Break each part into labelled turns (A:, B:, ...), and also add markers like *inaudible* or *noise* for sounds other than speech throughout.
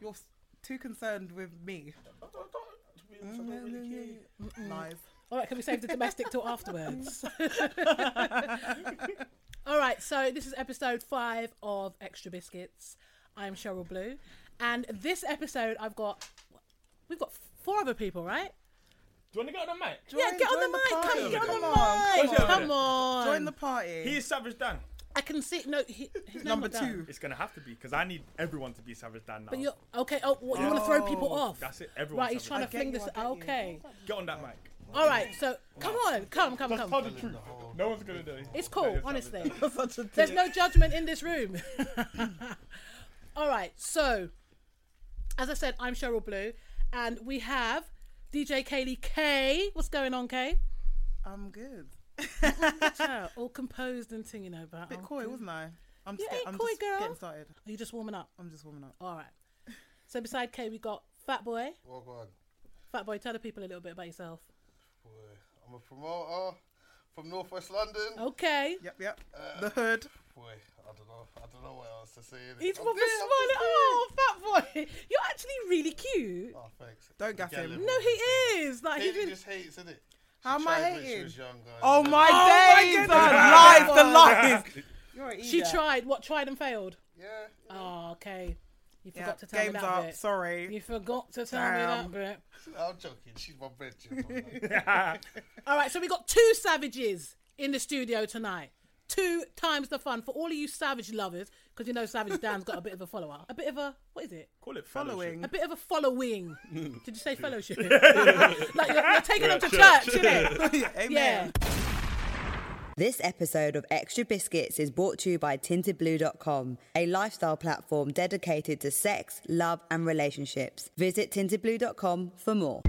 A: You're s- too concerned with me.
B: I don't, I don't, to be honest, I don't really care.
A: Lies.
C: All right, can we save the domestic till
A: *laughs*
C: afterwards? *laughs* All right, so this is episode five of Extra Biscuits. I'm Cheryl Blue, and this episode I've got we've got four other people, right?
B: Do you want to get on the mic?
C: yeah, get on the,
A: join the
C: mic.
A: party.
C: Come, get on
A: Come
C: the
A: on.
C: mic.
B: Join the-
C: Come on.
A: Join the party.
B: He's Savage Dan.
C: I can see. No, he, his name
A: number
C: not
A: *laughs*
C: down.
A: two.
B: It's gonna have to be because I need everyone to be Savage Dan now.
C: But you're okay. Oh, what, you want to throw people
A: Oh,
C: off?
B: That's it. Everyone.
C: Right, he's
A: I
B: Savage
C: trying to
A: get
C: fling
A: you,
C: this.
A: I get you.
C: Okay.
B: Dan. get on that mic.
C: All right, so come on, come, come,
B: Just tell the
C: come.
B: truth. No one's gonna know.
C: It's
B: That
C: cool,
B: is Savage
C: honestly.
B: Dan.
A: such a
C: There's no judgment in this room. *laughs* All right, so as I said, I'm Cheryl Blue, and we have DJ Kaylee K. What's going on, Kay?
A: I'm good.
C: Child, All composed and singing over.
A: Bit coy, wasn't I? I'm
C: You
A: just, get-
C: ain't
A: I'm
C: coy,
A: just
C: girl.
A: getting started.
C: Are you just warming up?
A: I'm just warming up.
C: All right. So beside Kay, we got Fat Boy.
D: Walk on.
C: Fat Boy, tell the people a little bit about yourself.
D: Boy, I'm a promoter from Northwest London.
C: Oh. Okay.
A: Yep, yep. the hood.
D: Boy, I don't know. I don't know what else to say. innit?
C: He's
D: I'm
C: probably
D: there, I'm
C: smiling. *laughs* Oh, Fat Boy, *laughs* you're actually really cute.
D: there. Oh, thanks.
A: Don't gaff
D: Get a
A: him.
D: little
C: No, he is. Like he
D: Hating
C: really.
D: just hates, innit?
A: How am I
D: Tried when She
A: hating?
D: was younger.
A: Oh my days! The
C: my
A: lies,
C: *laughs*
A: the lies. You're an
C: She
A: idiot.
C: tried. What tried and failed?
D: Yeah.
C: Oh, okay. You
A: Yeah,
C: forgot to tell me
A: game's
C: that
A: up.
C: bit.
A: Sorry.
C: You forgot to tell
A: Damn.
C: me that bit.
D: I'm joking. She's my bitch. you
C: *laughs*
D: know.
C: All right, so we got two savages in the studio tonight. Two times the fun for all of you savage lovers, because you know Savage Dan's got a bit of a follower, a bit of a what is it?
B: Call it
A: Following.
C: A bit of a following. Did you
B: *laughs*
C: say fellowship? like you're, you're taking them to
B: *laughs*
C: church, isn't it?
A: *laughs* Amen.
C: *laughs* Yeah.
E: This episode of Extra Biscuits is brought to you by tintedblue.com, a lifestyle platform dedicated to sex, love, and relationships. Visit tintedblue.com for more.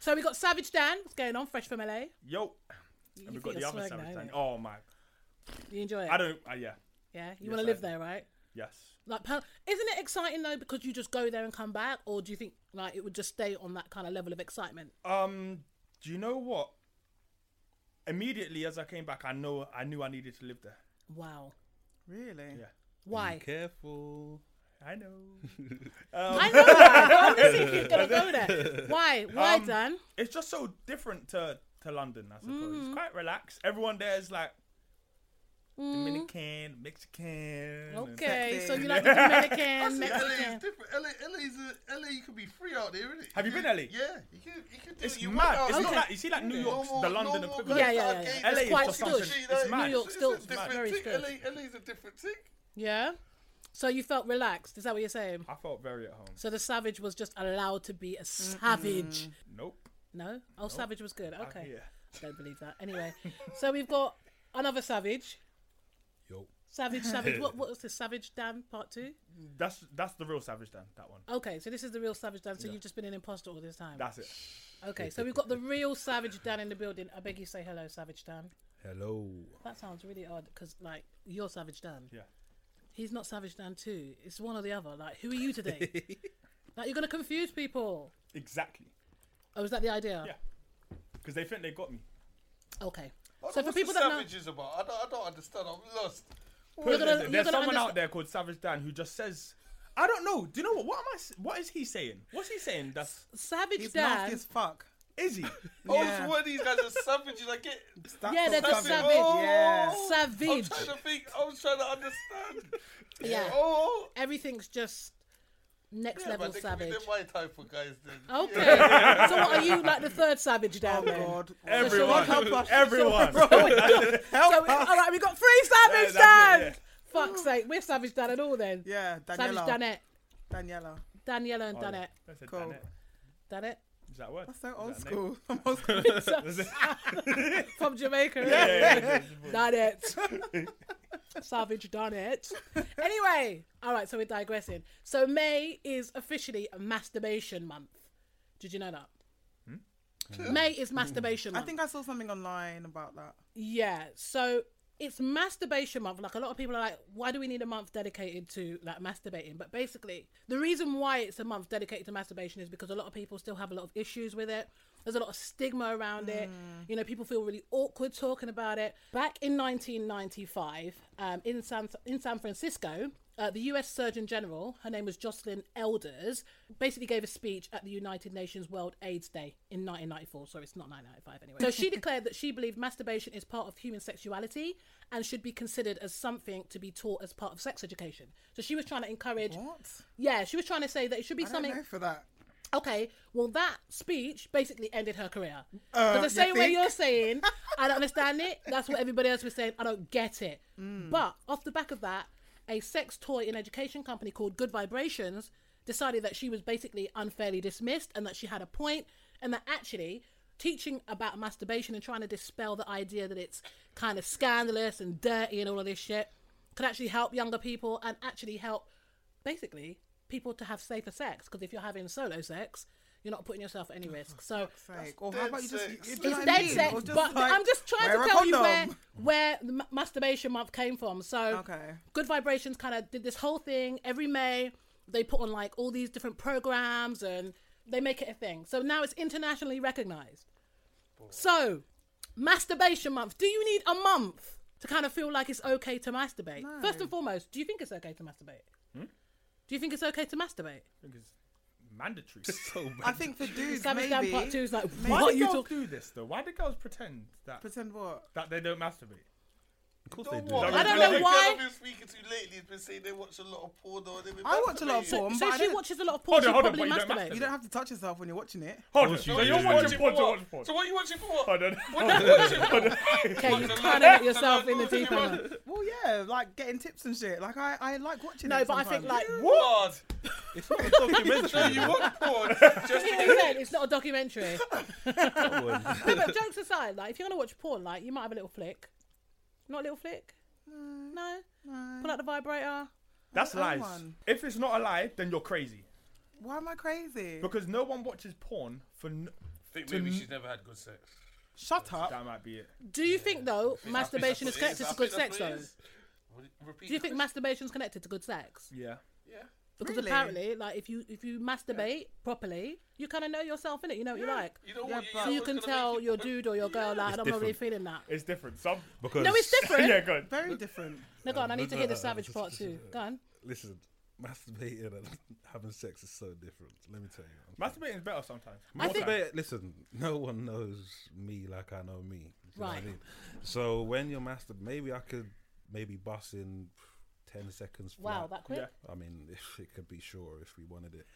C: So we got Savage Dan. What's going on? Fresh from LA.
B: Yo. And we
C: you
B: got
C: think
B: the
C: you're
B: other
C: swag now,
B: Savage Dan.
C: innit?
B: Oh my.
C: You enjoy it?
B: I don't. Uh, yeah.
C: Yeah. You
B: Yes,
C: want
B: I
C: to live
B: do.
C: there, right?
B: Yes.
C: Like, per- isn't it exciting though? Because you just go there and come back, or do you think like it would just stay on that kind of level of excitement?
B: Um. Do you know what? Immediately as I came back, I know I knew I needed to live there.
C: Wow.
A: Really?
B: Yeah.
C: Why?
F: Careful.
B: I know.
C: I know. that. I want to see if he's gonna go there. Why? Why,
B: Um,
C: Dan?
B: it's just so different to to London, I suppose.
C: Mm.
B: It's quite relaxed. Everyone there is like Dominican, Mexican. and-
C: Okay,
A: sexy.
C: so
B: *laughs*
C: you like the Dominican,
D: See, LA
C: Mexican.
D: is different. LA, LA is a, LA. You can be free out there, innit?
B: Have you
D: can-
B: been LA?
D: Yeah. You can. You can do
B: It's
D: what you
B: mad.
D: want
B: It's
D: out
B: not
D: there.
B: like you see like New York's
D: Normal-
B: the London
D: normal
B: equivalent.
C: Yeah, yeah, yeah.
D: games,
C: It's
D: like
C: quite
D: that
C: still-
D: shit, like,
B: it's mad.
C: New York
D: it's a
C: still
D: different
C: very
D: thing.
C: strict.
D: LA, LA is a different thing.
C: Yeah. So you felt relaxed. Is that what you're saying?
B: I felt very at home.
C: So the savage was just allowed to be a savage.
B: Nope.
C: No. Oh, savage was good. Okay.
B: Yeah.
C: I don't believe that. Anyway, so we've got another savage.
F: Yo.
C: Savage, savage. What? What was this? Savage Dan Part Two.
B: That's that's the real savage then. That one.
C: Okay, so this is the real Savage Dan. So you've just been an imposter all this time.
B: That's it.
C: okay, so we've got the real Savage Dan in the building. I beg you say hello, Savage Dan.
F: Hello.
C: That sounds really odd because like you're Savage Dan.
B: Yeah.
C: He's not Savage Dan too. It's one or the other. Like who are you today?
D: *laughs*
C: like you're gonna confuse people.
B: Exactly.
C: Oh, is that the idea?
B: Yeah. Because they think they got me.
C: Okay.
D: What-
C: So for
D: what's
C: people
D: the
C: that know,
D: savage is about, I don't, I don't understand. I'm lost.
C: you're gonna,
B: There's
C: you're
B: someone
C: gonna
B: out
C: understand.
B: there called Savage Dan who just says, I don't know. Do you know what? What am I? s- What is he saying? What's he saying? That's
C: Savage
A: He's nasty
C: Dan.
A: as fuck.
B: is
C: *laughs*
B: he?
D: Oh,
A: Yeah.
D: it's one of these guys are savages. I get.
A: That's
C: Yeah,
A: so
C: they're just
A: savage.
C: savage.
D: Oh!
C: Oh,
A: Yeah.
D: I'm
C: Savage.
D: trying to think. I was trying to understand.
C: Yeah.
D: Oh.
C: Everything's just next
D: Yeah,
C: level
D: but they could be
C: savage.
D: they're my type of guys then.
C: Okay. so what are you like the third savage
A: Oh
C: down there?
A: God.
B: Everyone.
A: help us.
B: Everyone. *laughs*
C: So we, all right, we got three savage
B: Yeah,
C: Dan.
B: that's it,
C: Fuck's sake, we're savage Dan and all then.
A: Yeah,
C: savage
A: Daniela.
C: Danette,
A: Daniela.
C: Daniela
B: Oh,
C: and Danette,
B: That's a
A: Cool.
B: Danette.
C: Danette
B: Is that a word?
A: That's so old
B: that a name?
A: school. *laughs* I'm old school.
C: from Jamaica.
B: Yeah,
C: Yeah.
B: yeah, yeah.
C: Danette. *laughs* Savage done it. Anyway, all right, so we're digressing. So May is officially a masturbation month. Did you know that?
B: Hmm?
C: May is masturbation
A: I
C: month.
A: think I saw something online about that.
C: Yeah, so it's masturbation month. Like a lot of people are like, why do we need a month dedicated to like masturbating? But basically, the reason why it's a month dedicated to masturbation is because a lot of people still have a lot of issues with it. There's a lot of stigma around it. You know, people feel really awkward talking about it. Back in 1995, um, in San in San Francisco, uh, the U.S. Surgeon General, her name was Jocelyn Elders, basically gave a speech at the United Nations World AIDS Day in 1994. So it's not 1995 anyway.
A: *laughs*
C: So she declared that she believed masturbation is part of human sexuality and should be considered as something to be taught as part of sex education. So she was trying to encourage.
A: What?
C: Yeah, she was trying to say that it should be
A: I don't
C: something.
A: know for that.
C: Okay, well, that speech basically ended her career.
A: Uh,
C: But the
A: you
C: same way
A: think?
C: you're saying,
A: *laughs*
C: I don't understand it. That's what everybody else was saying. I don't get it.
A: Mm.
C: But off the back of that, a sex toy and education company called Good Vibrations decided that she was basically unfairly dismissed and that she had a point, and that actually teaching about masturbation and trying to dispel the idea that it's kind of scandalous and dirty and all of this shit could actually help younger people and actually help basically people to have safer sex because if you're having solo sex you're not putting yourself at any risk so
A: Like, or how
D: dead
A: about you just?
D: sex.
A: you- do you know
C: it's
A: what I
C: dead
A: mean?
C: sex
A: Or
C: but
A: just, like,
C: i'm just trying
A: wear
C: to
A: a
C: tell you where
A: condom.
C: where the ma- masturbation month came from so
A: Okay.
C: good vibrations kind of did this whole thing every may they put on like all these different programs and they make it a thing so now it's internationally recognized so masturbation month do you need a month to kind of feel like it's okay to masturbate first and foremost do you think it's okay to masturbate
B: Hmm?
C: do you think it's okay to masturbate
B: think it's mandatory.
A: I think for dudes
C: Savage Dan
A: maybe.
C: Part Two is like,
B: Why
C: what are
B: do
C: you
B: girls
C: talking?
B: do this though? Why do girls pretend that
A: Pretend what?
B: that they don't masturbate?
F: Of course
D: Don't
F: they do.
D: watch.
B: I don't
D: Like,
B: know
D: the
C: why.
D: girl I've been speaking to lately has been saying they watch a lot of porn or they've been
A: I watch a lot of
D: masturbating.
A: porn.
C: So,
A: Um,
C: so
A: but I
C: she
A: don't-
C: watches a lot of porn.
B: Hold on,
C: she
B: hold on,
C: probably
B: but you don't
C: masturbates.
B: masturbate.
A: You don't have to touch yourself when you're watching it.
B: Hold on,
F: course you
B: so
F: do.
B: you're
F: You
B: watching
D: for
B: porn to
D: what?
B: watch porn.
D: So what are you watching for? What?
B: don't know.
D: What are you watching for?
C: Okay,
D: Watch
C: you're
D: a
C: trying to
D: lot-
C: get
D: a
C: yourself
D: lot
C: in the
D: of porn.
C: deep end.
A: Well, yeah, like getting tips and shit. Like I, I like watching.
C: No,
A: it
C: but I think
A: sometimes.
C: like
D: What?
F: It's not a
D: So
F: documentary.
D: you
F: man.
D: watch porn
B: *laughs*
D: just to
C: You know
D: get
C: what I said? it's not a *laughs* documentary.
F: That one.
C: no, but jokes aside, like if you're gonna watch porn, like you might have a little flick. Not a little flick. No. Pull out the vibrator.
B: That's
A: I don't own
B: lies.
A: one.
B: If it's not a lie, then you're crazy.
A: why am I crazy?
B: Because no one watches porn for. N-
D: think maybe she's never had good sex.
A: Shut up.
B: that might be it.
C: Do you think though
D: I think
C: masturbation is
D: that's what it
C: connected to
D: I
C: good
D: think
C: sex
D: that's what
C: though?
D: it is. Re- Repeat.
C: Do you think
D: the
C: masturbation is connected to good sex?
B: Yeah.
D: question.
C: Because
A: Really?
C: apparently, like if you if you masturbate properly, you kind of know yourself in it. You know what you like.
D: Yeah. You know
A: Yeah,
D: what?
A: but-
C: So you can tell your dude or your girl like I'm not really
F: different.
C: feeling that.
B: *laughs* It's different. Some.
C: *laughs*
F: Because *laughs*
C: No, it's
B: *laughs*
C: different.
B: yeah, good.
A: Very different. *laughs*
C: No, go on. I need to hear the
F: Uh,
C: Savage part too. Go on.
F: Listen, masturbating and *laughs* having sex is so different. Let me tell you.
B: Masturbating is better sometimes.
C: I think-
F: Masturbate. Listen, no one knows me like I know me. Do you know what I
C: Right.
F: mean? So when you're masturbating, maybe I could maybe bust in ten seconds.
C: Wow,
F: flat.
C: that quick.
B: Yeah.
F: I mean, *laughs* if it could be sure if we wanted it.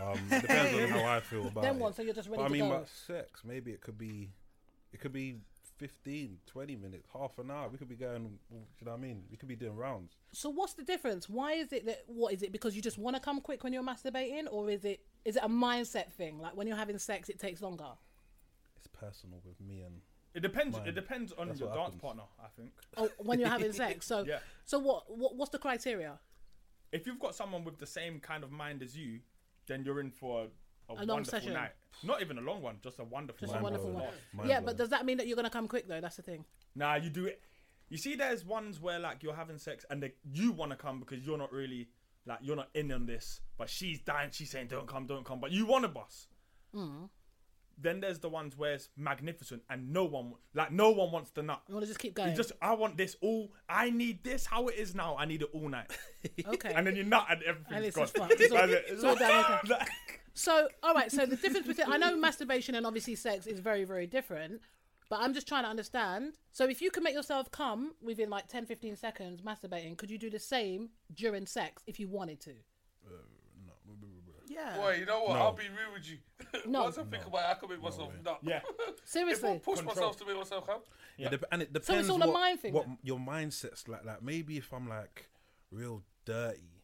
F: Um, it depends on how I feel
C: *laughs*
F: about
C: Then
F: it.
C: what? So you're just ready
F: but I
C: to
F: mean,
C: go.
F: but sex, maybe it could be, it could be 15, 20 minutes, half an hour. We could be going, do you know what I mean? We could be doing rounds.
C: So what's the difference? Why is it that? What is it? Because you just want to come quick when you're masturbating, or is it is it a mindset thing? Like when you're having sex, it takes longer.
F: It's personal with me and
B: It depends.
F: Mine.
B: It depends on
F: That's
B: your
F: what
B: dance
F: happens.
B: partner. I think.
C: Oh, when you're having sex. So
B: *laughs* Yeah.
C: so what, what what's the criteria?
B: If you've got someone with the same kind of mind as you, then you're in for a,
C: long
B: wonderful
C: session.
B: night. Not even a long one. Just a wonderful.
C: Just
B: night.
C: a wonderful one.
F: blowing. Mind
C: yeah,
F: blowing.
C: but does that mean that you're gonna come quick though? That's the thing.
B: Nah, you do it. You see, there's ones where like you're having sex and they, you want to come because you're not really like you're not in on this, but she's dying. She's saying, "Don't come, don't come," but you want to bus.
C: Mm.
B: Then there's the ones where it's magnificent and no one like no one wants the nut.
C: You want to just keep
B: You
C: going.
B: just I want this all. I need this how it is now. I need it all night.
C: *laughs*
B: *laughs*
C: okay.
B: and then you nut and
C: And
B: everything's
C: it's
B: gone.
C: just fucked. It's all-
B: *laughs* And it-
C: it's all down,
B: *laughs*
C: So, all right. So the difference between I know masturbation and obviously sex is very, very different. But I'm just trying to understand. So if you can make yourself come within like 10, 15 seconds masturbating, could you do the same during sex if you wanted to?
A: Yeah.
D: Boy, you know what?
F: No.
D: I'll be real with you.
C: No.
D: Once I think about it, I can make myself nut.
B: Yeah.
D: If I
C: Seriously.
D: push myself to make myself come,
F: It dep- and it depends.
C: all a
F: what,
C: mind thing
F: What
C: then?
F: your mindset's like. Like maybe if I'm like real dirty,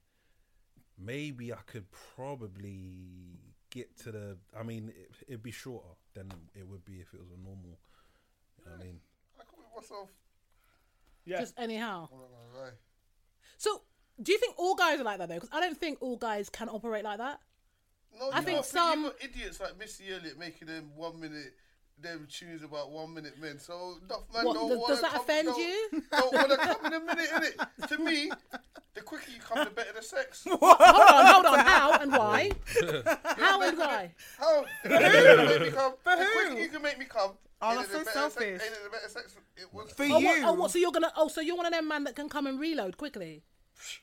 F: maybe I could probably get to the. I mean, it, it'd be shorter than it would be if it was a normal. You know what I mean,
D: I can make myself
B: Yeah.
C: Just anyhow.
D: I'm not gonna lie.
C: So, do you think all guys are like that though? Because I don't think all guys can operate
A: *laughs*
C: like that.
D: No,
C: I
D: you
C: think
D: got-
C: some-
D: you got idiots like Missy Elliott making them one minute them tunes about one minute men. So enough man
C: What,
D: don't
C: does-
D: want
C: does that offend you?
D: Don't want to come in a minute innit? To me, the quicker you come, the better
C: *laughs*
D: the sex.
C: Hold on, hold on. How and why? How and why?
D: How? The quicker you make me come, the
A: who?
D: quicker you can make me come.
A: Oh,
D: ain't
A: that's
D: it the
A: so
D: better
A: selfish.
D: Sex, ain't it the better sex it was.
A: For
C: Oh
A: you.
C: what, oh, what? So you're gonna? Oh, so you're one of them man that can come and reload quickly.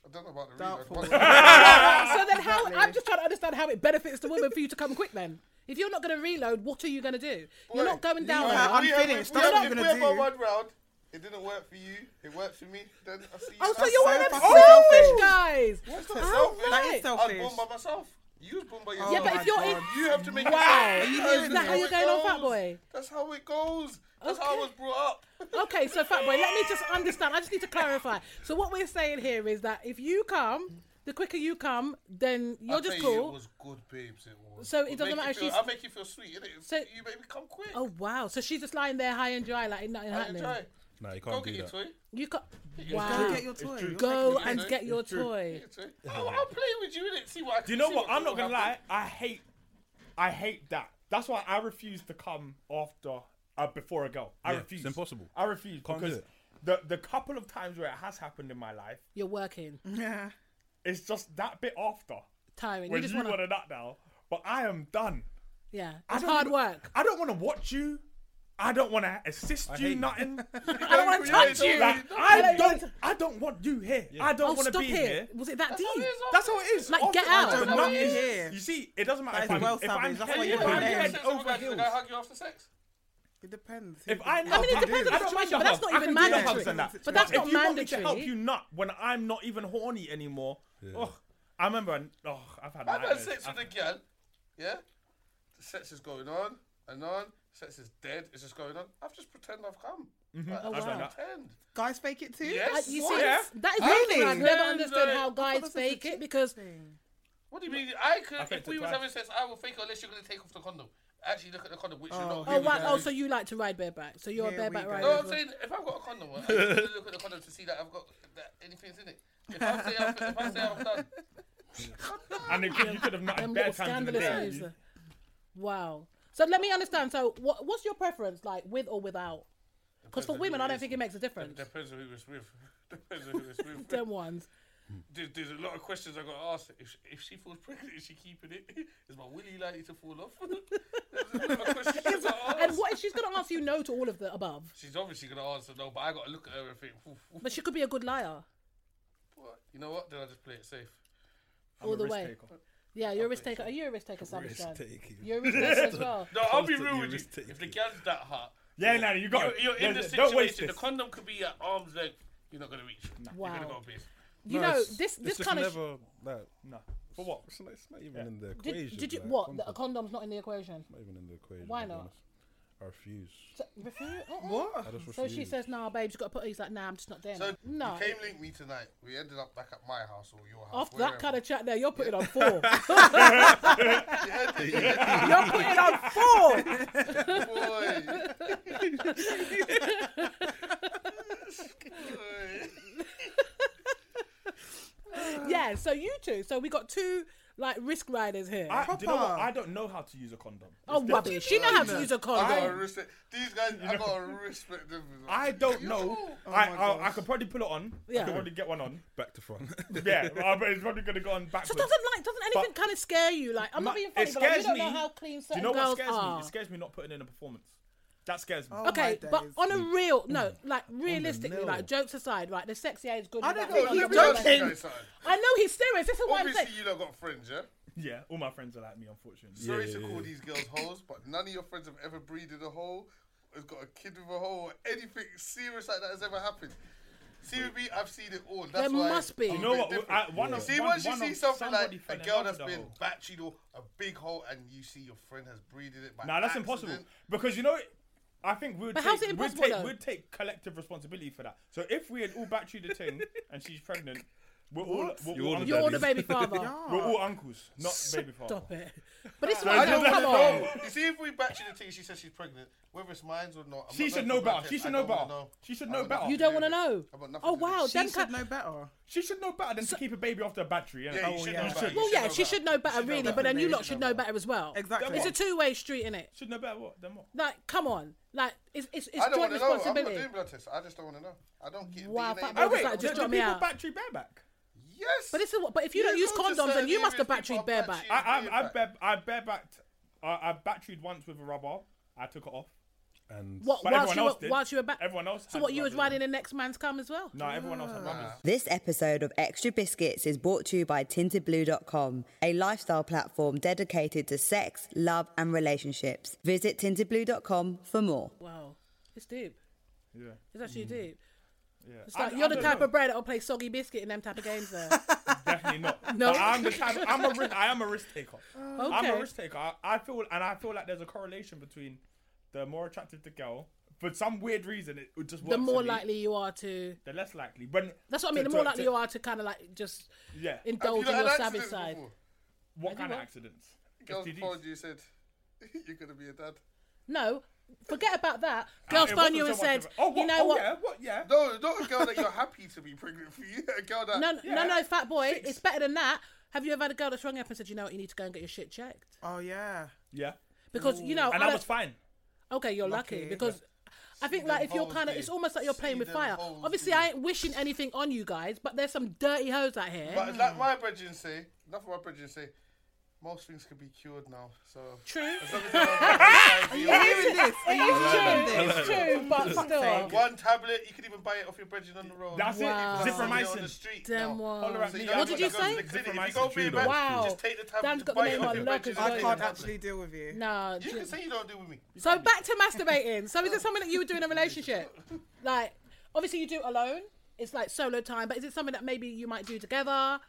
D: I don't know about the
A: Doubtful.
D: reload. but-
C: so then, how? I'm just trying to understand how it benefits the women for you to come quick. Then, if you're not gonna reload, what are you gonna do? *laughs* You're
D: Boy,
C: not going down.
A: leave
C: there.
A: her
D: We have-
A: unfinished.
D: We
A: That's what
D: have,
A: you're
D: if we
A: gonna
D: have our
A: do.
D: one round. It didn't work for you. It worked for me. Then I see.
C: Oh, so
D: you
C: you're one
A: so
C: of them
A: fucking
C: selfish
A: selfish.
C: guys. Oh
D: That's
C: All
A: That
D: selfish.
A: is
C: right.
D: I was
A: selfish.
D: born by myself. You was born by yourself.
C: Yeah, but
A: my
C: if you're
A: God.
C: in,
D: You have to make
C: Oh Wow.
D: it.
C: Are you
D: That's
C: doing that?
D: how
C: Are you
D: it
C: going on
D: goes.
C: Fatboy?
D: That's how it goes. That's how I was
C: Okay.
D: brought up.
C: Okay, so fat boy, let me just understand. I just need to clarify. So what we're saying here is that if you come, the quicker you come, then
D: *laughs*
C: you're just
D: It
C: cool.
D: was good, babes. It was.
C: So it doesn't matter if
D: Feel,
C: she's-
D: I make you feel sweet. Innit?
C: So-
D: So you make me come quick.
C: Oh wow! So she's just lying there high and dry, like nothing
D: I
C: happening.
D: enjoy.
F: No, you
D: Go
F: can't
D: get
F: do
D: your
F: that.
D: toy.
C: You got
A: Go
C: wow.
A: get your toy.
B: true.
A: You're
C: uh, Go
A: taking it.
C: and
D: toy.
C: get your
B: It's true.
C: toy.
D: Get your toy. Oh, I'll, I'll play with you in it. See what. I
B: Do you know
D: see
B: what? I'm not
D: will
B: gonna lie.
D: happen.
B: I hate, I hate that. That's why I refuse to come after, uh, before a girl. I
F: Yeah,
B: refuse.
F: it's impossible.
B: I refuse
F: Can't do
B: because
F: it.
B: the the couple of times where it has happened in my life,
C: You're working,
A: Yeah.
B: it's just that bit after
C: tiring. You
B: when
C: just
B: you
C: want
B: want
C: to.
B: a nut now. But I am done.
C: Yeah,
B: I
C: it's
B: don't
C: hard
B: even-
C: work.
B: I don't want to watch you. I don't want to assist you.
F: hate you.
B: Nothing.
C: *laughs* I don't
F: *laughs*
C: want to
D: Yeah,
C: touch
D: yeah,
C: you.
D: yeah.
B: Like, I don't. I don't want you here. I don't
C: Oh,
B: want to
C: stop
B: be here.
C: it! Was it that deep?
D: how it is,
B: That's how it is.
C: Like,
B: After
C: get
B: I
C: out.
B: do
A: That's
B: not-
A: how it is.
B: You see, it doesn't matter
A: That
B: if
A: is
B: I'm,
A: well
B: if I'm
A: savage. That's why
B: head-
A: you're
B: if
A: doing
B: I'm
A: it.
B: head
A: Yeah.
B: over heels.
D: I hug you after sex.
A: It depends.
B: If I know
C: I mean, it
B: how to
C: depends
B: do
C: on
B: it,
C: the
B: I can
C: situation, but that's
B: do
C: not
B: it. I can
C: even
B: do it.
A: mandatory.
B: Understand that.
C: But that's
B: if
C: not
B: you want me to
C: mandatory.
B: help you nut when I'm not even horny anymore, ugh, I remember. Oh, I've had
D: I've had
B: nightmares.
D: sex with a girl, yeah? The sex is going on and on. Sex is dead. It's just going on. I've just pretend I've come.
B: Mm-hmm.
D: Like,
C: Oh,
D: I've
C: wow.
D: just pretend.
A: Guys fake it too?
C: Uh,
D: Yes.
C: you
D: what?
C: see,
B: Yeah.
C: that is
A: Really?
C: one thing I've never
D: Yeah,
C: understood
D: like-
C: how
D: I thought
C: guys
A: this was a
C: fake it
A: chick
C: because
A: Thing.
D: What do you mean? I could.
B: I faked it
D: if we was
B: twice.
D: having sex, I will fake it unless you're going to take off the condom. Actually, look at the condom, which you're not.
C: oh
D: really
C: wow,
D: gonna
C: oh
D: do.
C: so you like to ride bareback? So
A: Here
C: you're a
A: we
C: bareback
A: go.
C: rider.
D: No,
C: as
D: I'm
C: well.
D: saying if I've got a condom, on, I just look at the condom to see that I've got that anything's in it. If I say I've, if I say I've done,
B: and it could, you could have
C: them
B: nutted bare
C: little
B: times in a
C: scandalous
B: day.
C: moves. Wow. So let me understand. So what, what's your preference, like with or without? Because for
D: Depends on
C: women,
D: who
C: I
D: it
C: don't
D: is.
C: think it makes a difference.
D: depends on who it's with. *laughs* Depends on who it's with.
C: Them ones.
D: There's, there's a lot of questions I got asked. If she, if she falls pregnant, is she keeping it? Is my willy likely to fall off? *laughs* there's a lot of questions I
C: *laughs*
D: got
C: And
D: asked.
C: what if she's going to ask you no to all of the above?
D: She's obviously gonna answer no, but I gotta look at her and think. Oof, oof,
C: But she could be a good liar
D: what? You know what? Then I just play it safe.
B: I'm
C: all
B: a
C: the
B: risk
C: way.
B: taker.
C: Yeah, you're a risk taker. Are you a risk taker, Savage?
F: Risk
C: Dad?
F: taking.
C: You're a risk taker as well.
D: No, I'll be
F: Constantly
D: real with you.
F: risk-taking.
D: If the girl's that hot,
B: Yeah, no, you got
D: you're,
B: it.
D: you're in
B: Yeah,
D: the
B: yeah, Don't waste
D: situation. The
B: this.
D: condom could be at arm's length. You're not gonna reach. You're gonna
C: Wow.
D: go big.
C: You
F: No,
C: know
F: it's-
C: this.
F: it's
C: This
F: just
C: kind of.
F: never, like,
B: No, for what?
F: it's not, it's not even in the equation.
C: Did, did you
F: like,
C: what?
F: come
C: The, a
F: on.
C: condom's not in the equation.
F: not even in the equation.
C: Why
F: to be
C: not?
F: honest. I refuse.
C: So, refuse- uh-uh.
F: I
A: What?
F: just refuse.
C: So she says, "Nah, babe, you got to put." He's like, "Nah, I'm just not doing
D: So
C: it." No.
D: you came link me tonight. We ended up back at my house or your house.
C: After that kind
D: *laughs*
C: of chat, there you're putting on four.
B: *laughs*
C: you're *laughs* putting on four.
D: of boy. boy.
C: Yeah. So you two. So we got two like risk riders here.
B: I, do you know what?
A: Proper.
B: I don't know how to use a condom.
C: oh
B: It's
C: rubbish! She know how to use a
D: I gotta
C: condom.
D: respect these guys. I gotta respect them. you Oh know.
B: I don't know. I,
A: my
B: I I
A: gosh.
B: could probably put it on. I
C: Yeah.
B: could probably get one on.
F: back to front. *laughs*
B: Yeah, uh, but it's probably gonna go on
C: So
B: backwards.
C: doesn't like doesn't anything
B: But-
C: kind of scare you? Like I'm not
B: Ma-
C: being funny,
B: it
C: but like, you
B: scares
C: don't
B: me.
C: know how clean
B: Do you
C: certain
B: know what
C: girls
B: scares
C: are.
B: me? It scares me not putting in a performance. That scares me. Mm.
A: Oh.
C: Okay,
A: my
C: but
A: days.
C: on a real no, like realistically,
F: nail.
C: like jokes aside, right? The sexy A is good.
A: I
C: and
A: don't
C: that
A: know,
C: thing on
A: you're
C: the wall.
A: joking.
C: I know he's serious. This is what I'm
D: Obviously,
C: saying.
D: you don't got friends, yeah.
B: Yeah, all my friends are like me, unfortunately.
D: Sorry to call these girls hoes, but none of your friends have ever breeded a hole, has got a kid with a hole, or anything serious like that has ever happened. See with me, I've seen it all. That's
C: There
D: why
C: must be.
D: I'm
C: You
D: a
B: know
D: bit
B: what,
D: different.
B: I- one of-
D: see,
B: one-
D: once you
B: one
D: see
B: of-
D: something
B: somebody
D: like a
B: fell in
D: girl
B: love
D: that's
B: with a
D: been
B: hole.
D: battered or a big hole, and you see your friend has breeded it by
B: Nah, that's
D: accident.
B: impossible because you know. I think we'd
C: But
B: take,
C: how's it
B: we'd
C: impossible,
B: take
C: though?
D: *laughs*
B: we'd take collective responsibility for that. So if we had all battered the thing and she's pregnant, We're all, we're
F: You're
B: all
F: the
B: uncles.
C: You're the baby
B: *laughs*
C: father.
B: We're all uncles, not baby father.
C: Stop it. But it's
D: I
C: like, no,
D: don't want to
C: come on.
D: know. You see, if we batch in the thing, she says she's pregnant. Whether it's mine or not, I'm
B: She
D: not
B: should
D: going
B: know
D: for blood
B: better. She
D: test.
B: should
D: I
B: know
D: don't wanna
B: better. She should know
D: I've got
B: better.
D: nothing
C: You
D: do
C: don't
D: with
C: want to
D: it.
C: know.
D: I've got nothing
C: Oh
D: to do with
C: wow,
D: it.
A: She
C: Dan
A: should
C: Cat-
A: know better.
B: She should know better than to keep a baby off the battery. innit? Oh,
D: Yeah, you should know
A: yeah.
D: better. You
C: Well, Oh, yeah, she
D: know
C: should know better,
D: You should
C: really.
D: know
C: but then
D: better.
C: you
D: You
C: lot
D: should
C: should
D: know
C: know better as well.
A: Exactly.
C: It's a two-way street, innit?
B: Should know better what? Then what?
C: Like, come on, like it's it's, it's
D: I don't
C: joint
D: want to know. I'm not
C: responsibility.
D: doing blood tests. I just don't want to know. I don't get
C: Wow,
D: DNA.
C: fat
D: in
C: boy,
D: my
B: Oh
C: Oh,
B: wait,
C: wait,
D: blood.
C: like,
B: do,
C: just
B: do
C: drop me
B: people
C: out.
B: battery bareback?
D: Yes.
C: But this is what. But if you don't
D: You
C: use
D: go to
C: condoms, then you
D: surgery,
C: must have
D: people
C: battery
D: are
C: bareback.
D: battery-
B: I I I,
D: Bareback.
B: bare, I barebacked. I, I batteried once with a rubber. I took it off.
F: And
C: What?
B: But
C: Whilst
B: everyone
C: you
B: else
C: were,
B: did.
C: whilst you were back.
B: Everyone else
C: So
B: had
C: what? You was
B: rubbers.
C: riding the next man's cum as well.
B: No, everyone
C: Ah.
B: else had rubbers.
E: This episode of Extra Biscuits is brought to you by tintedblue.com, a lifestyle platform dedicated to sex, love, and relationships. Visit tintedblue.com for more.
C: Wow, it's deep.
B: Yeah,
C: It's actually
B: Mm.
C: deep.
B: yeah.
C: It's like you're the type of bread that'll play soggy biscuit in them type of games.
B: *laughs*
C: There.
B: definitely
C: *laughs*
B: not.
C: No. Ah.
B: But I'm the type. I'm a risk. I am a risk taker. I'm a
C: Okay.
B: risk taker. I, I feel and I feel like there's a correlation between the more attractive the girl, for some weird reason, it, it just works.
C: the more
B: for me,
C: likely you are to.
B: the less likely. When
C: That's what I mean.
B: to-
C: The more
B: to-
C: likely
B: to-
C: you are to kind of like just
B: Yeah.
D: You
C: indulge
D: know,
C: in
D: an
C: your
D: accident
C: savage side.
D: before.
B: What kind of
C: what?
B: accidents?
D: Girls
B: STDs.
D: phoned you and said, *laughs* "You're gonna be a dad."
C: No, forget about that. Girls
B: It
C: phone
B: wasn't
C: you
B: so
C: and
B: much
C: said,
B: of a- "Oh, what,
C: you know
B: oh,
C: what?
B: Yeah, what? Yeah.
D: No, not a girl that you're happy to be pregnant for you. *laughs* A girl that
C: No, no,
B: Yeah.
C: no, no, fat boy.
B: Six.
C: It's better than that. Have you ever had a girl that's rung you up and said, you know what, you need to go and get your shit checked?
A: Oh yeah.
B: Yeah.
C: Because you know,
B: And
C: I
B: I
C: don't-
B: was fine.
C: okay, you're lucky,
A: Lucky.
C: because I think like if you're
D: hoes,
C: kind of,
D: dude.
C: it's almost like you're
D: See
C: playing with
D: them
C: fire.
D: hoes,
C: Obviously,
D: dude.
C: I ain't wishing anything on you guys, but there's some dirty hoes out here.
D: But like my brethren say, enough of my brethren say, most things can be cured now. So
C: True.
D: as long as they're on the
C: *laughs*
D: right side,
A: Hearing this, are you hearing this?
C: It's true, but still.
D: you- one tablet, you could even buy it off your brethren on the road.
B: That's
C: Wow.
B: it.
D: It's on the- on the
B: Zithromycin.
D: street
C: Damn
D: now.
B: Holler
C: wow.
B: at
D: So
B: me.
D: don't
C: What did
D: gotta
C: you
D: go to
C: say?
D: the clinic. If you
B: Zithromycin
D: go be
B: tube,
D: a man,
C: Wow.
D: just take the tablet.
C: Dan's
D: just
C: got the
D: buy it
C: name
D: off
C: on
D: your
C: lock as
D: brethren and
A: I
C: well.
D: take
A: can't
D: the tablet.
A: actually deal with you.
C: No.
D: You
C: ju-
D: can say you don't deal with me.
C: So back to masturbating. So is it something that you would do in a relationship? Like, obviously you do it alone. It's like solo time, but is it something that maybe you might do together?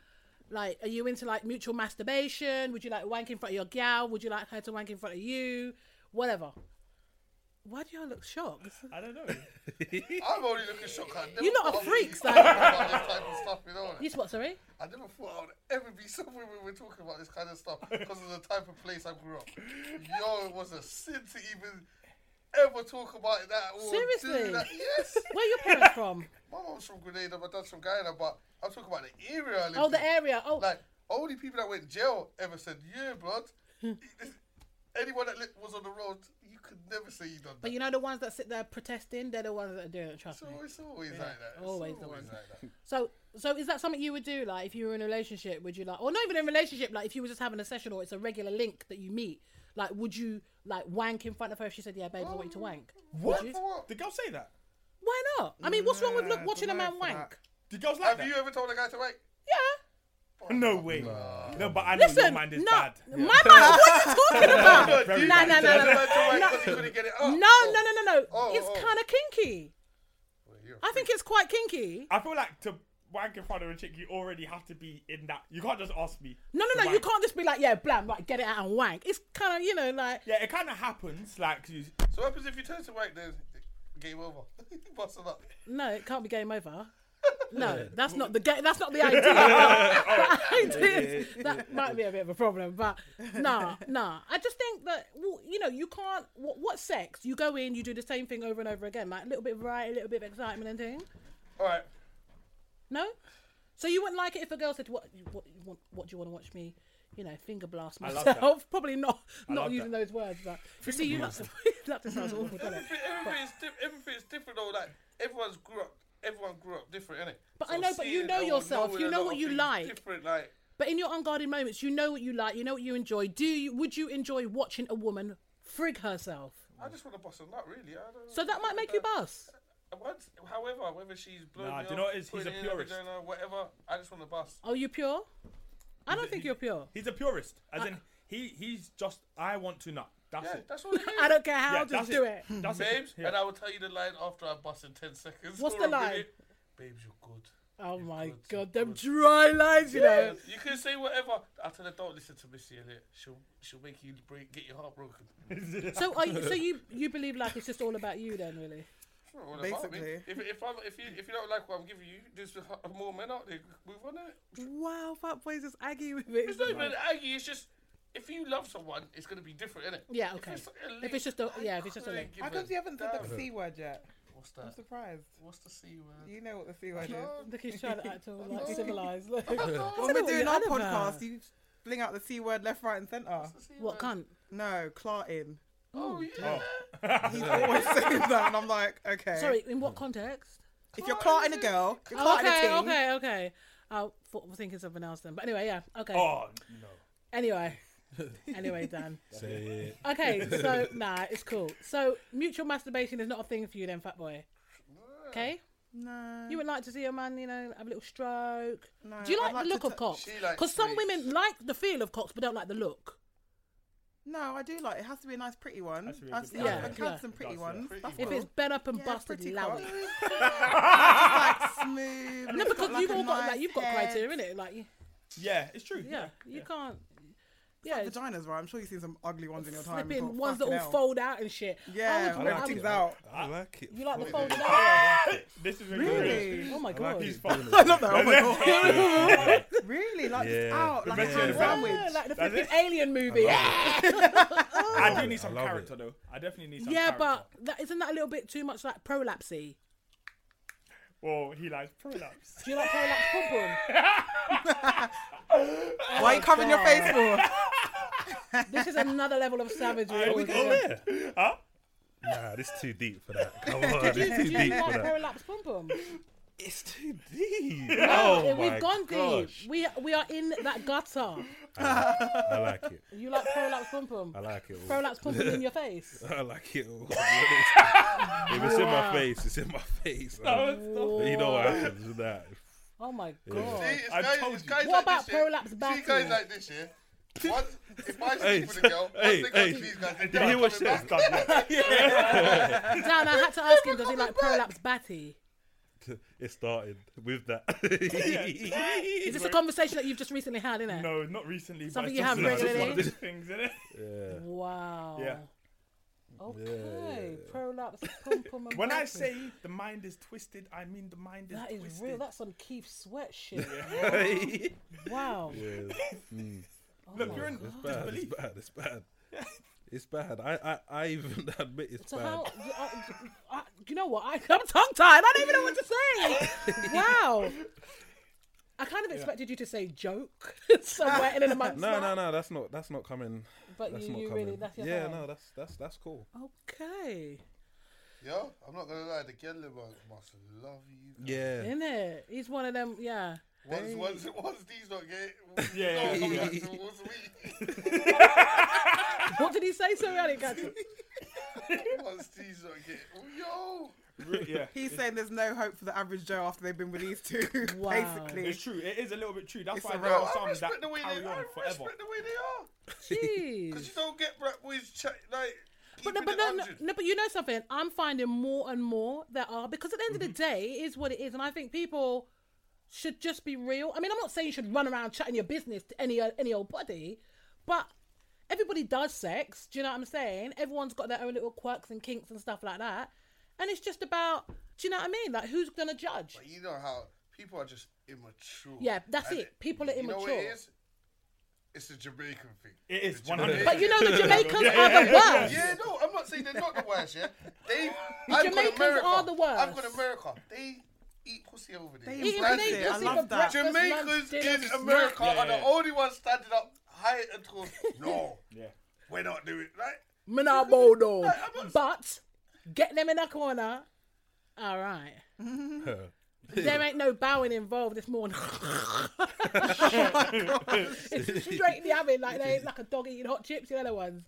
C: Like, are you into like mutual masturbation? Would you like wank in front of your gal? Would you like her to wank in front of you? Whatever. Why do y'all look shocked?
B: I don't know.
D: I'm only looking shocked. I never
C: You're not a
D: thought I would
C: freak,
D: be
C: son.
D: talking about this type of stuff,
C: *laughs*
D: you know.
C: You what? Sorry.
D: I never thought I would ever be somewhere where we're talking about this kind of stuff because of the type of place I grew up. Yo, it was a sin to even ever talk about that. Or
C: Seriously?
D: Do that. Yes.
C: Where are your parents from?
D: My mom's from Grenada, my dad's from Guyana, but I'm talking about the area I lived
C: Oh, the
D: in.
C: area. Oh,
D: Like, only people that went jail ever said, yeah,
C: *laughs*
D: blood. Anyone that li- was on the road, you could never say you done that.
C: but you know the ones that sit there protesting. They're the ones that are doing it. Trust
D: it's
C: me.
D: always, it's always like that. It's
C: always the
D: always
C: ones.
D: like that.
C: So, so is that something you would do? Like, if you were in a relationship, would you like, or not even in a relationship? Like, if you were just having a session, or it's a regular link that you meet, like, would you like wank in front of her if she said, "Yeah, babe, I want you to wank"?
B: what?
C: Would you?
B: The girls say that.
C: Why not? I mean, what's wrong with
A: Nah,
C: look,
A: I
C: watching a
A: don't know
C: man
A: for
C: wank?
B: The girls like
D: Have
B: that.
D: you ever told a guy to wait?
C: Yeah.
B: No way. No, but I know your
C: Listen,
B: mind is
C: no,
B: bad.
C: my man, what are you talking about?
D: No,
B: Very
D: you-
B: bad.
C: Nah, nah, nah,
D: you
C: nah,
D: had to wait
C: nah.
D: 'cause you couldn't get it up.
C: No,
D: Oh.
C: no, no, no, no.
D: Oh,
C: it's
D: oh.
C: kind of kinky.
D: Well, you're a
C: I think it's quite kinky.
B: I feel like to wank in front of a chick, you already have to be in that. You can't just ask me.
C: No,
B: to
C: no, no. You
B: wank.
C: can't just be like, "Yeah, blam, like get it out and wank." It's kind of, you know, like
B: Yeah, it kind of happens. Like you,
D: So what happens if you turn to right then? Game over. *laughs* Bust it up.
C: No, it can't be
B: *laughs*
C: game over. No, that's not the game. That's not the idea. *laughs* the idea is- that might be a bit of a problem, but nah, nah. I just think that well, you know you can't. What, what sex? You go in, you do the same thing over and over again, like a little bit of variety, a little bit of excitement and thing.
D: All right.
C: No, so you wouldn't like it if a girl said, "What, what, you want- what do you want to watch me?" You know, finger blast
B: love that.
C: myself. *laughs* Probably not, not
B: love
C: using
B: that.
C: those words, but you see, you like to, *laughs* that just sounds awful, doesn't it?
B: *laughs*
D: Everything's, di- everything's different though. Like everyone's grew up. Everyone grew up different, innit?
C: But I know, but you
D: seeing
C: know
D: or
C: yourself,
D: knowing
C: you
D: a
C: know
D: lot
C: what
D: of
C: you
D: things
C: like.
D: Different, like
C: But in your unguarded moments, you know what you like, you know what you enjoy. Do you would you enjoy watching a woman frig herself?
D: I just want to bust a nut, really. I don't.
C: So that might make you bust.
D: What? However, whether she's blowing
B: Nah,
D: me
B: do you know
D: up,
B: what it is? He's
D: putting
B: a
D: it in,
B: purist.
D: vagina, whatever. I just want to bust.
C: Are you pure? I don't think you're pure.
B: he's a purist.
C: Uh,
B: As in, he he's just. I want to nut. That's
D: Yeah,
B: it.
D: that's what it is.
C: *laughs* I don't care how,
B: Yeah, that's
C: just do it.
B: That's
D: Babes,
B: it. Yeah.
D: and I will tell you the line after I bust in ten seconds.
C: What's
D: or
C: the
D: a
C: line?
D: minute. Babes, you're good.
C: Oh my
D: good,
C: god,
D: you're
C: them
D: good.
C: dry lines, you know.
D: You can say whatever. I tell her don't listen to Missy Elliott. She'll she'll make you break, get your heart broken.
C: So are you, so you you believe like it's just all about you then, really?
D: Well, what about me?
A: Basically.
D: If, if, I'm, if, you, if you don't like what I'm giving you, there's more men out there. Move on it.
C: Wow, Fat Boy's just aggy with it.
D: It's not even an Aggie. It's just if you love someone, it's gonna be different, innit?
C: Yeah, okay.
D: If it's, a
C: If it's just a-
D: I
C: yeah, if it's just a
D: couldn't
C: link.
D: give
A: How come
D: a
A: you haven't said
D: damn.
A: the C word yet?
D: What's
A: I'm
D: that?
A: surprised.
D: What's the C word?
A: You know what the C word is.
C: Look, he's trying to act all like
D: know.
C: civilized. Look. *laughs*
A: When we're doing our
C: You're on about.
A: podcast, you fling out the C word left, right, and centre.
D: What's the C
C: What
D: word?
C: cunt?
A: No, clarting.
D: Oh yeah.
A: He's always *laughs* saying that, and I'm like, okay.
C: Sorry, in what context?
A: If you're clarting a girl, you're
C: Oh,
A: clarting a
C: okay,
A: teen.
C: okay, okay. I thought I was thinking something else then. But anyway, yeah, okay.
B: Oh no.
C: Anyway. anyway, Dan.
F: Say it.
C: Okay, so nah, it's cool. So mutual masturbation is not a thing for you then, fat boy. Okay?
A: No.
C: You would like to see a man, you know, have a little stroke.
A: No,
C: Do you
A: I'd
C: like,
A: like
C: the
A: to
C: look of
A: tou-
C: cocks?
D: She likes
C: Because some
D: me.
C: women like the feel of cocks but don't like the look.
A: No, I do like it. has to be a nice, pretty one.
B: Has to be a
A: I've,
B: good
A: seen,
C: Yeah,
A: I've had
C: yeah.
A: some pretty
B: Nice, yeah.
A: ones.
D: Pretty
A: That's
D: one.
C: If
A: cool.
C: it's bent up and
A: Yeah,
C: busted,
A: pretty *laughs*
C: loud.
A: cock. Just, like smooth.
C: No,
A: it's
C: because
A: got, like,
C: you've
A: a
C: all got
A: nice
C: like you've got
A: head.
C: criteria in it. Like, you-
B: Yeah, it's true.
C: yeah, you can't.
A: Like
C: Yeah, it's
A: Vaginas, right? I'm sure you've seen some ugly ones in your time.
C: flipping
A: but
C: ones that all
A: fucking hell.
C: fold out and shit.
A: Yeah,
C: I would,
A: like
C: I
A: tits
C: would,
A: out.
F: I like it.
C: you like the
F: Fuck.
C: folded out?
B: This is
A: Really? *laughs*
B: *laughs*
C: ones? Oh my
F: I like
C: god. *laughs*
F: it.
A: I love that. Oh my god.
B: Yeah.
A: Really? Like just
F: Yeah.
A: out, like a
B: Convention
A: ham
B: is better.
A: sandwich.
C: Yeah, like the
B: That's
C: flipping
B: it?
C: alien movie. Yeah,
B: I do need
F: it,
B: some
F: I love
B: character
F: it.
B: though. I definitely need some
C: Oh. yeah,
B: character.
C: but that, isn't that a little bit too much like prolapsy?
B: Well, he likes prolapse. *laughs*
C: Do you like prolapse pom pom?
A: Why are you covering your face for?
C: *laughs* This is another level of savagery.
B: I
C: we're
B: know.
C: doing.
F: Yeah. Nah, this is too deep for that. Come on, this is
C: Do
F: too
C: you
F: deep for
C: like
F: that.
C: prolapse pom pom?
F: It's too deep.
C: No,
F: *laughs* oh my
C: we've gone
F: gosh.
C: deep. We we are in that gutter.
F: I like it.
C: You like prolapse pom pom?
F: I like it. All. *laughs*
C: Prolapse pom pom in your face.
F: I like it. All. if it's in my face, it's in my face. *laughs* you know what happens with that.
C: Oh my
D: See,
C: god.
D: it's
B: I
D: guys,
B: told
D: it's
B: you.
D: guys
C: What
D: like
C: about
D: this year.
C: prolapse
D: See
C: back
D: guys
C: here?
D: like this, yeah. Once, if I sleep with a
F: Hey,
D: girl, once
F: hey,
D: they go
F: hey.
D: to these guys,
F: Did you hear what she
D: coming
F: said?
D: back.
C: Dan, I had to ask him, does he like prolapse batty?
F: It started with that. *laughs*
C: Is this a conversation that you've just recently had, innit?
B: No, not recently.
C: Something
B: but
C: you have
B: it's just
C: regularly?
B: one of these Things
C: *laughs*
B: in it.
C: Wow.
B: Yeah.
C: Okay. Prolapse pom pom and
B: When I
C: batty.
B: say the mind is twisted, I mean the mind is
C: that is
B: twisted.
C: real, that's some Keith Sweat shit.
F: *laughs*
C: Wow.
B: Look, you're in
F: Mm. It's bad. It's
B: disbelief.
F: bad. It's bad. It's bad. I, I, I even *laughs* admit it's
C: So
F: bad.
C: how? you- I, I, you know what? I, *laughs* I'm tongue tied. I don't even know what to
F: *laughs*
C: say. wow. I kind of expected you to say joke *laughs* somewhere in and amongst.
F: *laughs* No,
C: that.
F: no, no. That's not. That's not coming.
C: But
F: That's
C: you,
F: not
C: you
F: coming.
C: really, that's your
F: yeah,
C: thing.
F: no. That's that's that's cool.
C: Okay.
D: Yo, I'm not gonna lie, the girl in my- must love you.
F: Yeah.
C: In it, he's one of them. Yeah.
D: Once, once, once these not get,
B: Yeah,
D: no,
B: yeah,
D: coming back towards me.
C: What did he say? Sorry, I didn't catch
F: *laughs*
C: it.
D: *laughs* Once these not get, yo.
B: Re- yeah.
C: *laughs*
A: He's saying there's no hope for the average Joe after they've been with these two. *laughs*
C: Wow.
A: Basically,
B: It's true. It is a little bit true. That's
A: It's
B: why
A: a
B: there
A: real-
B: are
D: I
B: some
D: respect
B: that
D: the way they,
B: carry
D: I
B: on forever.
D: respect the way they are. Because
C: Jeez.
D: you don't get rap boys ch- like.
C: But no,
D: keeping
C: but
D: it
C: no, no,
D: 100.
C: no, but you know something? I'm finding more and more that are because at the end of the day, it is what it is, and I think people should just be real. I mean, I'm not saying you should run around chatting your business to any any old body, but everybody does sex. Do you know what I'm saying? Everyone's got their own little quirks and kinks and stuff like that, and it's just about do you know what I mean? Like who's gonna judge?
D: But you know how people are just immature.
C: Yeah, that's
D: And
C: it. People are
D: You know what it
C: immature.
D: is? It's a Jamaican thing.
B: It is
D: The
B: 100.
C: But
D: Jamaicans-
C: you know
D: *laughs*
B: *laughs*
C: the Jamaicans are the worst.
D: Yeah, no, I'm not saying they're not the worst. Yeah, they. I've got
C: Jamaicans
D: America.
C: are the worst.
D: I've got America. They eat pussy over there.
A: They
C: Eating
A: That's
C: plain
A: it, I
C: pussy
A: love
C: for
A: that.
C: breakfast, lunch,
D: Jamaicans
C: dinner,
D: in
C: snack.
D: America
B: Yeah,
D: are the
B: yeah.
D: only ones standing up high and tall. No,
B: Yeah.
D: we're not doing it, right.
C: Minabodo. But get them in the corner. All
D: *laughs*
C: right. There ain't no bowing involved this morning. *laughs*
D: *laughs*
C: it's straightly having like they like a dog eating hot chips, you know the ones.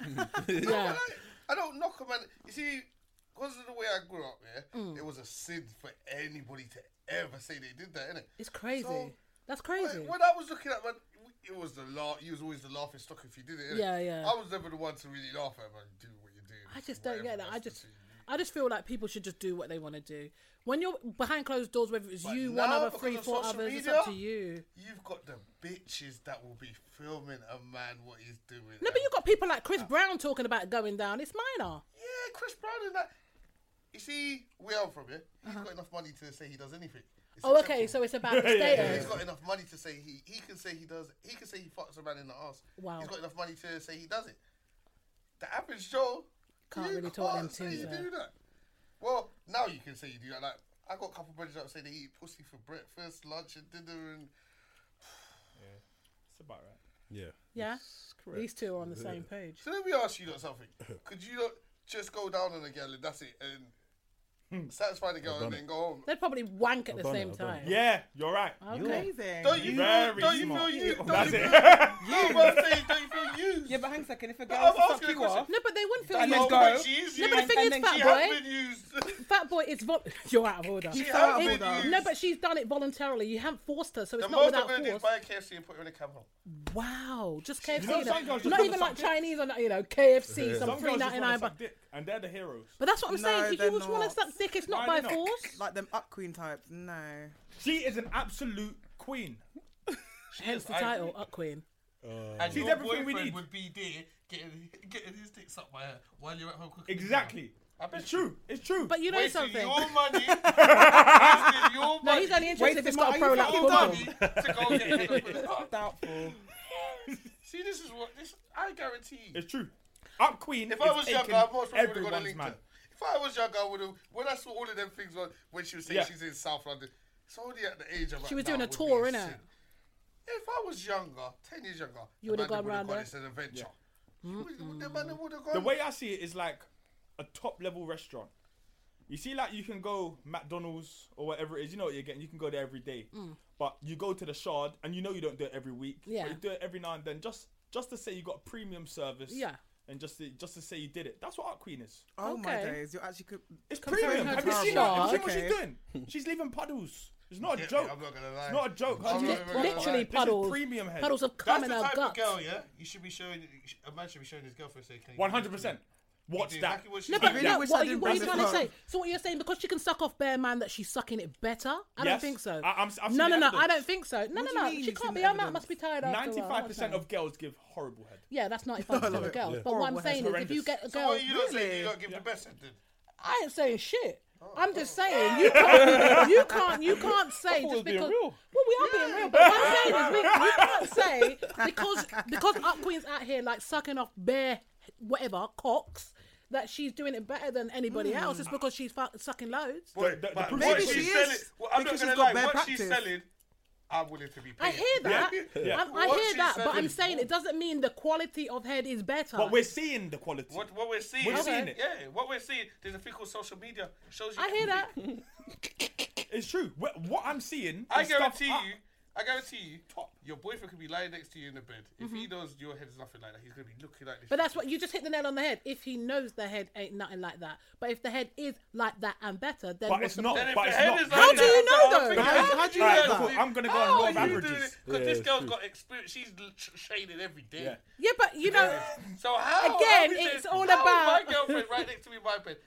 C: yeah.
D: I don't knock a man. You see, because of the way I grew up, yeah,
C: Mm.
D: it was a sin for anybody to ever say they did that, innit?
C: It's crazy.
D: So,
C: That's crazy.
D: Like, when I was looking at man, it was the laugh. You was always the laughing stock if you did it. innit?
C: Yeah, yeah.
D: I was never the one to really laugh at man. Do what you do.
C: I just don't get
D: whatever
C: that. I
D: that's
C: just
D: between you.
C: I just feel like people should just do what they want to do. When you're behind closed doors, whether it's
D: But
C: you,
D: now,
C: one other,
D: because
C: three,
D: of
C: four
D: social
C: others, it's up to
D: media,
C: you.
D: You've got the bitches that will be filming a man what he's doing. Uh,
C: No, but you've got people like Chris Brown talking about going down. It's minor.
D: yeah, Chris Brown and that. You see, where I'm from, yeah? He's got enough money to say he does anything. It's
C: Uh-huh. Oh, okay.
D: acceptable.
C: So it's about the
D: He's
C: status.
D: got enough money to say he he can say he does he can say he fucks a man in the ass.
C: Wow.
D: He's got enough money to say he does it. The average Joe
C: Can't
D: you
C: really talk them
D: can't say
C: too,
D: you
C: though.
D: do that. Well, now you can say you do that. Like I got a couple brothers that say they eat pussy for breakfast, lunch, and dinner, and
B: It's about right.
F: Yeah.
C: Yeah.
F: That's correct.
C: These two are on the same page.
D: so let me ask you lot something. Could you not just go down on a girl and that's it
B: Hmm.
D: and satisfy the girl and then go home?
C: They'd probably wank at the
F: done it,
C: same
F: I've done
C: time.
B: Yeah, you're right.
C: Okay.
A: Amazing.
D: Don't you feel,
B: Very
D: don't you feel
B: smart.
D: you? Don't
B: That's
D: you
B: it.
D: feel,
B: *laughs*
D: no, but I'm saying, don't you feel used?
A: Yeah, but hang on a second. If a
D: I'm
A: girl wants to
D: asking
A: suck
D: a
A: you
D: question.
A: off,
C: No, but they wouldn't feel.
A: And
C: used.
A: then
D: No,
A: go.
D: but she is
C: No,
D: used.
C: but the thing is,
A: then
C: fat
D: she
C: boy,
D: has been used.
C: fat boy, it's vol- *laughs* you're out of order.
A: so out of
D: I've been
A: order.
D: used.
C: No, but she's done it voluntarily. You haven't forced her, so it's
D: uh, The
C: not
D: most I'm
C: without
D: gonna do
C: force.
D: is buy a KFC and put her in a cab
A: *laughs*
D: home.
C: Wow, just KFC.
B: know,
C: though.
B: some girls just
C: not
B: wanna
C: even like
B: suck dick.
C: Chinese or not, you know KFC. Some
B: Some girls
C: three
B: just
C: ninety
B: want to
C: nine.
B: suck
C: But
B: dick, and they're the heroes.
C: but that's what I'm
A: No,
C: saying. If
A: they're
C: you just want to
A: not.
C: suck dick, it's not
B: Why
C: by
B: not?
C: force.
A: like them up queen types, no.
B: She is an absolute queen.
C: Hence the
D: I
C: title,
D: agree.
C: Up Queen.
D: And
B: She's
D: your
B: everything we
D: boyfriend
B: need.
D: would be there getting, getting his dick sucked by her while you're at home cooking. dinner.
B: Exactly. It's true. It's true.
C: But you know
D: Wasting
C: something.
D: your
A: *laughs*
D: money. wasting your
C: No,
D: money.
C: he's only
A: Wasting
C: interested if it's got a
A: my-
C: pro
A: are you
C: like
A: fucking
D: your
C: *laughs* football.
D: money to go *laughs* get him up in the car.
A: Doubtful.
D: See, this is what this. I guarantee.
B: it's true. Up queen.
D: If I
B: is
D: was
B: aching
D: younger, I most probably would have gone to
B: everyone's man.
D: LinkedIn. If I was younger, I would have. When I saw all of them things on when she was saying
B: Yeah.
D: she's in South London, it's only at the age of.
C: She was doing a tour, innit?
D: If I was younger, ten years younger,
C: You would've gone round
D: there.
C: there?
D: It's an adventure. You would- The man would have gone.
C: Um,
B: The way I see it is like a top level restaurant. You see, like you can go McDonald's or whatever it is. You know what you're getting. You can go there every day. But you go to the Shard, and you know you don't do it every week.
C: Mm. Yeah.
B: But you do it every now and then, just just to say you got premium service.
C: Yeah.
B: And just to, just to say you did it. That's what Art Queen is.
D: Uh,
A: Oh my
C: Okay.
A: days, you actually could.
B: It's
C: Comparing
B: premium.
C: her
B: Have
C: to
B: you
C: the
B: seen that? Have you seen
A: Shard.
B: what she's
A: Okay.
B: doing? She's leaving puddles. It's not a
D: Yeah,
B: joke.
D: I'm not gonna lie.
B: It's not a joke.
D: I'm
B: Her
D: not
B: tit-
D: gonna lie.
C: Literally
B: This is
C: puddles.
B: premium head.
C: Puddles of cum
D: That's
C: in
D: the
C: her
D: type of
C: guts.
D: girl, yeah. You should be showing. A man should be showing his girlfriend saying, "Can you do
B: One hundred
D: this?"
B: percent.
D: You
B: What's
D: do
B: that?
D: exactly what she
C: No,
D: did.
C: but
A: really
C: no,
A: wish
C: what
A: I
C: are you,
A: didn't
C: what are you
A: buzz
C: trying
A: it
C: to
A: up.
C: say? So what you're saying because she can suck off bare man that she's sucking it better? I don't
B: Yes.
C: think so.
B: I- I'm s- I've
C: no,
B: seen
C: no, no. I
B: evidence.
C: don't think so. No,
A: What do
C: no,
A: you
C: no.
A: mean
C: She
A: you've
C: can't
A: seen
C: be. Her mouth
A: evidence?
C: must be tired after a while.
B: Ninety-five percent
C: What's
B: of girls give horrible head.
C: that? yeah, that's 95 percent of
A: it.
C: girls.
A: Yeah.
C: But what I'm
A: Horrible
C: saying is, if
B: horrendous.
C: you get a
D: So
C: girl,
D: what you don't say, you
A: really?
D: don't give the best. Then.
C: I ain't saying shit. I'm just saying you can't, you can't, you can't say
F: we
C: just
F: was being
C: because.
F: real.
C: Well, we are being real, but what I'm saying is we, we can't say because because up queens out here like sucking off bare whatever cocks that she's doing it better than anybody else. It's because she's fu- sucking loads.
B: the- the
D: But
B: proof
D: what
A: is-
D: she's
A: Maybe she
D: selling,
A: is,
D: well, I'm not
A: because
D: gonna
A: she's got
D: lie,
A: bad
D: what she's
A: practice.
D: selling, I'm willing to be paid.
C: I hear that.
D: *laughs*
B: Yeah.
C: I'm, I
D: What
C: hear
D: she
C: that,
D: said
C: but I'm
D: is-
C: saying it doesn't mean the quality of head is better.
B: But we're seeing the quality.
D: What, what we're seeing,
B: We're seeing it.
D: yeah, what we're seeing, there's a thing called social media. Shows you
C: I hear that.
B: It's true. Wh- What I'm seeing.
D: I
B: is stuff
D: guarantee
B: up-
D: you, I guarantee you,
B: Top.
D: your boyfriend could be lying next to you in the bed. If he knows your head is nothing like that, he's gonna be looking like this.
C: Mm-hmm. But that's what you just hit the nail on the head. If he knows the head ain't nothing like that, but if the head is like that and better,
B: But
C: then what's
B: it's
C: the
B: not.
C: point?
D: And if
B: But
D: the
B: it's
D: head
B: not.
D: is
B: How
D: like
C: do you know, though?
A: How- how do you know
B: cool, I'm gonna go on raw averages.
D: Because this
F: Yeah,
D: girl's
F: true.
D: got experience. She's l- sh- shaded every day.
B: Yeah.
C: Yeah, but you know,
D: So how?
C: Again,
D: how is
C: it's
D: it-
C: all
D: how is
C: about-
D: my girlfriend right next to me in my bed.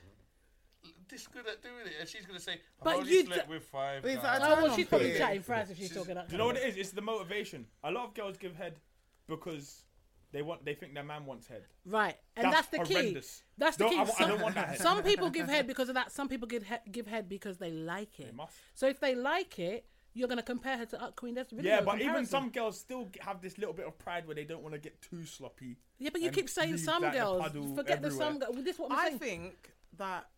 D: This good at doing it, and she's gonna say, "I've
C: But
D: only
C: you
D: slept
C: d-
D: with five
A: Is
D: guys."
A: that-
C: oh, well,
A: on
C: she's probably
A: period.
C: chatting France if she's talking that.
B: You know what it is? It's the motivation. A lot of girls give head because they want. They think their man wants head.
C: Right, and that's,
B: That's
C: the
B: horrendous.
C: key. That's the
B: No,
C: key.
B: I wa- I
C: some,
B: don't want that head.
C: some people give head because of that. Some people give head, give head because they like it.
B: must.
C: So if they like it, you're gonna compare her to Up Queen. That's really
B: Yeah,
C: no
B: but even
C: comparison.
B: some girls still g- have this little bit of pride where they don't want to get too sloppy.
C: Yeah, but you
B: and
C: keep saying
B: leave
C: some
B: that in a
C: girls.
B: puddle
C: Forget the some
B: everywhere.
C: girls. This is what I'm
A: I
C: saying.
A: think that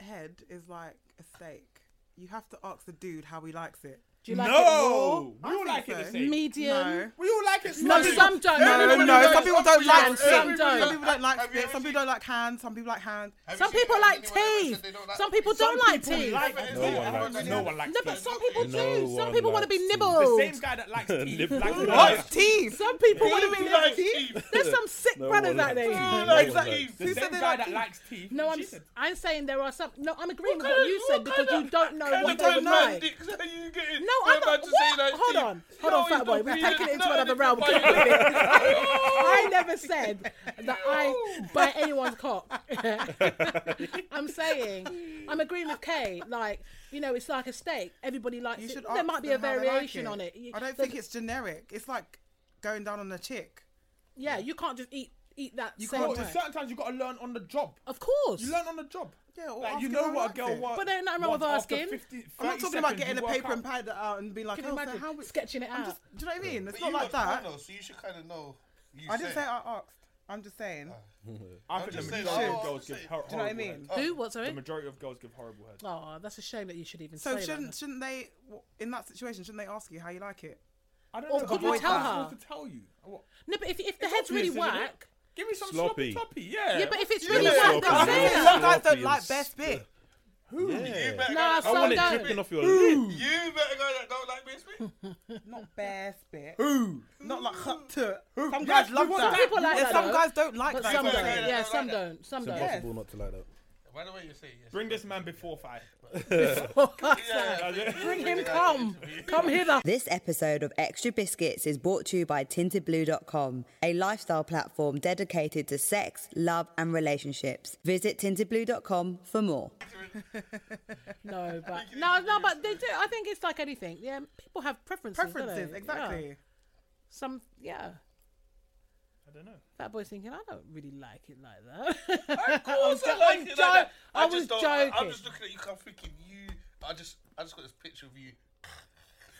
A: head is like a steak. You have to ask the dude how he likes it.
C: Do you like
B: no,
A: raw? I
B: we all
A: think
B: like it the
A: so.
C: it raw?
B: same.
C: Medium.
A: No.
B: We all like it.
C: No,
B: slightly.
C: some don't.
A: No, no, no,
D: no,
A: Some people don't
D: everybody
A: like
D: likes
A: steak.
C: some
A: Some
C: don't.
A: people don't like
D: Have you
A: steak.
D: ever
A: Some people
D: seen-
A: don't like hands. Some people like hands.
D: Have you
C: Some
D: seen
C: people
D: anyone
C: like
D: who said
C: teeth.
D: they don't like
C: Some
D: teeth?
C: people don't like teeth.
B: Like
D: But it's
F: No
D: like-
F: one
D: everyone
F: likes-
D: says-
B: no one likes
C: No, but
B: teeth.
C: some people
F: No
C: do. Some
F: one
C: people want to
F: likes
C: be
F: teeth.
B: The
C: nibbled.
B: same guy that
C: *laughs*
B: likes teeth. likes
F: What?
B: head.
A: Teeth.
C: Some people want to be
D: Who likes
C: nibbled.
D: teeth?
C: There's some sick
F: No
C: brothers
F: one
C: out there.
F: likes
C: you
F: teeth.
C: know.
F: No one
A: Exactly.
F: likes
B: The
A: Who
B: same
A: said they
B: guy
A: like
B: that
A: teeth?
B: likes teeth.
C: No, I'm
B: she
C: s-
B: said.
C: I'm saying there are some. No, I'm agreeing with
D: kind
C: what
D: of-
C: you
D: what
C: said because
D: kind
C: you don't know
D: Kind
C: what
D: of
C: they would
D: man
C: like.
D: dicks are *laughs* you getting?
C: No,
D: You're
C: I'm
D: about
C: not.
D: to say
C: What?
D: like
C: Hold
D: teeth.
C: on, hold on,
D: No,
C: fat
D: it's
C: boy.
D: not
C: We're
D: real.
C: taking it into
D: No,
C: another
D: it's
C: realm.
D: not
C: Get
D: real. *laughs*
C: with it. I never said that I bite anyone's cock. *laughs* I'm saying I'm agreeing with Kay. Like you know, it's like a steak. Everybody likes
A: You
C: it.
A: should.
C: There
A: ask
C: might be a
A: them how they like
C: variation on it. You-
A: I don't
C: there's-
A: think it's generic. It's like going down on a chick.
C: Yeah, you can't just eat eat that
A: You
C: same
A: can't
B: Bro,
A: do
C: way.
A: it.
B: there's certain times you got to learn on the job.
C: Of course.
B: You learn on the job.
A: Yeah, or
B: like, you
A: asking
B: know
A: how
B: what
A: I
B: a girl
A: liked it.
B: wants.
C: But there's nothing wrong with
B: after
C: asking.
B: 50
A: I'm not
B: 30
A: talking about
B: seconds,
A: getting a
B: you work
A: paper
B: out.
A: and pad it out and being like,
C: Can
A: oh,
C: you
A: so
C: imagine
A: how we...
C: sketching it
A: I'm
C: out?
A: just, do you know what I mean? It's
D: But
A: not
D: you
A: like
D: must know,
A: that.
D: though, so you should kind of know. You
A: I didn't say
D: said.
A: I asked. I'm just saying.
B: I
D: I'm
B: think
D: just
B: the
D: saying,
B: majority
D: oh,
B: of girls give
D: say-
B: hor-
A: do you know what I
B: horrible
A: mean?
B: head.
C: Who? What?
B: The
C: Sorry.
B: majority of girls give horrible head.
C: Oh, that's a shame that you should even
A: So
C: say
A: shouldn't
C: that.
A: shouldn't they w- in that situation? Shouldn't they ask you how you like
C: *laughs*
A: it?
B: I don't
C: Or
B: know.
C: could
B: but
A: you
B: what
A: tell
B: am I
C: her?
B: supposed to tell you? What?
C: No, but if, if the
B: It's
C: head's really
B: obvious, isn't it?
C: whack,
B: Give me some sloppy,
F: Sloppy.
B: toppy. Yeah.
C: yeah, but if it's
F: You're
C: really
F: not
C: whack, don't
F: sloppy.
A: That's
C: say
A: it.
F: Yeah.
A: Some
C: that.
A: guys don't
F: Sloppy
A: like
F: and
A: best bit.
F: Who?
D: You better,
C: Nah,
D: go,
F: I
C: some
F: want it dripping
C: don't.
F: off your lip.
D: you better go that don't like being sweet.
A: Not best bit.
B: Who?
A: Not like hut to. Some
B: Yes,
A: guys
B: we
A: love
B: want
A: that.
C: People like
A: Yeah,
C: that,
A: some
C: though.
A: guys don't like
C: But
A: that.
C: some
D: like
C: don't.
D: that.
C: Yeah,
D: Like
C: some
D: that.
C: don't. Some
F: It's
C: don't.
F: impossible not to like that.
D: By the way, you say yes.
B: Bring this man before five.
D: Yeah, yeah, yeah.
B: *laughs*
C: Bring him, come. Come
D: *laughs*
C: hither.
E: This episode of Extra Biscuits is brought to you by tintedblue.com, a lifestyle platform dedicated to sex, love, and relationships. Visit tintedblue.com for more.
C: No, but no, no, but they do. I think it's like anything. Yeah, people have preferences. don't
A: Preferences,
C: they?
A: exactly. *laughs*
C: Yeah. Some, yeah.
B: I don't know.
C: That boy's thinking, I don't really like it like that. *laughs*
D: Of course, I
C: I'm
D: like it
C: jo-
D: like that.
C: I
D: just
C: was
D: don't- I- I'm
C: joking.
D: just looking at you. I'm thinking you. I just, I just got this picture of you. *laughs*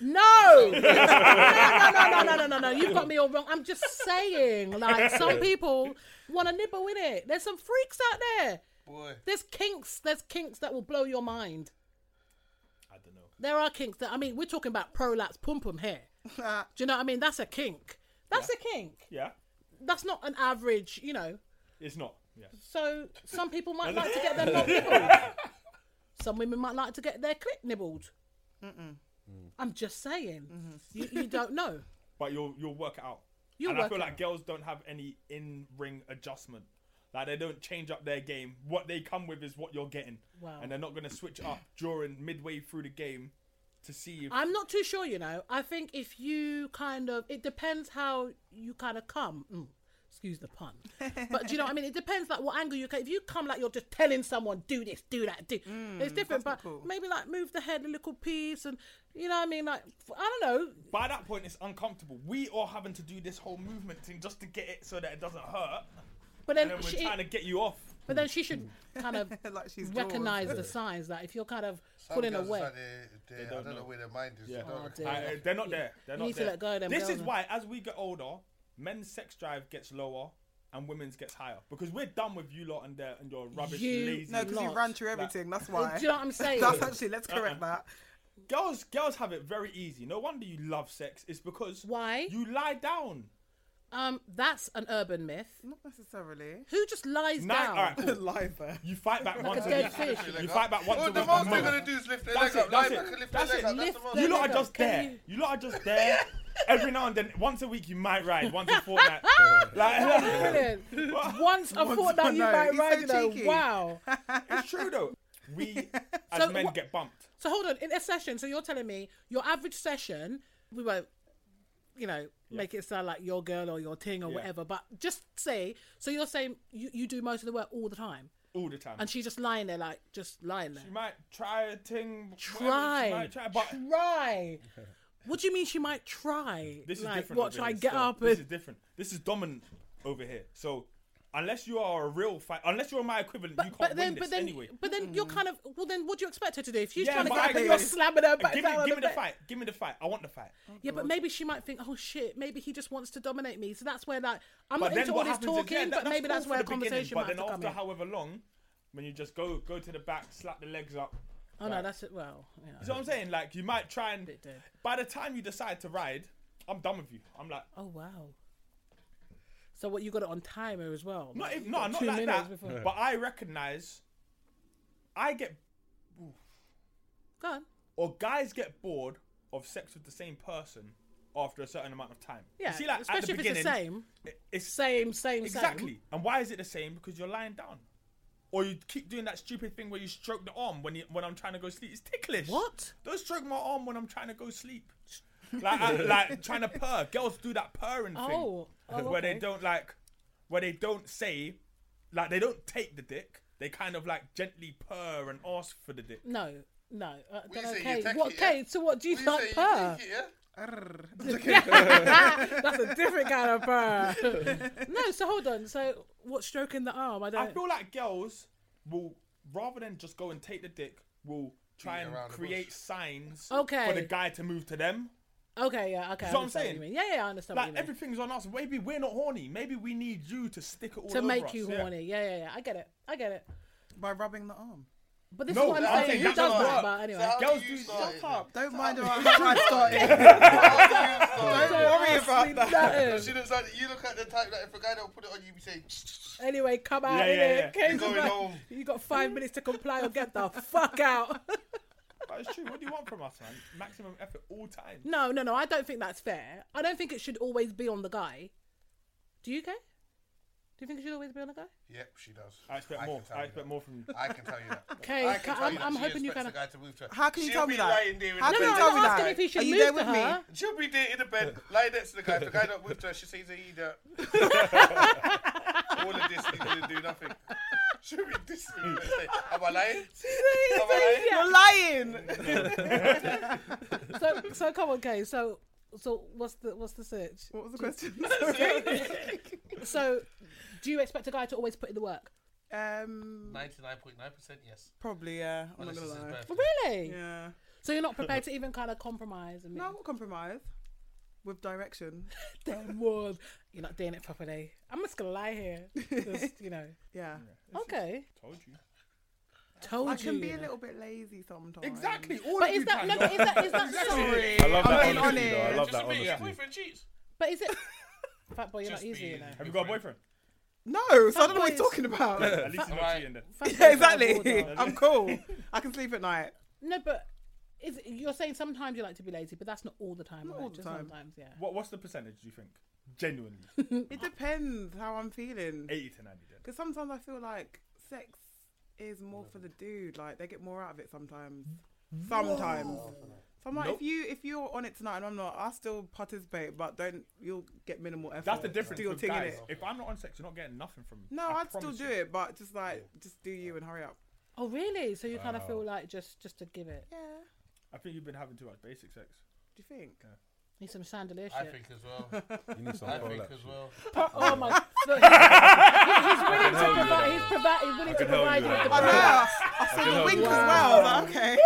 C: No! no, no, no, no, no, no, no, no. You've got me all wrong. I'm just saying,
D: *laughs*
C: like, some people want to nibble in it. There's some freaks out there.
D: Boy,
C: There's kinks. There's kinks that will blow your mind.
B: I don't know.
C: There are kinks that, I mean, we're talking about prolapse pum pum here. Do you know what I mean? That's a kink. That's a kink.
B: Yeah.
C: That's not an average, you know.
B: It's not. Yeah.
C: So some people might like to get their knob nibbled. Some women might like to get their clit nibbled. I'm just saying. You, you don't know.
B: But you'll you'll work it out.
C: You'll
B: and I
C: work
B: feel
C: it
B: like
C: out.
B: girls don't have any in ring adjustment. Like they don't change up their game. What they come with is what you're getting.
C: Wow.
B: And they're not gonna switch up during midway through the game to see if
C: I'm not too sure, you know. I think if you kind of, it depends how you kind of come. Mm, excuse
A: *laughs*
C: the pun. But do you know what I mean? It depends like what angle you come. If you come like you're just telling someone, do this, do that, do.
A: Mm,
C: it's different, but maybe like move the head a little piece and, you know what I mean? Like, I don't know.
B: by that point it's uncomfortable. We are having to do this whole movement thing just to get it so that it doesn't hurt.
C: But then,
B: And then we're
C: she,
B: trying to get you off.
C: but then
B: *laughs*
C: she should kind of
A: *laughs* Like she's drawn.
C: recognize the signs that if you're kind of
D: Some
C: pulling
D: girls is
C: away.
D: like they, they, I don't
B: don't
D: know
B: know.
D: where their mind is.
B: Yeah.
D: They don't
B: Oh,
D: look
C: dear.
D: at
B: I-
D: it.
B: they're not there. They're
C: You
B: not
C: need to
B: there.
C: let go of them
B: this
C: girls,
B: is
C: man.
B: why, as we get older, men's sex drive gets lower and women's gets higher because we're done with you lot and, their, and your rubbish,
C: You-
B: lazy.
A: No, because you
C: Lot.
A: ran through everything. That's
C: Well,
A: why.
C: do you
A: *laughs*
C: know what I'm saying?
A: That's actually. Let's correct that.
B: girls, girls have it very easy. No wonder you love sex. It's because
C: Why?
B: you lie down.
C: Um, that's an urban myth.
A: Not
C: *laughs*
A: necessarily.
C: Who just lies
B: Night,
C: down?
B: all right, cool.
A: Liza.
B: You fight back once a
C: dead
B: week.
C: fish.
B: You fight back once
D: Well,
B: a
D: the
B: week.
D: most they're
B: Remember.
D: gonna do is lift their
B: That's
D: leg
B: it,
D: up. Lie
B: that's
D: back
B: it,
D: and lift their
B: that's
D: leg
B: it.
D: up. That's the
C: Lift
D: most.
C: their
B: You lot
C: leg
B: are
C: up.
B: just
C: Can
B: there.
C: you-
B: You lot are just there. Every now and then, once a week you might ride, once a fortnight. like,
C: *laughs*
B: *laughs*
C: Brilliant. Once a fortnight, you
A: no,
C: might
A: he's so
C: ride, you know.
A: cheeky.
C: Wow.
B: it's true though.
C: *laughs*
B: We as
C: So
B: men
C: what-
B: get bumped.
C: So hold on, in a session, so you're telling me your average session, we won't, you know, make it sound like your girl or your ting or
B: Yeah.
C: whatever, but just say, so you're saying you, you do most of the work all the time,
B: all the time.
C: and she's just lying there, like just lying there.
B: she might try a thing. whatever,
C: Try,
B: She might try, but *laughs*
C: try. what do you mean she might try?
B: this is
C: like,
B: different.
C: What
B: over
C: try
B: here,
C: and get
B: so
C: up
B: This is
C: and
B: different. This is dominant over here. So unless you are a real fight, unless you're my equivalent, you can't
C: but then,
B: win this
C: but then,
B: anyway. Mm.
C: but then you're kind of well. Then what do you expect her to do if she's
B: Yeah,
C: trying to
B: but
C: get
B: I
C: up and
B: do
C: you're
B: this.
C: slamming her back
B: give me,
C: down? on
B: give me the
C: bed?
B: fight. Give me the fight. I want the fight.
C: Yeah, but maybe she might think, oh shit, maybe he just wants to dominate me. So that's where like I'm
B: But
C: not
B: then
C: into all
B: what
C: this
B: happens? is- yeah,
C: talking,
B: that-
C: but maybe
B: cool
C: that's
B: for
C: where a
B: the beginning,
C: conversation
B: But then
C: might have to come
B: after
C: in.
B: however long, when you just go go to the back, slap the legs up.
C: Oh no, that's it. Well, yeah.
B: You know what I'm saying? Like you might try and.
C: Bit dead.
B: By the time you decide to ride, I'm done with you. I'm like.
C: oh wow. So what you got it on timer as well?
B: Not
C: Like,
B: even,
C: you've
B: no,
C: got
B: not
C: two
B: like
C: minutes
B: that.
C: Before...
B: But I recognize, I get
C: Go on.
B: or guys get bored of sex with the same person after a certain amount of time. You
C: Yeah,
B: see, like at the
C: especially if it's
B: beginning,
C: the same,
B: it- it's
C: same, same,
B: exactly.
C: same.
B: And why is it the same? Because you're lying down, or you keep doing that stupid thing where you stroke the arm when you, when I'm trying to go sleep. It's ticklish.
C: What?
B: Don't stroke my arm when I'm trying to go sleep. like I,
C: *laughs*
B: like trying to purr. Girls do that purring thing
C: Oh, oh,
B: *laughs* where they
C: okay.
B: don't like where they don't say like they don't take the dick. They kind of like gently purr and ask for the dick.
C: No, no. Uh,
D: you
C: then
D: say, you
C: okay.
D: take
C: What?
D: it, yeah?
C: Okay. So what do you
D: You say
C: like
D: you
C: per?
D: take it, yeah?
C: *laughs* That's a different kind of burr.
D: *laughs*
C: no, so hold on. So what stroking the arm? I
B: I
C: don't.
B: feel like girls will, rather than just go and take the dick, will try
D: Beat
B: and
D: around the
B: create
D: bush.
B: signs
C: Okay.
B: for the guy to move to them.
C: Okay, yeah, okay. I
B: what I'm
C: understand what
B: saying?
C: you mean. Yeah, yeah, I understand what
B: Like
C: you mean.
B: everything's on us. Maybe we're not horny. Maybe we need you to stick it all
C: to
B: over
C: make
B: us.
C: you
B: Yeah.
C: horny. Yeah, yeah, yeah. I get it. I get it.
A: by rubbing the arm.
C: But this is
B: No,
C: what
B: I'm
C: I'm
B: saying
C: saying.
B: you
C: Who does
B: don't
C: that?
B: work.
C: But anyway.
D: So- How
B: Girls
D: do
B: do
D: you
B: shut
D: start it?
B: up.
A: Don't mind around how I
B: *laughs*
C: *laughs*
A: started.
D: Sorry.
A: Don't worry
C: ask me
A: about that.
D: But
C: nothing.
D: she looks like you look at the type that if a guy don't put it on you, you say
C: anyway, come out
B: Yeah,
C: in
B: yeah,
C: it.
B: yeah.
C: Came to
D: You're going
C: my-
D: home.
C: You got five minutes to comply or get the fuck out. *laughs*
B: That is true. What do you want from us, man? Maximum effort all time.
C: No, no, no. I don't think that's fair. I don't think it should always be on the guy. Do you care? Do you think it should always be on the guy?
D: Yep, she does.
B: I expect
D: can
B: more.
D: tell
B: I
D: you
B: expect
D: that.
B: more from you.
D: I can tell you that.
C: *laughs* Okay,
D: I can
C: I'm-
D: tell you that
C: I'm
D: she
C: hoping you
D: expects
C: kinda-
D: the guy to move to her.
A: How can you
D: She'll
A: tell me
D: be
A: that?
D: lying there in
A: How
D: the
A: can
C: No,
A: you
C: no,
D: bed.
A: tell
C: I'm
A: me
C: asking
A: that?
C: if he should
A: Are you
C: move
A: there
C: to
A: with
C: her.
A: me?
D: She'll be there in the bed, *laughs* lying next to the guy. If the guy don't move to her, she says, "Hey, *laughs* that." All of this is gonna do nothing. *laughs* She'll be dissing me. Am I lying? Am I lying?
A: You're lying.
C: So, so come on, Kay. So, so what's the what's the search?
A: What was the *laughs* question?
C: So, do you expect a guy to always put in the work?
A: um,
D: Ninety-nine point nine percent, yes.
A: probably yeah. I'm not
D: Unless
A: gonna
D: it's his
A: lie.
D: birthday.
C: Really?
A: Yeah.
C: So you're not prepared to even kind of compromise? I mean,
A: No, I will compromise with direction.
C: damn was. You're not doing it properly. I'm just gonna lie here. Just, you know.
A: Yeah.
C: *laughs* Okay.
B: Told you.
C: Told
A: I
C: you.
A: can be
C: you
A: a
C: know.
A: little bit lazy sometimes.
B: Exactly. All
C: But
B: of
C: is
B: you
C: that
B: can.
C: no? But is that is that
A: *laughs*
C: sorry?
A: Sorry.
F: I love
A: I'm
F: that
A: being
F: honesty, though. I
A: honest.
F: love that
D: Just admit your
F: honesty.
D: boyfriend cheats.
C: But is it? Fat boy, you're
D: Just
C: not easy, *laughs*
D: be-
C: you know.
B: Have you got a boyfriend?
A: No, so I don't know what he's
C: Boys.
A: talking *laughs* about.
B: At least he's not
D: Alright.
B: cheating then.
C: Fat boys
A: yeah,
C: are
A: exactly. *laughs*
C: border.
A: I'm cool. I can sleep at night.
C: No, but is you're saying sometimes you like to be lazy, but that's not all the time.
A: Not
C: right?
A: all the
C: Just
A: time.
C: Sometimes, yeah.
B: What, what's the percentage, do you think? Genuinely.
A: It depends how I'm feeling.
B: 80 to 90 then.
A: Because sometimes I feel like sex is more for the dude. Like they get more out of it sometimes.
C: Mm-hmm.
A: Sometimes. So I'm like,
B: Nope.
A: if you if you're on it tonight and I'm not, I still participate, but don't you'll get minimal effort.
B: That's the difference
A: Do your
B: with
A: thing
B: guys.
A: it.
B: If I'm not on sex, you're not getting nothing from me.
A: No,
B: I
A: I'd still
B: promise
A: do
B: you.
A: it, but just like just do you and hurry up.
C: Oh, really? So you kind of feel like just just to give it.
A: Yeah.
B: I think you've been having too much basic sex.
A: Do you think?
C: Need some chandelier
D: I
C: shit.
D: think as
F: *laughs*
D: well.
F: You need some
D: I
F: cola.
D: think as well.
C: *laughs* Oh *laughs* my! Look, he's willing to provide. He's, provi- he's willing to
F: can help
C: provide you
F: you
C: with the
F: out.
A: I know.
C: product.
B: *laughs*
A: I saw
F: help
A: the wink
F: you.
A: as well. I was like, okay.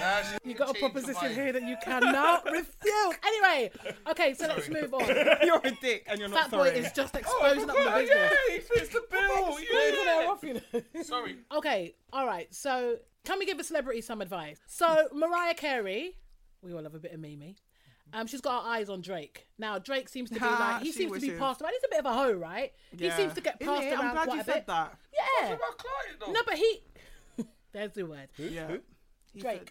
D: Nah, she
C: You got a
D: changed her
C: proposition
D: mind.
C: here that you cannot refuse. Anyway, okay, so let's
A: *laughs*
C: move on.
A: You're a dick and you're not
C: Fat boy
A: sorry. Oh, *laughs*
C: is just exposing up the business.
B: he fits the bill.
C: Exposing her off, you
A: *laughs*
C: know.
D: Sorry.
C: Okay, all right. So, can we give a celebrity some advice? So, Mariah Carey, we all love a bit of Mimi. Um, she's got her eyes on Drake. Now, Drake seems to be like he
A: She
C: seems to be
A: wishes.
C: passed around. He's a bit of a hoe, right? He seems to get
A: Isn't
C: passed
A: it?
C: around
A: I'm glad
C: quite
A: you
C: a
A: said
C: bit.
A: that.
C: Yeah.
D: My client though.
C: No, but he. *laughs* There's the word.
A: Yeah. He
C: Drake.
A: said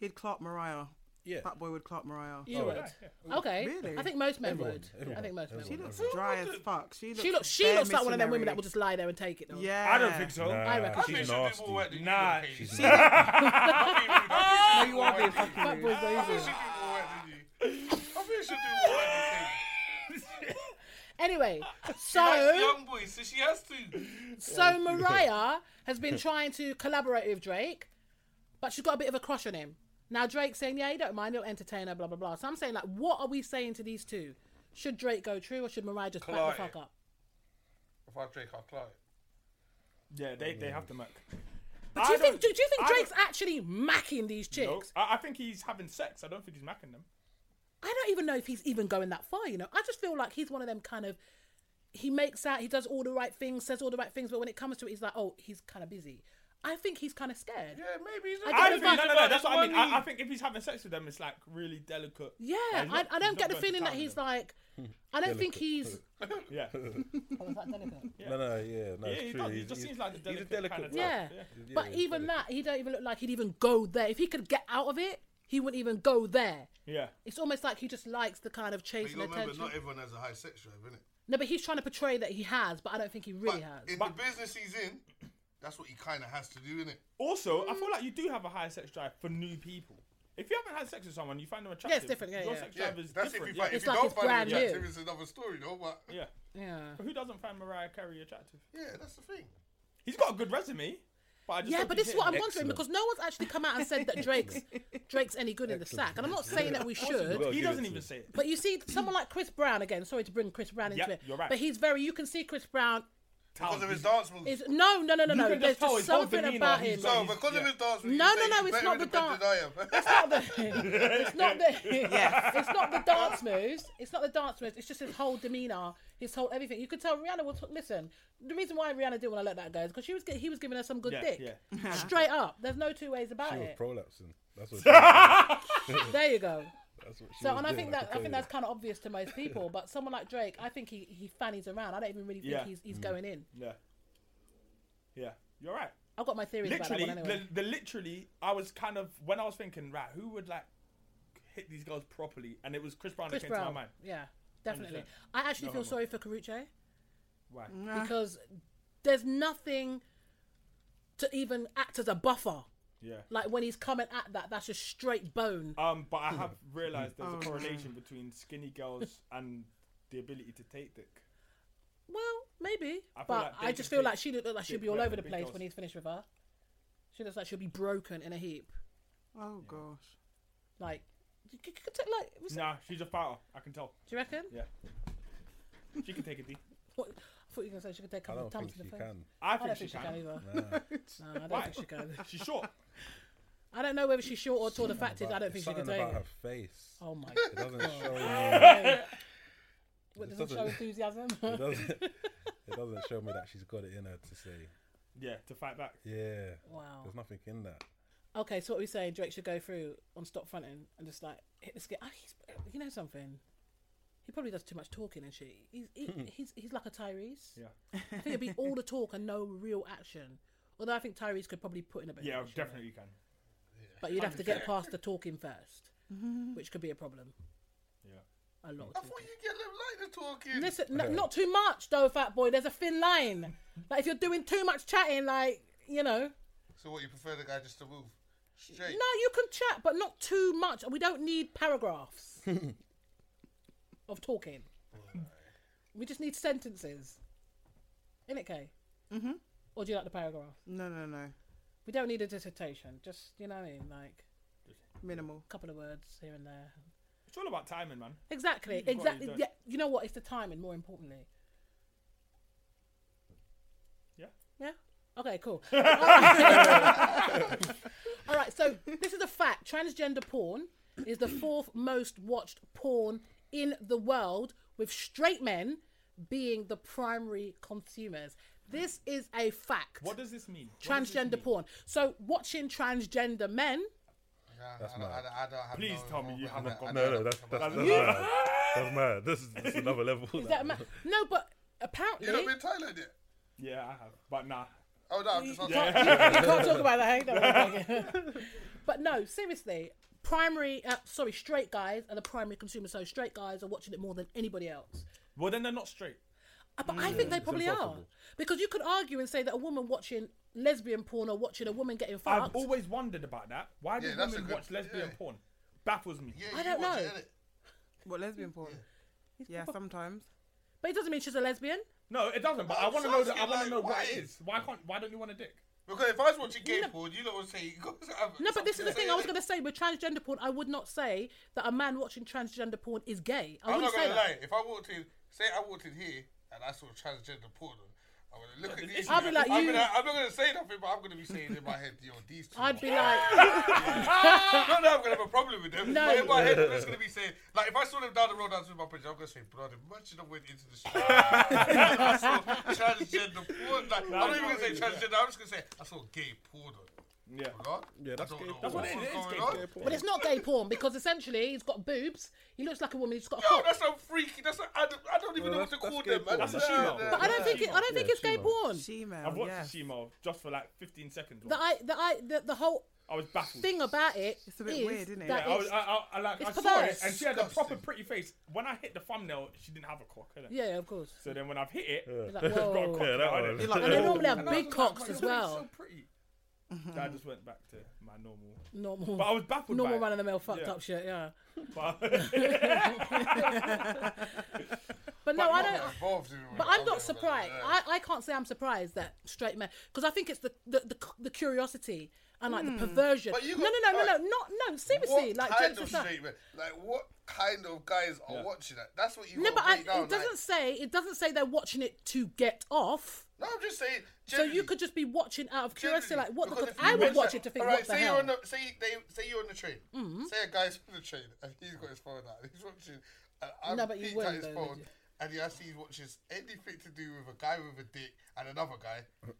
A: He'd Clark Mariah.
F: Yeah.
A: That boy would Clark Mariah.
C: You would. Okay.
A: Really?
C: I think most men
F: Everyone,
C: would. I
F: everyone,
C: think most men
A: She
C: would.
A: looks dry as fuck. She looks.
C: She looks. She
A: bare
C: looks like one of them
A: missionary.
C: women that will just lie there and take it. Though. *laughs*
A: Yeah.
B: I don't think so.
C: I reckon
F: Nah,
C: she
F: she's
D: She'll do
F: nasty.
D: more work than you do,
B: Nah,
D: *laughs* Katie.
F: She's
D: I
A: You are
D: *laughs*
A: being fucking
C: Fat boy's
A: rude.
D: feel
C: lazy.
D: she'll do more work than you. I feel she'll do more work than Katie.
C: Anyway,
D: That's
C: so
D: young boy, so she has to.
C: so Mariah
B: *laughs*
C: has been trying to collaborate with Drake, but she's got a bit of a crush on him. Now Drake's saying, "Yeah, he don't mind. He'll entertain her." Blah blah blah. So I'm saying, like, what are we saying to these two? Should Drake go true or should Mariah just back the
D: Collide.
C: fuck up?
D: If I drink, I'll cry.
B: Yeah, they, they have to mac.
C: But do you
B: I don't-
C: think do, do you think
B: I don't-
C: Drake's actually macking these chicks?
B: No, I, I think he's having sex. I don't think he's macking them.
C: I don't even know if he's even going that far, you know. I just feel like he's one of them kind of he makes out, he does all the right things, says all the right things, but when it comes to it, he's like, oh, he's kind of busy. I think he's kind of scared.
D: Yeah, maybe he's
C: I
B: I
C: don't
B: think, no, no,
C: know about
B: no, that's
D: the
B: what I mean.
D: money.
B: I, I think if he's having sex with them, it's like really delicate.
C: Yeah,
B: Like, he's not-
C: I, I
B: he's
C: don't get
B: not
C: the
B: going to
C: feeling that
B: town
C: he's
B: with
C: like, I don't
B: *laughs*
C: think he's.
B: them. Yeah.
F: No, no, yeah, no,
B: Yeah,
F: it's
B: he
F: true.
B: does. He
F: He's-
B: just
F: he's-
B: seems like the
F: he's a
B: delicate, kind of
F: delicate
B: type.
F: type.
C: Yeah.
B: Yeah.
C: But
F: Yeah, he's
C: even that, he don't even look like he'd even go there. If he could get out of it, he wouldn't even go there.
B: Yeah.
C: It's almost like he just likes the kind of
D: But you
C: chasing
D: gotta remember,
C: attention.
D: not everyone has a high sex drive, innit?
C: No, but he's trying to portray that he has, but I don't think he
D: But
C: really has.
D: in the business he's in, that's what he kind of has to do, innit?
B: Also, I feel like you do have a higher sex drive for new people. If you haven't had sex with someone, you find them attractive.
C: different, yeah,
B: Your
C: yeah.
B: sex
D: Yeah,
B: drive is
D: that's if you,
B: different.
D: find,
B: yeah.
D: if
C: It's
D: you
C: like
D: don't
C: it's
D: find
C: brand
D: him
C: new.
D: attractive, it's another story, though. But
B: yeah.
C: Yeah.
B: But who doesn't find Mariah Carey attractive?
D: yeah, that's the thing.
B: He's got a good resume. But I just
C: yeah,
B: don't
C: but
B: think
C: this is
B: it-
C: what I'm wondering
F: Excellent.
C: because no one's actually come out and said that
B: *laughs*
C: Drake's Drake's any good in the sack, and I'm not saying that we should.
B: He
G: give it to
B: doesn't even
G: him.
B: say it.
C: But you see, someone like Chris Brown again. Sorry to bring Chris Brown into
B: Yep,
C: it,
B: you're right.
C: but he's very. You can see Chris Brown
D: Because of his dance moves.
C: is no, no, no, no,
B: You
C: no.
B: can just
C: There's
B: tell
C: just
B: his whole
C: something
B: demeanour,
C: about
B: he's
C: him.
B: like-
D: no, because
B: yeah.
D: of his dance moves.
C: No,
D: you
C: no,
D: say
C: no,
D: he's
C: it's
D: better
C: not the dance.
D: independent than I am. *laughs*
C: It's not the. It's not the. *laughs* It's not the dance moves. It's not the dance moves. It's just his whole demeanor, his whole everything. You could tell Rihanna was listen. The reason why Rihanna didn't want to let that go is because she was gi- he was giving her some good
B: Yeah,
C: dick, straight up. There's no two ways about
F: She was
C: it.
F: prolapsing. That's what. She was
C: there you go.
F: doing. That's what she
C: So
F: was
C: and I
F: doing,
C: think
F: could
C: that I
F: tell
C: think
F: you.
C: that's kind of obvious to most people, but someone like Drake, I think he he fannies around. I don't even really think
B: Yeah.
C: he's he's going in.
B: Yeah. Yeah. You're right.
C: I've got my theories
B: Literally,
C: about that one anyway.
B: the, the literally, I was kind of when I was thinking, right, who would like hit these girls properly? And it was Chris Brown
C: Chris
B: that came to
C: Brown,
B: my mind.
C: yeah, definitely.
B: 100%.
C: I actually
B: No
C: feel
B: homo.
C: sorry for Karuche.
B: Why?
C: Mm-hmm. because there's nothing to even act as a buffer.
B: Yeah.
C: Like when he's coming at that, that's just straight bone.
B: Um, but I
C: *laughs*
B: have realised there's a correlation between skinny girls and the ability to take dick.
C: Well, maybe,
B: I feel
C: but
B: like they
C: I just
B: just
C: feel
B: take-
C: like she looks like she'll
B: take
C: be all
B: whatever
C: over the
B: big
C: place
B: girls-
C: when he's finished with her. She looks like she'll be broken in a heap.
A: Oh gosh.
C: Like, you c- c- c- like was-
B: Nah, she's a fighter. I can tell.
C: do you reckon?
B: Yeah. She can take a D.
C: What, I thought you were gonna say she could take a
F: I
C: couple of
F: don't
C: thumbs
F: think
C: in the
F: she
C: face.
F: can.
B: I
C: I
B: think
C: don't
B: she can.
C: either.
F: *laughs* Nah.
C: No, I don't
B: Why?
C: think she can.
B: She's short.
C: I don't know whether she's short or tall. The fact is, I don't
F: It's
C: think she can
F: something
C: take it.
F: about her face.
C: Oh my
F: *laughs* It doesn't show. me-
C: god! What,
F: It
C: doesn't show
F: doesn't-
C: enthusiasm.
F: It doesn't. It doesn't show me that she's got it in her to say.
B: Yeah, to fight
C: *laughs*
B: back.
F: Yeah.
C: *laughs* Wow.
F: There's nothing in that.
C: Okay, so what we saying? Drake should go through on stop fronting and just like hit the skit. Oh, he's, you know something? He probably does too much talking and shit. He's he,
F: Hmm.
C: he's he's like a Tyrese.
B: Yeah.
C: I think it'd be
B: *laughs*
C: all the talk and no real action. Although I think Tyrese could probably put in a bit. of
B: Yeah,
C: action,
B: definitely you can.
C: But you'd have to get past the talking 1st which could be a problem.
B: Yeah.
C: A lot. Of
D: I
C: talking.
D: thought you get them like the talking.
C: Listen, no, not too much though, fat boy. There's a thin line. Like if you're doing too much chatting, like you know.
D: So what, you prefer the guy just to move
C: No,
D: straight?
C: you can chat, but not too much. We don't need paragraphs of talking. We just need sentences. In it, Kay? Mm-hmm. Or do you like the paragraph?
A: No, no, no.
C: We don't need a dissertation. Just, you know what I mean? Like,
A: Minimal.
C: a couple of words here and there.
B: It's all about timing, man.
C: Exactly.
B: got it,
C: exactly.
B: don't-
C: Yeah, you know what? It's the timing, more importantly.
B: Yeah.
C: Yeah? Okay,
B: *laughs*
C: cool. All right, so this is a fact. Transgender porn is the fourth most watched porn in the world, with straight men being the primary consumers. This is a fact.
B: What does this mean? What does this
C: transgender
B: mean?
C: porn. So watching transgender
B: *laughs*
C: men,
D: Nah, I, don't, I, don't, I don't have
B: Please
D: no
B: tell me you
D: involvement
B: haven't
D: in that.
B: got
D: I
B: that.
D: don't-
F: that's that's, that's mad. That's mad. This is,
C: *laughs*
F: this is another level.
C: is that ma- no? But apparently,
D: You not been to Thailand yet?
B: Yeah, I have. But nah.
D: Oh no, I'm just asking.
C: You can't talk about that. Hey? Don't worry about it. *laughs* but no, seriously, primary, uh, sorry, straight guys are the primary consumers. So straight guys are watching it more than anybody else.
B: Well, then they're not straight.
C: Uh, But I
D: Mm,
C: think they probably are because you could argue and say that a woman watching lesbian porn or watching a woman getting
B: I've
C: fucked.
B: always wondered about that. Why do
D: Yeah, that's a
B: women
D: good-
B: watch lesbian
D: yeah.
B: porn? Baffles me.
D: Yeah,
C: I
D: you
C: don't
D: watch
C: know.
D: It, innit?
A: What lesbian porn? Yeah, sometimes.
C: But it doesn't mean she's a lesbian.
B: No, it doesn't. But
D: I'm
B: I want to
D: just
B: know. That, I want
D: asking,
B: to
D: like,
B: know what
D: why?
B: it is. Why can't? Why don't you want a dick?
D: Because if I was watching gay
C: know-
D: porn, you know what I'm saying. You guys have
C: No, but this is the
D: something
C: thing
D: to
C: I was
D: say,
C: going to say with transgender porn. I would not say that a man watching transgender porn is gay. I
D: I'm
C: wouldn't
D: not
C: say
D: gonna
C: that.
D: lie. If I walked in, say I walked in here and I saw transgender porn, I would look at these.
C: I'll be like,
D: I'm,
C: you-
D: gonna, I'm not gonna say nothing, but I'm gonna be saying in my head, yo, these two.
C: I'd
D: are-
C: be like, *laughs*
D: *laughs* not that I'm gonna have a problem with them.
C: No.
D: But in my head, I'm just gonna be saying, like, if I saw them down the road, I was with my picture, I'm gonna say, brother, imagine I went into the street. *laughs* I saw transgender porn. Like, I'm not even gonna say transgender. I'm just gonna say I saw gay porn.
B: Yeah.
D: Lord,
F: Yeah, that's
D: I don't
F: gay
D: know
F: porn. That's
B: what
D: what's
B: it is, it's
D: going
B: gay
D: on.
B: porn.
C: but it's not gay porn because essentially he's got boobs. He looks like a woman. He's got a
D: Yo,
C: cock.
D: that's so freaky. That's a, I, don't, I don't even
F: Well,
D: know what to
F: that's-
D: call
F: that's gay
D: them, man.
F: porn.
B: That's a female.
D: Yeah.
C: But I don't think it, I don't think
F: Yeah,
C: it's gay
F: Shimo.
C: porn.
A: Shemale.
B: I've watched
A: yes.
B: the Shimo just for like 15 seconds.
C: the I the I the, the whole
B: I was baffled.
C: thing about it
A: It's a bit
C: is
A: weird, isn't it?
C: that
B: I, was,
C: it's-
B: I, I, I, like, I
C: It's
B: saw it
C: perverse.
B: and she had a proper pretty
D: Disgusting.
B: face. When I hit the thumbnail, she didn't have a cock. innit?
C: yeah, of course.
B: So then when *laughs* I've hit it,
C: Like,
B: it's got a
C: whoa.
B: cock. now, innit?
F: that one.
B: It's
F: You're
B: like,
C: and they normally have
B: and I was
C: big
B: like,
C: cocks
B: "Man,
C: as
B: you're
C: well.
B: So pretty. So I just went back to my
C: *laughs*
B: normal.
C: normal.
B: But I was baffled.
C: normal
B: by
C: run
B: it.
C: of the mill fucked
B: Yeah.
C: up shit. Yeah.
B: But
C: *laughs* But no, I don't.
D: Involved in
C: But I'm not surprised. I, I can't say I'm surprised that straight men, because I think it's the the, the, cu- the curiosity and like
B: Hmm.
C: the perversion.
D: But you
C: no, no,
D: got-
C: no, no, no,
D: like,
C: not no. Seriously,
D: what
C: like
D: kind
C: James
D: of
C: is like-
D: straight men? Like what kind of guys are watching that? That's what you.
C: No,
D: gotta
C: but I,
D: break down,
C: it doesn't
D: Like,
C: say it doesn't say they're watching it to get off.
D: no, I'm just saying.
C: So
D: Generally,
C: you could just be watching out of curiosity,
D: generally,
C: like what the?
D: because
C: Because
D: if you
C: I would
D: watch
C: watch
D: that-
C: it to think,
D: alright,
C: what the
D: say
C: hell? Mm.
D: You're on the, say they say you're on the train. Say a guy's on the train and he's got his phone out. and He's watching. And I'm
C: No, but you
D: peeked at
C: wouldn't
D: his
C: though, would
D: phone.
C: you?
D: And he actually watches anything to do with a guy with a dick and another guy. *laughs*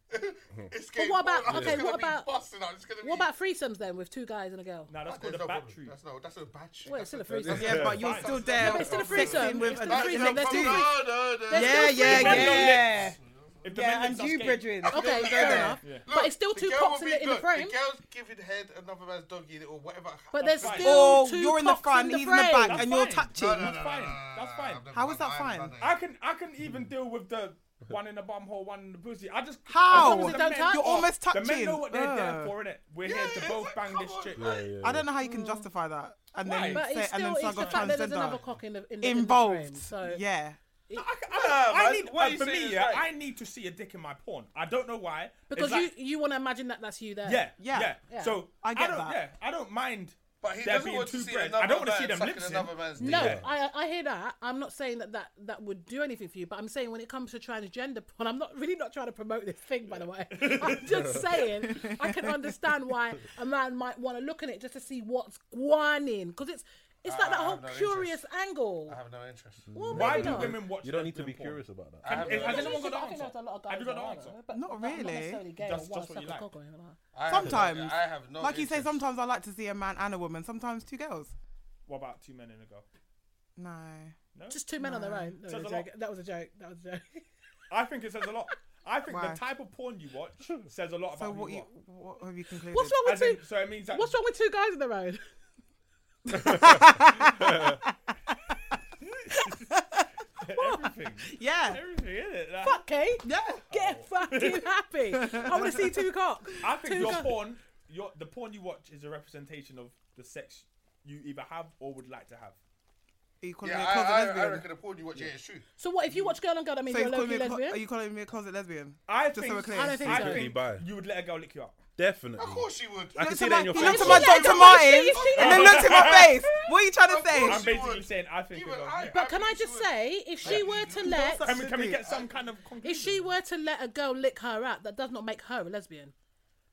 D: it's getting
C: what about-
D: bored. It's
C: okay,
D: gonna
C: what
D: be
C: about-
D: busting out. It's gonna be-
C: What about threesomes then with two guys and a girl?
B: now that's
D: There's
B: called a
D: no problem.
B: battery.
D: That's no, that's a battery.
C: Well, it's
D: That's
C: still
D: a-
C: a threesome.
A: Yeah, but you're still there.
C: but it's still a
A: sexing
C: threesome.
A: with
C: It's still a
A: an
D: That's
C: threesome.
A: adult dude.
C: There's two-
D: no problem. No, no, no.
C: There's
A: Yeah,
C: still
A: yeah,
C: three-
B: Men don't
A: yeah.
B: lips. If the men
A: Yeah,
B: lips,
A: and you,
B: that's gay.
A: Bridgin.
C: Okay,
D: Yeah,
C: fair
D: yeah.
C: enough.
B: Yeah.
C: But it's still
D: The
C: two
D: girl
C: cocks
D: will
C: in
D: be
C: the, in the
D: good.
C: frame.
D: The girl's giving head another man's doggy or whatever.
C: But there's
B: fine.
C: still
A: Or
C: two
A: Oh, you're in the
C: cocks
A: front,
C: the
A: he's in the
C: frame.
A: back, and you're
B: That's fine.
A: touching.
B: That's fine. That's fine.
A: How is that fine?
B: I can I can even deal with the one in the bum hole, one in the pussy. I just
A: How?
B: as long as the
C: As long as it don't
B: men-
C: You're
A: almost
B: The men
A: touching.
B: know what they're there
A: Uh.
B: for, innit? We're here to
D: it's
B: both
D: like,
B: bang
D: come
B: this
D: on,
B: chick.
D: like-
A: I don't know how you can justify that. And then
B: Why?
C: But
A: say,
C: it's
A: and then
C: still
A: say I
C: it's the
A: got
C: fact that there's another
A: transgender
C: cock in the in the, in the frame.
A: involved.
C: So
A: Yeah.
B: No, I, can- I, I
D: man,
B: need,
D: what
B: uh,
D: you
B: for
D: saying
B: me,
D: is
B: yeah,
D: right.
B: I need to see a dick in my porn. I don't know why. It's
C: because you
B: like-
C: you want to imagine that that's you there.
B: yeah,
A: Yeah.
B: yeah,
C: Yeah.
B: So
A: I get
B: don't,
A: that.
B: yeah, I don't mind.
D: But he
B: there
D: doesn't
B: being
D: want to
B: two
D: see
B: breads.
D: another
B: I don't want to
D: man
B: see them
D: sucking
B: lips
D: another
B: in.
D: man's
C: No,
D: dick.
C: I I hear that. I'm not saying that, that that would do anything for you, but I'm saying when it comes to transgender *laughs* porn, I'm not really not trying to promote this thing, by the way.
B: *laughs*
C: I'm just saying I can understand why a man might want to look at it just to see what's whining because it's it's like
B: Ah,
C: that
D: I
C: whole
D: have no
C: curious angle.
D: I have no interest.
C: Well,
B: Why
C: maybe
B: do
C: not.
B: women watch?
G: You don't
B: them
G: need to be
B: doing porn?
G: curious about that.
D: I have
B: Has
D: no
B: anyone got
D: interest.
B: the
C: I think
B: answer?
C: there's a lot of guys
B: Have you got the
C: that are,
B: answer?
C: though, but
A: Not really.
C: necessarily gay or
B: Just-
C: wanna
B: just what you like.
C: suck a cock or anything like that.
D: I have no-
A: Sometimes,
D: I have no.
A: like you say,
D: interest.
A: sometimes I like to see a man and a woman. Sometimes two girls.
B: What about two men and a girl?
A: No.
C: Just two men on their own. No,
B: Says
C: no,
B: a
C: joke.
B: lot.
C: that was
B: *laughs*
C: a joke. That was a joke.
B: I think it says a lot. I think
A: Why?
B: the type of porn you watch says a lot about
A: So
B: who
A: what
B: you
A: you
B: are.
A: what have you concluded?
C: What's wrong with
B: As in,
C: two?
B: so it means that
C: What's wrong with two guys on their own?
B: *laughs* everything,
A: Yeah.
B: everything, innit? Like,
C: Fuck, Kate.
A: Yeah.
C: Get fucking happy. I want to see two cock.
B: I think
C: Two
B: your
C: guys-
B: porn, your the porn you watch is a representation of the sex you either have or would like to have.
A: Are you calling
D: Yeah,
A: me a closet
D: I, I, I
A: lesbian?
D: reckon the porn you watch, yeah, it's true.
C: So what if you watch Girl on Girl? That means
A: so
C: you're
A: you're
C: a
A: calling me
C: low-key
A: a clo-
C: lesbian.
A: are you calling me a closet lesbian?
B: I
A: Just
B: think,
A: so we're clear.
C: I don't think so.
F: bi.
B: you would let a girl lick you up.
F: Definitely.
D: Of course you would.
F: I can see that in your
A: He looked
F: face.
A: at
C: She
A: my
C: let
A: Dr.
C: him on the
A: Martens
C: street, she
A: and then
C: let
A: looked at my face. What are you trying to
B: I'm
A: say?
D: course. She
B: basically
D: would.
B: saying I think.
D: Even
B: a girl-
D: I-
C: But can I just say, if she were to let,
B: can we, can we
A: Absolutely.
B: get some kind of conclusion?
C: if she were to let a girl lick her out, that does not make her a lesbian.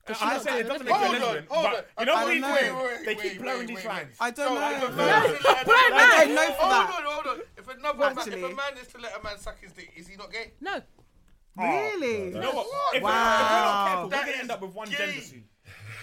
B: I say it doesn't make
D: Hold
B: a
D: on,
B: lesbian,
D: hold
B: but you
D: on.
B: know
A: I
B: what
A: don't
B: he's
A: know.
B: doing? They
D: Wait, wait,
B: keep
D: wait,
B: blowing
D: wait,
B: these
D: wait.
B: lines.
A: I don't
D: if a
A: know.
D: man is to let
C: Right
D: another
C: now.
D: man-
A: I don't know for
D: Hold
A: that.
D: on, hold on. If another man, if
A: Actually.
D: a man is to let a man suck his dick, is he not gay?
C: No,
A: Really?
B: You know what?
A: Wow.
B: If, we're- if we're not careful, we're
D: That
B: going to
D: is
B: end up with one
D: gay.
B: gender soon.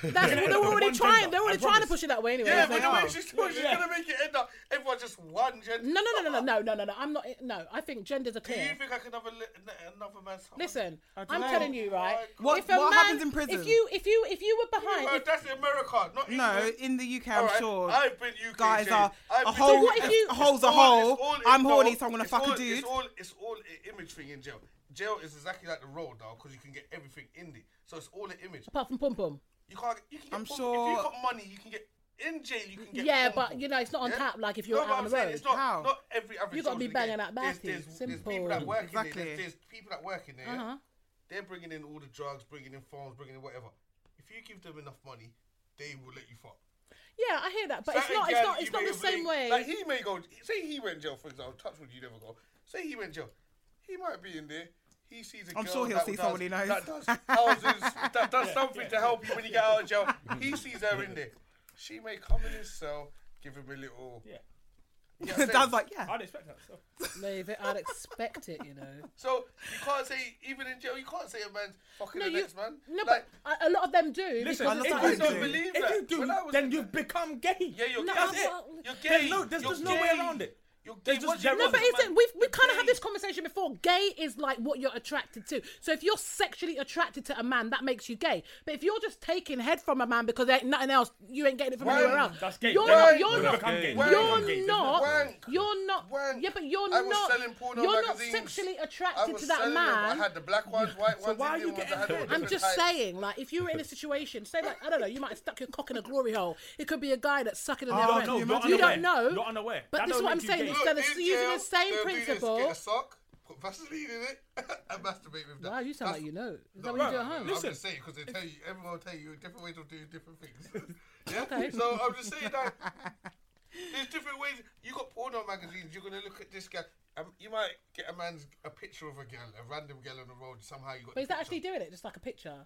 C: that's
B: Yeah,
C: they were
B: the
C: already
B: one
C: trying.
B: gender,
C: They're
B: I
C: already trying to
B: promise.
C: push it that way anyway.
D: Yeah,
C: so-
D: but the
A: are.
D: way she's doing, she's
B: Yeah.
D: gonna make it end up everyone just one gender.
C: no, no, no, no, no, no, no, no. I'm not. No, I think genders are
D: Do you
C: clear.
D: think I can have a li- n- another man's?
C: Listen, I'm
A: know.
C: telling you, right?
A: What-
C: if a
A: what
C: man,
A: happens in prison?
C: If you, if you, if you were behind,
D: Bro,
C: if-
D: that's in America, not
A: No,
D: England.
A: in the UK,
D: All
A: I'm
D: right,
A: sure.
D: I've been UK.
A: guys
D: Jay.
A: are
D: I've
A: a
D: been
A: hole.
D: to-
C: what if
A: a-
C: you-
A: a hole's a
D: It's all-
A: hole.
D: it's all-
A: I'm
D: it's
A: horny,
D: all-
A: so I'm gonna
D: it's
A: fuck
D: all-
A: a dude.
D: It's all, it's all an image thing in jail. Jail is exactly like the road now because you can get everything in it. So it's all an image.
C: apart from pom pom.
D: You can't. You can get
A: I'm
D: pom- If
A: sure-
D: you got money, you can get in jail. You can get.
C: Yeah,
D: pom-pom.
C: but you know it's not on
D: Yeah?
C: tap like if
D: No,
C: you're
D: but
C: out on
D: I'm
C: the
D: saying
C: road.
D: It's not,
A: How?
D: not every average
C: You gotta be
D: soldier gets-
C: banging that
D: there's-
C: basket.
D: There's, there's
C: Simple.
D: people that work in
A: Exactly.
D: there. There's, there's people that work in there.
C: Uh-huh.
D: yeah? They're bringing in all the drugs, bringing in phones, bringing in whatever. If you give them enough money, they will let you fuck.
C: Yeah, I hear that, but it's
D: Certain
C: not. It's
D: guys,
C: not.
D: you
C: It's not
D: may
C: the
D: have
C: same
D: been-
C: way. *laughs*
D: Like he may go. Say he went jail, for example. Touch wood, you never go. Say he went jail. He might be in there. He sees a
A: I'm
D: girl
A: sure he'll
D: that
A: see
D: does,
A: someone he knows.
D: That does, houses, that does something to help you when you get out
C: *laughs*
D: of jail. He sees her in there. She may come in his cell, give him a little.
B: Yeah.
A: *laughs*
D: You know what I'm saying?
A: Dan's like, yeah.
B: I'd expect that. So.
C: Leave it. I'd expect it, you know.
D: So you can't say even in jail, you can't say a man's fucking
C: No,
D: the
C: you.
D: next man.
C: No,
D: like,
C: but a, a lot of them do.
B: Listen,
C: because
A: I
C: it's
A: love
D: I
A: that
D: don't
A: do.
D: believe
B: If
D: that.
B: you do,
D: When I was
B: then
D: in-
B: you've become gay.
D: yeah, you're
C: No,
D: gay.
C: I'm-
D: You're gay.
B: There's no, there's
D: You're
B: just no way
D: gay.
B: around it.
D: You're
B: They
D: gay.
B: just-
D: What
B: they're
D: you
B: wrong.
C: No,
D: want?
C: but isn't we've we
B: You're
C: kind of had
B: gay.
C: this conversation before. Gay is like what you're attracted to. So if you're sexually attracted to a man, that makes you gay. But if you're just taking head from a man because there ain't nothing else, you ain't getting it from
D: Why?
C: anywhere else.
B: That's gay.
C: You're
B: They're
C: not.
D: not-
C: You're
D: they're
C: not.
D: not gay.
C: You're
D: They're
B: not gay. There's
C: not.
B: no-
D: Wank.
C: You're not.
D: Wank.
C: Yeah, but you're
D: I
C: not.
D: was selling porno
C: you're
D: magazines.
C: not sexually
D: I
C: attracted
D: was
C: to that
D: selling them.
C: man.
D: I had the black ones, white ones.
B: why are you
D: Indian
B: getting
D: ones. I had all
B: head?
C: I'm
D: different
C: just
D: types.
C: saying, like, if you were in a situation, say, like, I don't know, you might have stuck your cock in a glory hole. It could be a guy that's sucking on the
B: Oh,
C: other
B: no,
C: end.
B: you're
C: You don't
B: unaware.
C: know.
B: You're unaware.
C: But
B: That
C: this is
B: don't
C: what I'm
B: make you
C: saying.
B: gay.
C: It's gonna
D: Look, in
C: using
D: jail,
C: the same
D: they'll do this, Get
C: principle.
D: a sock, put Vaseline in it, *laughs* and masturbate with that.
C: Wow, you sound like
D: That's- *laughs*
C: you know. Is that
D: No,
C: what you do
B: bro,
C: at home?
B: listen.
D: I'm just saying because they tell you, everyone will tell you different ways of doing different things. *laughs* yeah.
C: Okay.
D: So I'm just saying that there's different ways. You got porno magazines. You're gonna look at this guy. Um, you might get a man's a picture of a girl, a random girl on the road. Somehow you got.
C: But is
D: the
C: that
D: picture.
C: actually doing it? Just like a picture?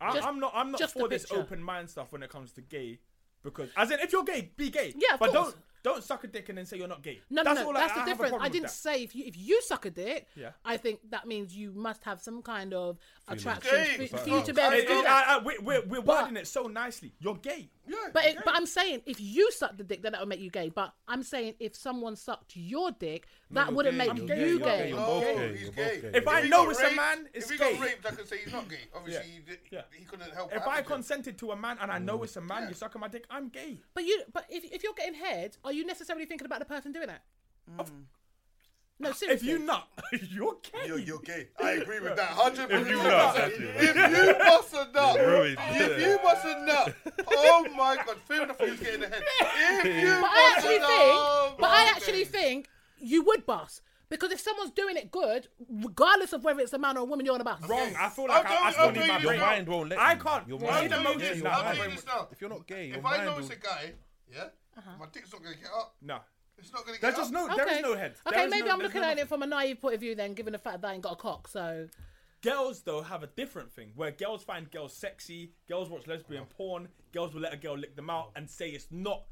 B: I,
C: Just-
B: I'm not. I'm not
C: just the
B: for this
C: picture.
B: open mind stuff when it comes to gay, because as in, if you're gay, be gay.
C: Yeah, of
B: but
C: course.
B: don't don't suck a dick and then say you're not gay.
C: No,
B: that's
C: no, no.
B: all
C: that's
B: I, I
C: the
B: have a
C: difference.
B: problem
C: I
B: with
C: didn't
B: that.
C: say if you if you suck a dick.
B: Yeah.
C: I think that means you must have some kind of
D: Gay.
C: attraction for, for
D: Fuck.
C: you to be able
D: I
C: to
B: It-
C: do
B: it-
C: that.
B: I- I- we're we're, we're wording it so nicely. You're gay.
D: Yeah.
C: But it, but I'm saying if you sucked the dick, then that would make you gay. But I'm saying if someone sucked your dick, that
F: you're
C: wouldn't
F: gay,
C: make
F: you're gay,
C: you
F: you're gay,
C: gay.
F: you're
D: No,
F: both gay,
D: he's
F: you're
D: gay.
F: both gay.
B: If I
D: Oh, he
B: know
D: got
B: it's a
D: raped-
B: man, it's
D: if he
B: gay.
D: got raped, I could say he's not gay. Obviously, he, did,
B: Yeah.
D: he couldn't help.
B: If
D: what
B: I
D: happened to him.
B: consented to a man and I know it's a man, you're sucking my dick. I'm gay.
C: But you but if if you're getting head, are you necessarily thinking about the person doing it?
D: Mm.
C: No,
B: If
C: seriously.
B: you not, you're gay.
D: You're, you're gay. I agree with that. Hundred percent. If
F: you
D: you
F: nut,
D: bust
F: that's
D: a- if
F: it.
D: you bust a nut,
F: You're ruined.
D: if you bust a nut, oh my god, Phil the fool's getting ahead. If you
C: But I
D: bust
C: actually
D: a nut,
C: think, but I
D: okay.
C: actually think you would bust because if someone's doing it good, regardless of whether it's a man or a woman, you're on a bus.
B: Wrong. I feel
D: I'll
B: like
D: tell
B: I, I
D: you-
B: still
D: I'll
B: need
D: tell
B: my
D: you
B: brain.
D: this
F: mind won't let
B: I
F: you.
B: can't.
F: Your
B: I
F: mind
B: need
D: I'll tell you
F: won't let
B: emotions
D: this.
F: you.
B: now.
D: I'll
B: My
D: tell you
B: brain-
D: this now.
F: If you're not gay, your
D: If I
F: mind
D: know
F: will.
D: it's a guy, yeah,
C: Uh-huh.
D: my dick's not gonna get up.
B: No.
D: It's not gonna get
B: There's
D: up.
B: just no. There is no head. There
C: Okay,
B: is
C: maybe
B: no-
C: I'm
B: there's
C: looking
B: no
C: at
B: nothing.
C: it from a naive point of view then, given the fact that I ain't got a cock. So
B: Girls though have a different thing where girls find girls sexy. Girls watch lesbian porn. Girls will let a girl lick them out and say it's not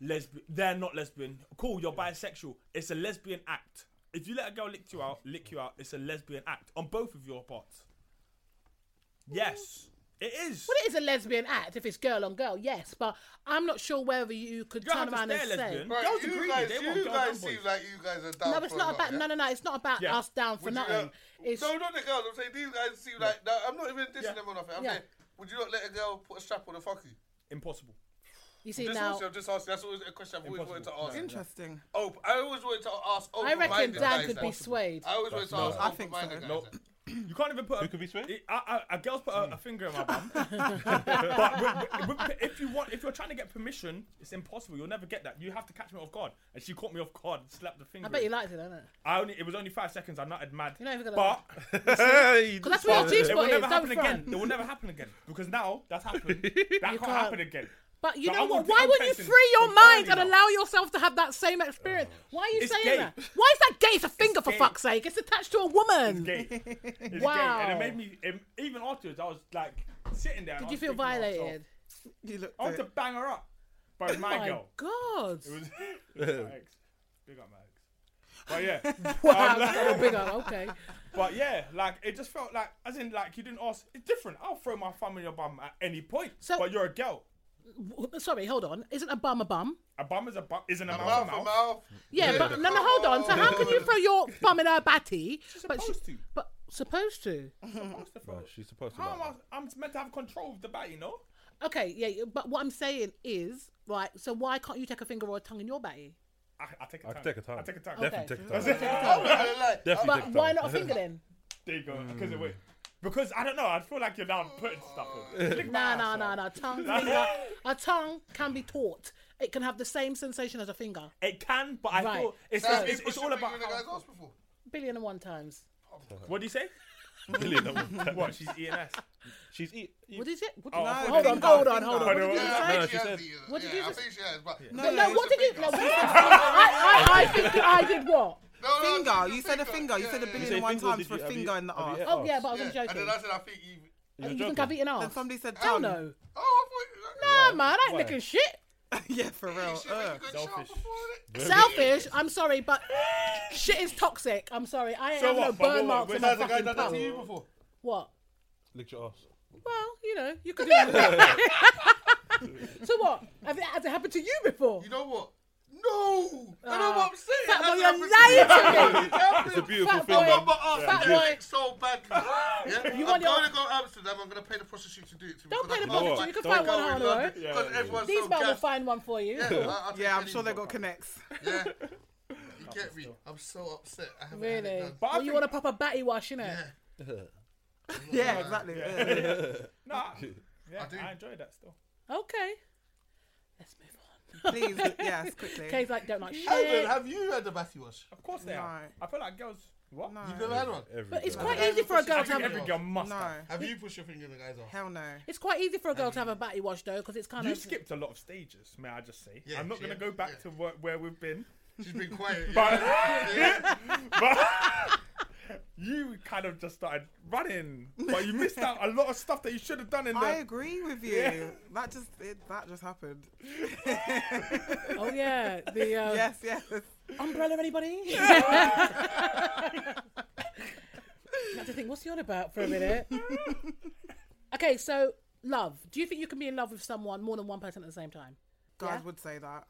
B: lesbian. They're not lesbian. Cool, you're bisexual. It's a lesbian act. If you let a girl lick you out, lick you out, it's a lesbian act on both of your parts. Yes, it is.
C: Well, it is a lesbian act if it's girl on girl, yes, but I'm not sure whether you could
B: You don't
C: turn
B: have
C: around
B: to
C: and
B: stay
C: say.
B: lesbian.
D: Right,
B: Girls
D: you
B: agree.
D: guys,
B: they want
D: you
B: girls
D: guys
B: and boys.
D: seem like you guys are down.
C: No, it's
D: for a
C: not
D: lot,
C: about
D: yeah?
C: no, no, no. It's not about
B: Yeah. uh,
C: us down for
D: Would you
C: nothing.
D: not-
C: It's
D: No, not the girls. I'm saying these guys seem like. No, I'm not even dissing
B: Yeah.
D: them or nothing. I'm
C: Yeah.
D: saying, would you not let a girl put a strap on a fucky?
B: impossible.
C: you see
D: Just
C: now.
D: also, just asking. That's always a question I've always wanted to
B: Impossible.
D: ask.
A: Interesting.
D: Oh, I always wanted to ask.
B: Oh,
C: I reckon
D: open-minded
C: Dan
D: guys
C: could
D: that.
C: be swayed.
D: I always wanted to ask.
A: I
D: I
A: think
D: think
A: so.
B: No. You can't even put. a,
F: Who could be swayed?
B: I- I- A, girl's put a, a finger in my
C: *laughs*
B: bum. but w- w- w- if you want, if you're trying to get permission, it's impossible. You'll never get that. You have to catch me off guard. And she caught me off guard, and slapped the finger.
C: I bet you
B: in.
C: liked it, don't it?
B: I only. It was only five seconds. I nutted mad.
C: You're not even gonna
B: but
F: *laughs*
C: Because that's where your G
B: it will
C: spot is.
B: never
C: Don't
B: happen again.
C: front.
B: It will never happen again because now
C: *laughs*
B: that's happened. That can't,
C: can't.
B: happen again.
C: But you
B: So
C: know
B: I'm
C: what?
B: gonna-
C: Why
B: I'm
C: wouldn't you
B: texting
C: free your
B: from
C: mind and
B: Barney now. Oh.
C: allow yourself to have that same experience? Why are you
B: It's gay.
C: saying that? Why is that gay? It's a finger for
B: gay.
C: fuck's sake. It's attached to a woman.
B: Gay. It's
C: Wow.
B: gay. And it made me. It, even afterwards, I was like sitting there. and
C: Did
B: I
C: you
B: was
C: feel
B: thinking to myself,
C: violated? Oh
A: You looked
B: I want to
A: it.
B: bang her up.
C: *laughs*
B: But my,
C: My
B: girl.
C: God.
B: It was my ex. Big up my ex. But
C: *laughs*
B: yeah,
C: Wow. that's a little bigger. Okay.
B: but yeah, like it just felt like, as in, like you didn't ask. It's different. I'll throw my thumb in your bum at any point.
C: So-
B: but you're a girl.
C: W- Sorry, hold on. Isn't a bum a bum?
B: A bum is a bum. Isn't a, mouth.
D: Mouth
B: a
D: for
B: mouth.
D: mouth.
C: Yeah, but no, no, hold on. So how can you throw
B: *laughs*
C: your bum in her batty? but
B: supposed to.
C: But supposed to.
B: Supposed to throw it.
F: She's supposed to.
B: How am
F: like
B: I? I'm meant to have control of the bat, you know.
C: Okay, yeah, yeah, but what I'm saying is, right, so why can't you take a finger or a tongue in your batty?
B: I, I take a
F: I
B: time.
F: could take a time.
B: I take a time.
C: Okay.
F: Definitely take a time.
D: I'm not gonna lie.
F: Definitely
C: Oh, But
F: take a
C: why
F: time. *laughs*
C: not a finger then?
B: There you go. Because
F: Mm.
B: it wait. Because I don't know. I feel like you're now putting stuff in.
F: *laughs*
B: Lick my
C: Nah,
B: ass
C: nah,
B: up.
C: nah, nah. Tongue, finger. A tongue can be taught. It can have the same sensation as a finger.
B: It can, but I
C: Right.
B: feel it's,
D: Nah,
B: it's, it's,
D: people
B: it's
D: should
B: all
D: be
B: about.
D: giving the
B: how-
D: guys ass before.
C: Billion and one times.
B: what do you
F: *laughs*
B: say?
F: Million of them.
B: What? She's ENS.
F: She's eat.
C: What is it? What did
B: Oh,
C: you-
B: I
C: hold on,
B: think-
C: hold on, hold on. What
B: Yeah,
C: did you
D: Yeah,
C: say?
D: I
F: No,
D: think
F: she
D: she
F: said-
D: has. the, uh,
C: What did
D: yeah,
C: you
D: I
C: say?
D: think she has, but
C: No,
D: it's
C: what
D: a
C: did you?
D: finger.
C: No,
D: *laughs*
C: what- I, I, I think I did what?
D: No, no,
A: Finger.
D: it's
A: You said a finger. You
D: yeah,
A: said a
D: yeah,
A: billion
F: say
A: and one
F: fingers,
A: times
F: did
A: for a
F: you- have you-
A: finger in the
F: have
A: arse.
F: you-
C: Oh yeah, but I
D: yeah.
C: wasn't
D: And
C: joking.
D: then I said, I think you.
C: You
F: joking.
C: think I've eaten
A: Then
C: ass?
A: somebody said
C: Hell
A: tongue.
C: no.
D: Oh, I
C: Nah, man, I ain't
F: Why?
C: licking shit.
A: yeah, for real.
D: thought you said
A: uh.
D: you could shout
B: Selfish.
D: before it.
C: Selfish. I'm sorry, but shit is toxic. I'm sorry. I ain't
B: So
C: have no
B: what? But
C: burn
B: what-
C: marks on
B: where's
C: my
B: the
C: fucking
D: Done that to you
C: tongue.
D: before.
C: What?
F: Lick your ass.
C: Well, you know, you could do that. so what? Has it, has it happened to you before?
D: You know what? No, No! I know what I'm saying.
C: Fat boy,
D: That's
C: Ah. you're
D: happened
C: lying to me.
D: It's
G: a beautiful
C: Fat
G: thing,
C: boy.
G: man.
D: But us,
C: Fat
D: I'm
C: boy.
D: doing it so
C: *laughs*
D: badly.
C: You
D: Yeah? I'm
C: want your-
D: going to go to Amsterdam. I'm going to pay the prostitute to do it to me.
C: Don't
D: because
C: pay
D: I
C: the
D: can't
G: prostitute, you
C: can
D: fight- don't
C: find one
D: go in
C: harder,
D: London,
C: right?
D: Because everyone's
C: These
D: so
C: men will
D: gassed.
C: find one for you.
D: Yeah, I- I'll take
A: Yeah, I'm
D: any
A: sure they
D: one.
A: got connects. *laughs*
D: Yeah. You get me? I'm so upset. I haven't had it
C: Really?
D: done.
B: But I
C: Well, you
B: think-
C: want to pop a batty wash, innit?
D: Yeah.
A: Yeah, exactly. yeah.
F: *laughs*
B: Nah. Yeah,
D: do.
B: I, enjoy that still.
C: Okay. Let's move on.
A: Please, yes, quickly.
C: Kay's like, don't like
D: Sheldon,
C: shit.
D: have you had a Matthew wash?
B: Of course they are.
A: No.
B: I feel like girls. What?
A: No,
D: You've never had one?
F: Every
C: But it's
F: girl.
C: quite
D: Yeah.
C: easy for a
B: I
C: girl to
B: think
C: have.
B: every
C: A,
B: girl must.
A: no,
B: have.
D: Have you pushed your finger in the guy's eye?
A: hell no.
C: it's quite easy for a girl to have a batty wash though, because it's kind
B: You
C: of.
B: skipped a lot of stages, may I just say.
D: Yeah,
B: I'm not
D: she
B: going to
D: has,
B: go back
D: yeah.
B: to where, where we've been.
D: She's been quiet.
C: *laughs*
D: yeah.
B: But, but you kind of just started running, but you missed out a lot of stuff that you should have done in
A: I
B: the.
A: agree
C: *laughs*
A: with you. That just it, that just happened.
C: Oh yeah, the uh,
A: Yes, yes.
C: umbrella.
B: *laughs*
C: Anybody? Had to think, what's he on about for a minute? okay, so love. Do you think you can be in love with someone more than one person at the same time?
A: Guys
C: Yeah.
A: would say that.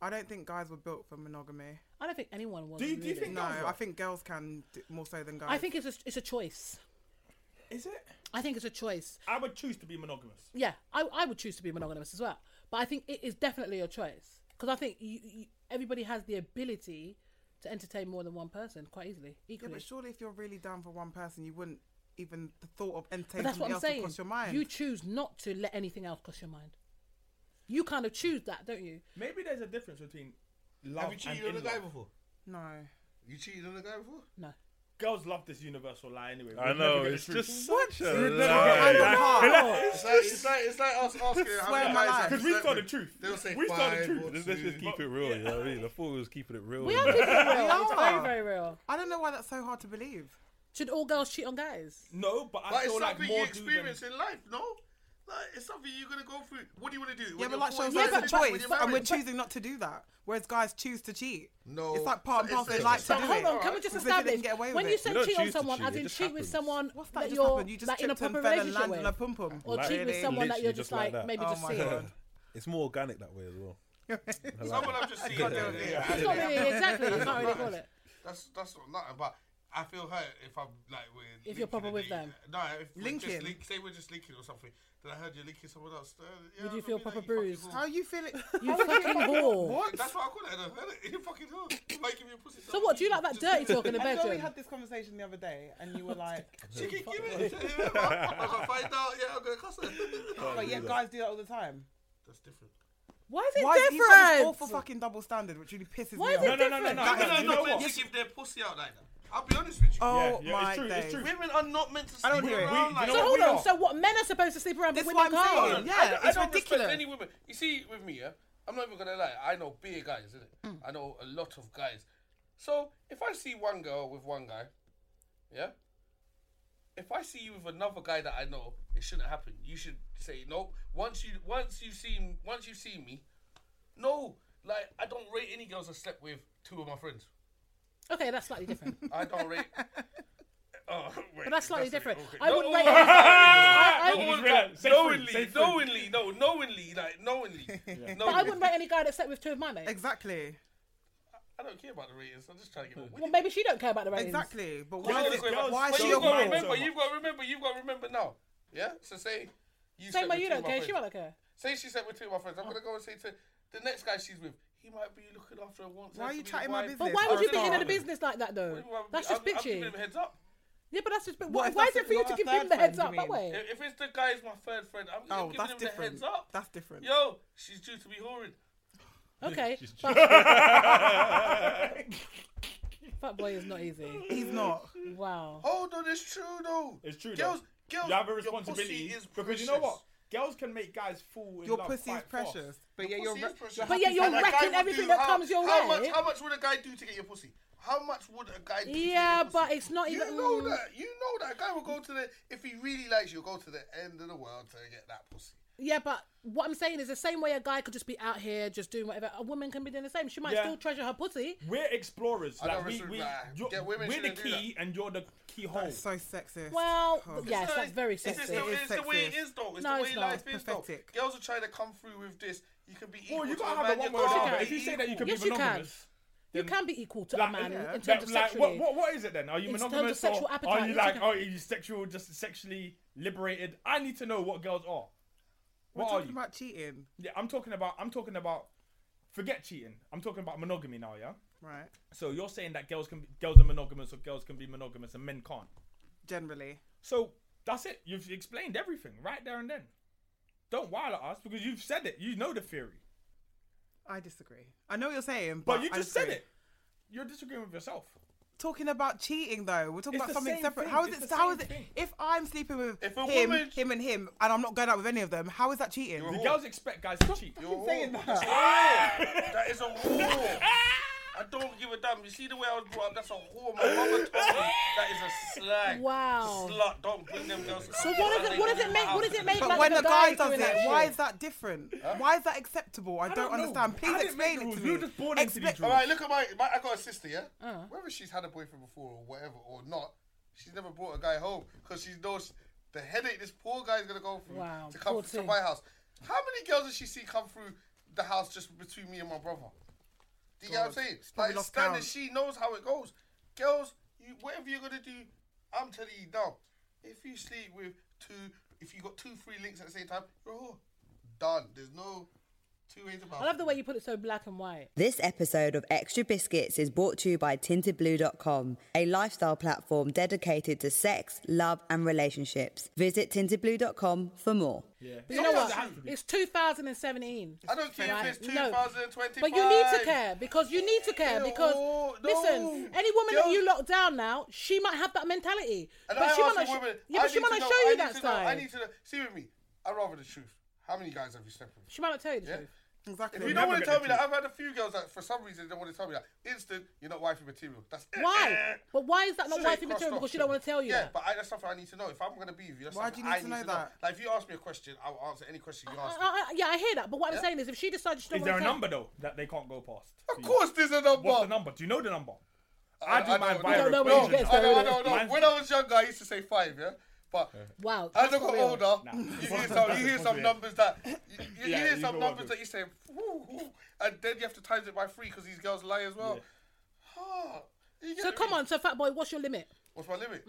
A: I don't think guys were built for monogamy.
C: I don't think anyone was.
B: Do you- do you
C: really.
B: think-
A: No,
B: Guys
A: I
B: are.
A: think girls can d- more so than guys.
C: I think it's a, it's a choice.
B: Is it?
C: I think it's a choice.
B: I would choose to be monogamous.
C: yeah, I, I would choose to be monogamous as well. But I think it is definitely a choice because I think you, you, everybody has the ability to entertain more than one person quite easily,
A: Yeah,
C: equally.
A: but surely if you're really down for one person, you wouldn't even the thought of
C: But
A: entertaining
C: that's
A: somebody
C: what I'm
A: else
C: saying.
A: would cross your mind.
C: You choose not to let anything else cross your mind. You kind of choose that, don't you?
B: Maybe there's a difference between love
D: Have you cheated on
B: and
D: a
B: in
D: guy
B: love.
D: before?
A: no,
D: You cheated on a guy before?
C: No.
B: Girls love this universal lie anyway.
G: I
B: We'll
G: know,
B: never get
G: it's
B: the truth.
G: just such a
B: We'll never
G: lie.
B: get
D: It's like, it's like, it's like us *laughs* asking how
A: Swear my
D: many guys
A: life.
D: have
B: Because
D: you
B: we've
D: slept
B: got the
D: with.
B: truth.
D: They'll say
B: We've got the
D: five
B: truth.
D: or
B: There's
G: Let's just
D: two.
G: keep it real, you know what I mean? I thought we was keeping it real.
C: We
G: you
C: are
G: know?
A: *laughs*
C: keeping it real. It's very,
A: are.
C: very real.
A: I don't know why that's so hard to believe.
C: Should all girls cheat on guys?
B: No, but I
D: But it's
B: feel like
D: something you
B: more do than
D: experience in life, no? Like, it's something you're going to go through. What do you want to do?
A: Yeah, but
D: When you're
A: like Sean
D: 40,
A: said,
C: Yeah,
A: it's a
C: but-
A: choice,
C: but-
A: and we're
C: but-
A: choosing not to do that. Whereas guys choose to cheat.
D: No.
A: it's like part and
D: It's
A: parcel. They
D: a-
A: like
D: it's
A: to
C: But
D: a-
A: do
C: hold
A: it.
C: on, can we just
A: Because they didn't
C: establish
A: get away
C: when
A: with
C: you
A: it.
C: say
G: We don't
C: cheat on
G: choose to
C: someone,
G: cheat,
C: as
G: it
C: in
G: just
C: cheat with
G: happens.
C: someone
A: What's that
C: that
A: just
C: you're
A: happened? You just
C: like in a
A: tripped and
C: proper
A: fell and
C: relationship
A: landed on a
C: with,
A: pum pum.
C: or cheat with
A: Really?
C: someone that
G: Literally
C: you're
G: just
C: just
G: like
C: like
G: that.
C: maybe
A: Oh
C: just
A: my
C: seeing.
A: God.
G: It's more organic that way as well.
D: Someone I've just seen.
A: do it.
D: *laughs* yeah,
C: It's not really exactly. You can't really call it.
D: That's that's not nothing, but I feel hurt if I'm like with
C: If you're proper with them.
D: No, if we're
A: Linking.
D: Just link, say we're just linking or something. Then I heard you're linking someone else. Uh, yeah,
C: Would you
D: I
C: feel
D: mean,
C: proper
D: like, you
C: bruised?
D: fucking whore.
A: How *laughs* you feel it?
C: You fucking whore.
A: What?
D: That's what I call it. I heard it. *laughs* You fucking whore. You might give me a pussy.
C: So what? Do you like that dirty talk in the
A: I know we
C: bedroom?
A: had this conversation the other day, and
C: *laughs*
A: you were like,
D: She can give it. I'm gonna find out. Yeah, I'm gonna cuss *laughs* her.
A: "But yeah, guys do that all the time."
D: That's different.
C: Why is it
A: Why is he
C: different?
A: got this awful fucking double standard, which really pisses
C: Why
A: me
C: is
A: off?
C: it
B: No, no, no, no,
C: different?
B: no.
A: Guys
B: no, you
D: Women are
B: know
D: not meant
B: what?
D: to give their pussy out like that. I'll be honest with you.
A: Oh
B: Yeah, yeah,
A: my
B: it's true,
A: days.
B: it's true.
D: Women are not meant to.
A: I don't hear it.
D: around
B: We-
D: like
B: you know what
C: So
D: that.
C: hold
B: we
C: on.
B: are.
C: So what? Men are supposed to sleep around, but
A: That's
C: women
A: what I'm
C: can't.
A: saying. Yeah,
D: I don't- I
A: it's
D: don't respect
A: ridiculous.
D: Any women, you see, with me, yeah, I'm not even gonna lie. I know bigger guys, isn't it?
A: Mm.
D: I know a lot of guys. So if I see one girl with one guy, yeah, if I see you with another guy that I know, it shouldn't happen. You should say no. Once you, once you've seen, once you've seen me, no. Like I don't rate any girls I slept with. Two of my friends.
C: Okay, that's slightly different.
D: I don't
A: *laughs*
D: rate. Oh, wait,
C: But that's slightly different.
D: okay.
C: I
D: No,
C: wouldn't
D: oh,
C: rate.
D: oh,
C: I, I,
D: No,
B: He's
C: wouldn't-
D: one-
B: relaxed. Safe
D: knowingly,
B: free, safe free.
D: knowingly, no, knowingly, like
B: *laughs*
D: knowingly. knowingly.
C: but I wouldn't rate any guy that slept with two of my mates.
A: Exactly.
D: I don't care about the ratings. I'm just trying to get
A: Hmm.
D: a
C: Well,
D: win.
C: maybe she don't care about the ratings.
A: Exactly. But
D: But
A: why is
D: you've
A: it?
B: girls-
A: Why
B: but
A: is
D: got
A: it your
B: you've
D: to
B: got
A: problem?
B: women-
D: remember.
B: so
D: You've got to remember. You've got to remember now. Yeah. So say
C: Same
D: you slept
C: way
D: with
C: you
D: two
C: don't
D: of my
C: care. She Oh.
D: friends.
C: won't care.
D: Say she slept with two of my friends. I'm gonna go and say to the next guy she's with. He might be looking after her once.
A: Why are you chatting my business?
C: But why would you
A: I
C: be
A: don't
C: in the
A: know.
C: business like that though? That's just
D: I'm, I'm giving
C: bitchy.
D: him a heads up.
C: Yeah, but that's just. But
A: What
C: why
A: if
C: why is
A: that's
C: it for
A: a-
C: you
A: not
C: to
A: a
C: give
A: third
C: him the
A: friend,
C: heads
A: you
C: up that
A: mean?
C: way?
D: If, if it's the guy's my third friend, I'm
A: Oh,
D: giving
A: that's
D: him the
A: different.
D: heads up.
A: That's different.
D: Yo, she's due to be whoring.
C: Okay. But... Fat boy is not easy.
A: He's not.
C: Wow.
D: Hold on, it's true though.
B: It's true.
D: Girls,
B: though.
D: girls,
B: you have a
D: your
B: responsibility
D: pussy is
B: because you know what?
D: precious.
B: Girls can make guys fall in
A: Your
B: love
A: pussy is
B: quite fast.
A: precious. But yeah,
D: Pussy
A: you're.
D: is
A: re-
D: precious.
A: you're
C: But
A: happy
C: yeah,
A: to
C: you're
A: have
D: And a
A: it.
C: wrecking
D: guy would
C: everything
D: do
C: that
D: how-
C: comes your
D: how
C: way.
D: Much, how much would a guy do to get your pussy? How much would a guy do? to get
C: Yeah,
D: your
C: but
D: pussy?
C: it's not
D: You
C: even- mm.
D: know that. You know that a guy will go to the. If he really likes you, he'll go to the end of the world to get that pussy.
C: Yeah, but what I'm saying is the same way a guy could just be out here just doing whatever. A woman can be doing the same. She might
B: Yeah.
C: still treasure her pussy.
B: We're explorers.
D: I
B: Like
D: don't
B: we,
D: respect
B: we,
D: that.
B: you're,
D: Yeah, women
B: we're the
D: shouldn't do
B: key, and you're the keyhole.
A: So sexist.
C: Well,
A: Oh.
C: yes,
D: So
C: that's very
D: it's just
C: sexy.
D: the- It's,
A: It is
D: the way it
A: sexist.
D: is, though. It's
C: No,
D: the
C: it's
D: way
C: not.
D: life
A: It's
D: is, though.
A: pathetic.
D: Girls are trying to come through with this. You can be equal
B: Well, you
D: to a
B: gotta
D: man,
B: have the
D: you
B: one word
D: can't
C: you
B: argument.
C: can.
D: be
B: If you say that you
D: equal.
B: can
C: Yes,
B: be
C: you can.
B: monogamous,
C: You
B: then-
C: can be equal to
B: like,
C: a man
B: yeah.
C: in terms of
B: Like,
C: sexuality.
B: what, what, what is it then? Are you
C: In terms
B: monogamous
C: of sexual
B: or
C: appetite,
B: are you
C: it's
B: like oh,
C: okay.
B: are you sexual just sexually liberated? I need to know what girls are.
A: We're
B: What are
A: talking
B: you?
A: about cheating,
B: yeah, I'm talking about I'm talking about forget cheating. I'm talking about monogamy now, yeah?
A: right?
B: So you're saying that girls can be, girls are monogamous or girls can be monogamous and men can't.
A: Generally,
B: So that's it. You've explained everything right there and then. Don't wile at us because you've said it. You know the theory.
A: I disagree. I know what you're saying, but,
B: But you
A: I
B: just said
A: disagree.
B: it. You're disagreeing with yourself.
A: Talking about cheating though, we're talking
B: It's
A: about
B: the
A: something
B: same
A: separate.
B: thing,
A: How is
B: it's
A: it?
B: the
A: How
B: same
A: is it?
B: thing.
A: If I'm sleeping with
D: If a
A: him,
D: woman-
A: him and him, and I'm not going out with any of them, how is that cheating?
B: The
D: You're-
B: girls expect guys to
D: *laughs*
B: cheat.
D: You're a
A: saying
D: whore.
A: that.
D: That is a whore. I don't give a damn. You see the way I was brought up? That's a whore. My mama told me that is a slag.
C: Wow.
D: Slut. Don't bring them girls.
C: So what does it? What does it make? What does it make?
A: But
C: like
A: when
C: if
A: the
C: a guy
A: guy does
C: doing
A: it,
C: that
A: why
C: shit?
A: is that different? Why is that acceptable? I, don't,
B: don't know.
A: understand.
B: I
A: Please
B: didn't make
A: explain it
B: the
A: to
B: rules.
A: me.
B: We were just born into
A: Expla-
B: these rules.
D: All right, look at my, my. I got a sister, yeah.
C: Uh.
D: Whether she's had a boyfriend before or whatever or not, she's never brought a guy home because she knows the headache this poor guy's gonna go through
C: Wow,
D: to come
C: poor
D: to
C: thing.
D: my house. How many girls did she see come through the house just between me and my brother? Do you get what I'm
A: God,
D: saying?
A: she's probably
D: Like
A: lost
D: standing,
A: count.
D: she knows how it goes. Girls, you whatever you're gonna do, I'm telling you now. If you sleep with two, if you got two free links at the same time, you're a whore. Done. There's no two ways about
C: I love
D: it.
C: the way you put it so black and white.
E: This episode of Extra Biscuits is brought to you by tintedblue.com, a lifestyle platform dedicated to sex, love, and relationships. Visit tintedblue.com for more.
B: Yeah.
C: But you know what?
B: Sometimes it has to be.
C: It's 2017.
D: I don't care if it's
C: Right, no.
D: 2025.
C: But you need to care because you need to care
D: Yeah,
C: because
D: oh, no.
C: listen, any woman that
D: Girls-
C: you lock down now, she might have that mentality,
D: And
C: but
D: I
C: she
D: ask
C: might not.
D: a
C: sh-
D: woman,
C: yeah,
D: I
C: but she
D: need
C: might
D: to
C: not
D: know-
C: show
D: I
C: you
D: need
C: that
D: to know- I
C: side.
D: need to know. See with me, I'd rather the truth. How many guys have you slept with?
C: She might not tell you the
D: Yeah.
C: truth.
A: Exactly.
D: If you don't
B: never
D: want to
B: get
D: tell
B: the
D: me that, I've had a few girls that for some reason they don't want to tell me that. Instant, you're not wifey material. That's it. *laughs*
C: Why? But why is that not
D: Straight
C: wifey
D: crossed
C: material?
D: off.
C: Because she don't want to tell you.
D: Yeah,
C: that.
D: but I, that's something I need to know. If I'm going to be with you, that's
A: Why do
D: something
A: you need
D: I
A: to
D: need
A: know
D: to know.
A: that?
D: Like, if you ask me a question, I'll answer any question you
C: I, *laughs*
D: ask me.
C: I, I- yeah, I hear that. But what I'm
D: Yeah.
C: saying is, if she decides she
B: Is
C: doesn't
B: there
C: want
B: a
C: to tell,
B: number though that they can't go past?
D: Of course, there's a number.
B: What's the number? Do you know the number? I, do
D: I
B: mine
D: don't
B: by
D: know.
C: No, no,
D: No,
B: equation.
C: Yes,
D: I know, I
C: there
D: know, I know.
B: Mine's-
D: When I was younger, I used to say five, yeah? But
C: wow,
D: As
C: that's
D: I got
C: real.
D: older, you hear some, you hear some numbers that you, you- you
B: Yeah,
D: hear
B: you
D: some
B: know what
D: numbers
B: I
D: that you say, woo, woo, and then you have to times it by three because these girls lie as well. Ah, you get
C: So
D: me?
C: come on, Mm. so fat boy, what's your limit?
D: what's my limit?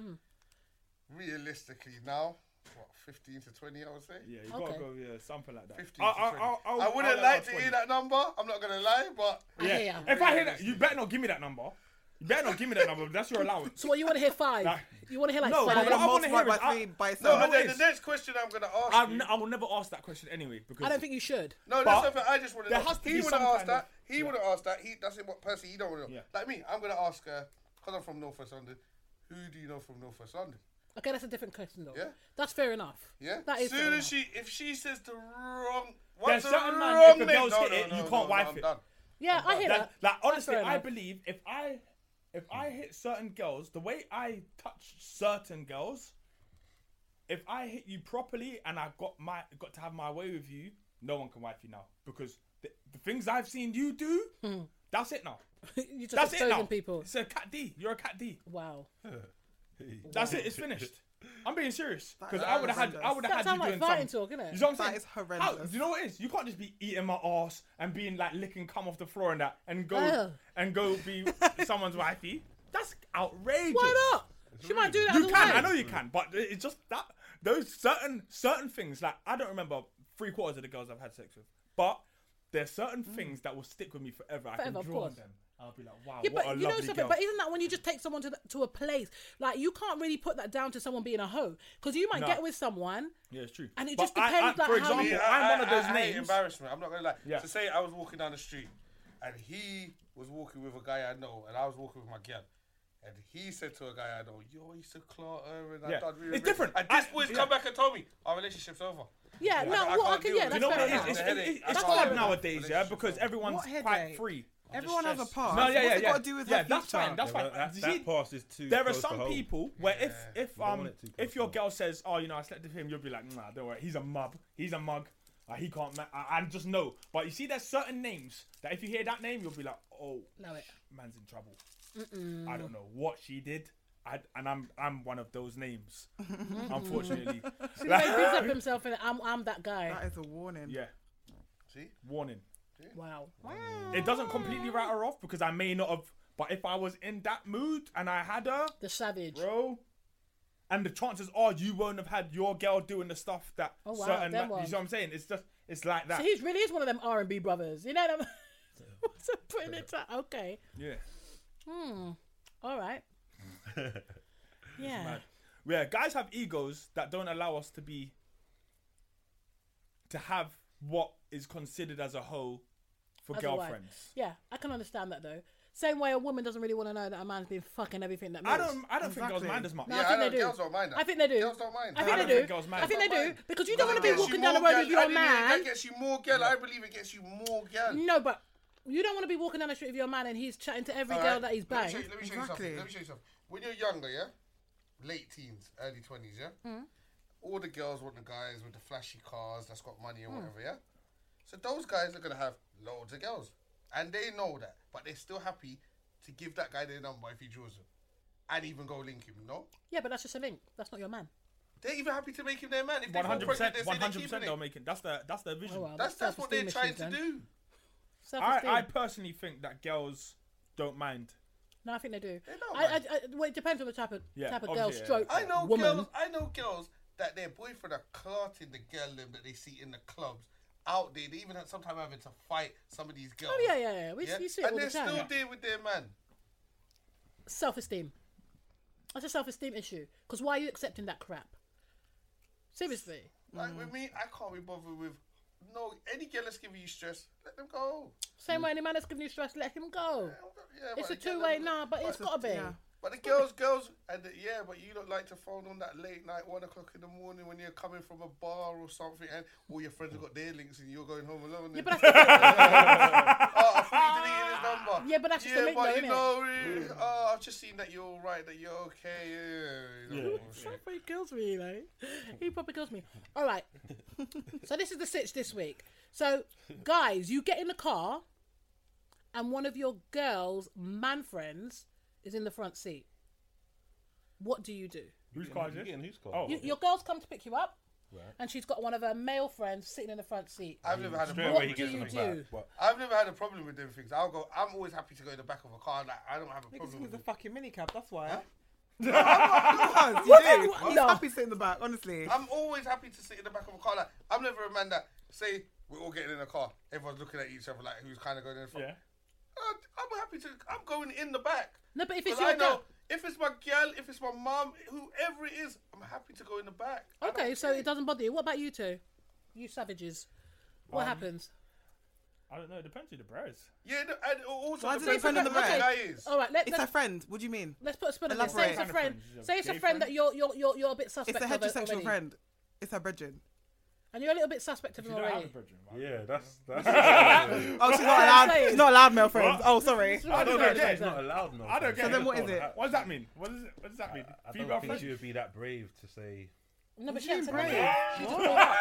D: Realistically, now what, fifteen to twenty? I would say.
B: Yeah, you gotta
C: Okay.
B: go yeah, something like that.
D: 15
B: I,
D: to
B: I,
D: 20.
B: I, I,
D: I wouldn't
B: I'll allow
D: like to
B: 20.
D: hear that number. I'm not gonna lie, but
C: I hear
B: Yeah.
C: ya.
B: If I hear that, you better not give me that number. You better not give me that number. That's your allowance.
C: So what you want to hear five?
B: Nah.
C: You want to hear like
B: No,
C: five?
B: but I wanna
A: multiply
B: hear
A: by
B: is I-
A: three by
D: no.
A: itself.
D: And then the
B: is-
D: next question I'm gonna ask
B: I've
D: you.
B: n- I will never ask that question anyway because
C: I don't think you should.
D: No,
B: But
D: that's something I just want to
B: there
D: know.
B: has to
D: he
B: be
D: wouldn't
B: some
D: ask
B: kind
D: that.
B: of-
D: He wouldn't ask that. He that's in what person he don't want to know.
B: Yeah.
D: Like me, I'm gonna ask her because I'm from North West London. Who do you know from North West London?
C: Okay, that's a different question though.
D: Yeah.
C: That's fair enough.
D: Yeah.
C: That is.
D: Soon
C: fair
D: as
C: enough.
D: she, if she says the wrong,
B: There's
D: what's the
B: certain man,
D: wrong
B: if the
D: name?
B: girls
D: no,
B: hit
D: no,
B: it,
D: no,
B: you can't
D: no, no,
B: wife
D: I'm
B: it.
D: done.
C: Yeah, I hear
B: Like-
C: that.
B: Like,
C: That's
B: honestly,
C: fair
B: I
C: *laughs* enough.
B: believe if I if I hit certain girls, the way I touch certain girls, if I hit you properly and I got my got to have my way with you, no one can wife you now because the, the things I've seen you do, that's
C: *laughs*
B: it now.
C: You're just
B: That's it
C: exposing
B: now.
C: Hmm. people.
B: It's a cat D. You're a cat D.
C: Wow.
B: That's it. It's finished. I'm being serious because
A: That
B: I
A: is
B: would have had I
A: horrendous.
B: would
C: That
B: have had
C: sound
B: you
C: like
B: doing
C: fighting
B: something.
C: talk, innit?
B: You know what I'm
A: That
B: saying?
A: is horrendous.
B: How, you know what it is? You can't just be eating my ass and being like licking cum off the floor and that and go
C: Ugh.
B: and go
C: *laughs*
B: be someone's wifey. That's outrageous.
C: Why not? She might do that.
B: You
C: as a
B: can.
C: wife.
B: I know you can, but it- it's just that those certain certain things. Like I don't remember three quarters of the girls I've had sex with, but there's certain things that will stick with me forever. I
C: Mm. Forever,
B: can
C: of
B: draw on
C: course.
B: them. I'll be like, wow,
C: Yeah,
B: what
C: but
B: a
C: you know
B: lovely
C: something.
B: girl.
C: But isn't that when you just take someone to the, to a place? Like you can't really put that down to someone being a hoe because you might
B: No.
C: get with someone.
B: yeah, it's true.
C: and it
B: But
C: just
B: I- I-
C: depends, like,
B: for
C: how
B: example,
C: you-
D: Yeah,
B: I'm
D: I-
B: one of
D: I-
B: those
D: I hate
B: names.
D: embarrassment. I'm not gonna lie.
B: Yeah.
D: So say I was walking down the street, and he was walking with a guy I know, and I was walking with my girl. And he said to a guy I know, "Yo, I used to claw her, and I
B: Yeah.
D: done really,
B: It's
D: really-"
B: different.
D: And this
B: I-
D: boy's
B: yeah.
D: come back and told me our relationship's over.
C: Yeah, no,
D: I
C: well,
D: can't
C: I can,
D: deal
C: yeah,
D: with
C: that's
B: you know
C: fair
B: what it is?
C: enough.
B: It's,
D: a
B: it's,
D: headache.
B: it's,
D: That's fair
B: hard
D: enough.
B: nowadays, yeah, because
D: Relationship.
B: everyone's
A: What
B: quite
A: headache?
B: free.
A: Everyone has a
D: stressed.
A: past.
B: No, yeah,
A: What's
B: yeah,
A: it
B: yeah.
A: got to do with
B: yeah,
A: her
B: that's
A: future?
B: fine. That's
G: Yeah,
B: fine.
G: but that,
B: You
G: that
B: see,
G: pass is too.
B: there are
G: close to
B: some
G: home.
B: people where if if
G: don't
B: um
G: want it too close
B: if your
G: to
B: girl says, oh, you know, I slept with him, you'll be like, nah, don't worry, he's a mug, he's a mug. Uh, he can't. Ma- I, I just know. But you see, there's certain names that if you hear that name, you'll be like, oh,
C: Know it.
B: man's in trouble. I don't know what she did. I, and I'm I'm one of those names, unfortunately.
C: He bigs up himself and I'm I'm that guy.
A: That is a warning.
B: *laughs* yeah,
D: See?
B: Warning.
C: Wow.
B: It doesn't completely write her off because I may not have. But if I was in that mood and I had her,
C: The savage.
B: bro. And the chances are you won't have had your girl doing the stuff that
C: Oh, wow,
B: certain.
C: them
B: ma- you
C: ones.
B: see what I'm saying? It's just it's like that.
C: So he really is one of them R and B brothers. You know what I'm *laughs* so putting it to okay.
B: yeah.
C: Hmm. All right. yeah.
B: Yeah, guys have egos that don't allow us to be to have what is considered as a hoe for
C: As a wife.
B: girlfriends.
C: Yeah, I can understand that though. Same way a woman doesn't really want to know that a man's been fucking everything that moves.
B: I don't I don't think girls
A: Exactly.
B: mind as much.
C: No,
D: yeah,
C: I think
D: don't,
C: they do.
D: Girls don't mind that.
C: I think they do.
D: Girls don't mind.
C: I
B: I
C: think
B: don't
C: they
B: think
C: do.
B: girls mind.
C: I think they do
D: Mind.
C: because you don't want to be
D: Gets you
C: walking down the
D: more
C: road with
D: gal- I
C: your
D: didn't even-
C: man. Mm.
D: That gets you more girl. I believe it gets you more girl.
C: No, but you don't want to be walking down the street with your man and he's chatting to every
D: All
C: girl
D: right,
C: that he's
D: let me show
C: banged.
D: you- Let me show you
A: Exactly.
D: something. Let me show you something. When you're younger, yeah, late teens, early twenties, yeah, all the girls want the guys with the flashy cars that's got money and whatever, yeah. So those guys are gonna have loads of girls, and they know that, but they're still happy to give that guy their number if he draws them, and even go link him. No,
C: Yeah, but that's just a link. That's not your man.
D: they're even happy to make him their man. If they
B: One
D: fall
B: hundred percent,
D: pregnant, they say
B: one
D: they're
B: hundred
D: keeping
B: percent.
D: it.
B: They'll make it. That's their that's their vision.
C: Oh, wow.
D: That's that's what they're
C: self-esteem
D: trying
C: issues
D: to
C: then.
B: I,
D: do.
C: Self-esteem.
B: I personally think that girls don't mind.
C: No, I think they do.
D: don't,
C: I, I,
D: man.
C: I, well, it depends on the type of
B: Yeah,
C: type of girl,
B: obviously, yeah.
C: stroke,
D: I know
C: woman.
D: girls. I know girls that their boyfriend are clarting the girl them that they see in the clubs out there. They even had sometimes having to fight some of these girls.
C: Oh yeah, yeah, yeah. We, You see it
D: and
C: all
D: they're
C: the time.
D: still there with their man.
C: Self-esteem. That's a self-esteem issue. Because why are you accepting that crap? Seriously.
D: Like
C: Mm.
D: with me, I can't be bothered with no any girl that's giving you stress. Let them go.
C: Same way any man that's giving you stress, let him go.
D: Yeah,
C: It's
D: but
C: a
D: the girl
C: two-way
D: them-
C: nah, but it's gotta be.
A: yeah.
D: But the girls, girls, and the, yeah, but you don't like to phone on that late night, one o'clock in the morning when you're coming from a bar or something, and all your friends have got their links, and you're going home alone.
C: Yeah,
D: and-
B: *laughs*
C: but
D: *laughs*
C: that's
D: oh, I thought you deleted his number.
C: Yeah, but that's just a link, though,
D: but you know, really, oh, I've just seen that you're all right, that you're okay. Yeah, you know,
C: *laughs* He probably kills me, you know. He probably kills me. All right. *laughs* so this is the sitch this week. So guys, you get in the car, and one of your girls' man friends is in the front seat. What do you do?
B: Whose car is
G: You
B: this?
G: getting whose car?
B: Oh.
C: You, your girls come to pick you up, and she's got one of her male friends sitting in the front seat.
D: I've never had a
B: Straight
D: problem.
B: away
D: with
B: he
C: gets
D: them.
C: on the back.
G: But
D: I've never had a problem with them things. I'll go. I'm always happy to go in the back of a car. Like I don't have a
H: Niggas was
D: problem. With
H: a
D: it.
H: fucking minicab, that's why. huh?
A: Because you do.
C: what-
A: He's
C: no.
A: happy sitting in the back, honestly.
D: I'm always happy to sit in the back of a car. Like I'm never a man that say we're all getting in a car. Everyone's looking at each other like who's kind of going in front.
B: Yeah.
D: Uh, I'm happy to. I'm going in the back.
C: No, but if it's
D: Because
C: your
D: I know
C: girl,
D: if it's my girl, if it's my mom, whoever it is, I'm happy to go in the back. I don't
C: okay, so
D: care.
C: it doesn't bother you. What about you two? You savages. What happens?
B: I don't know. It depends who the bro is.
D: Yeah, no, and also
A: Why
D: the
A: do they put
D: person
A: it on
D: that
A: the
D: the
A: back?
D: guy is.
C: All right, let,
A: It's
C: let's
A: her friend. What do you mean?
C: let's put a spin on it. Say it's a
A: Elaborate.
C: friend.
B: Is it a
C: Say it's a
B: gay
C: friend
B: friend?
C: that you're you're you're you're a bit
A: It's
C: suspect
A: a
C: of it
A: heterosexual
C: already.
A: friend. It's her bridging.
C: and you're a little bit suspect of
B: You
C: him
B: don't have a
C: already.
B: bridge
G: yeah, *laughs* that's that's.
C: *laughs*
A: Oh, she's not allowed.
C: saying.
A: She's not allowed male friends. Oh, sorry.
C: I
B: don't
G: That's
B: know.
G: why it's not allowed. No.
B: I don't get
A: So then what is it?
B: What does that mean? What, is it? what does that mean?
G: I
B: Female
G: don't
B: friend?
G: think you would be that brave to say.
C: No, but she hasn't said anything. She just pulled up.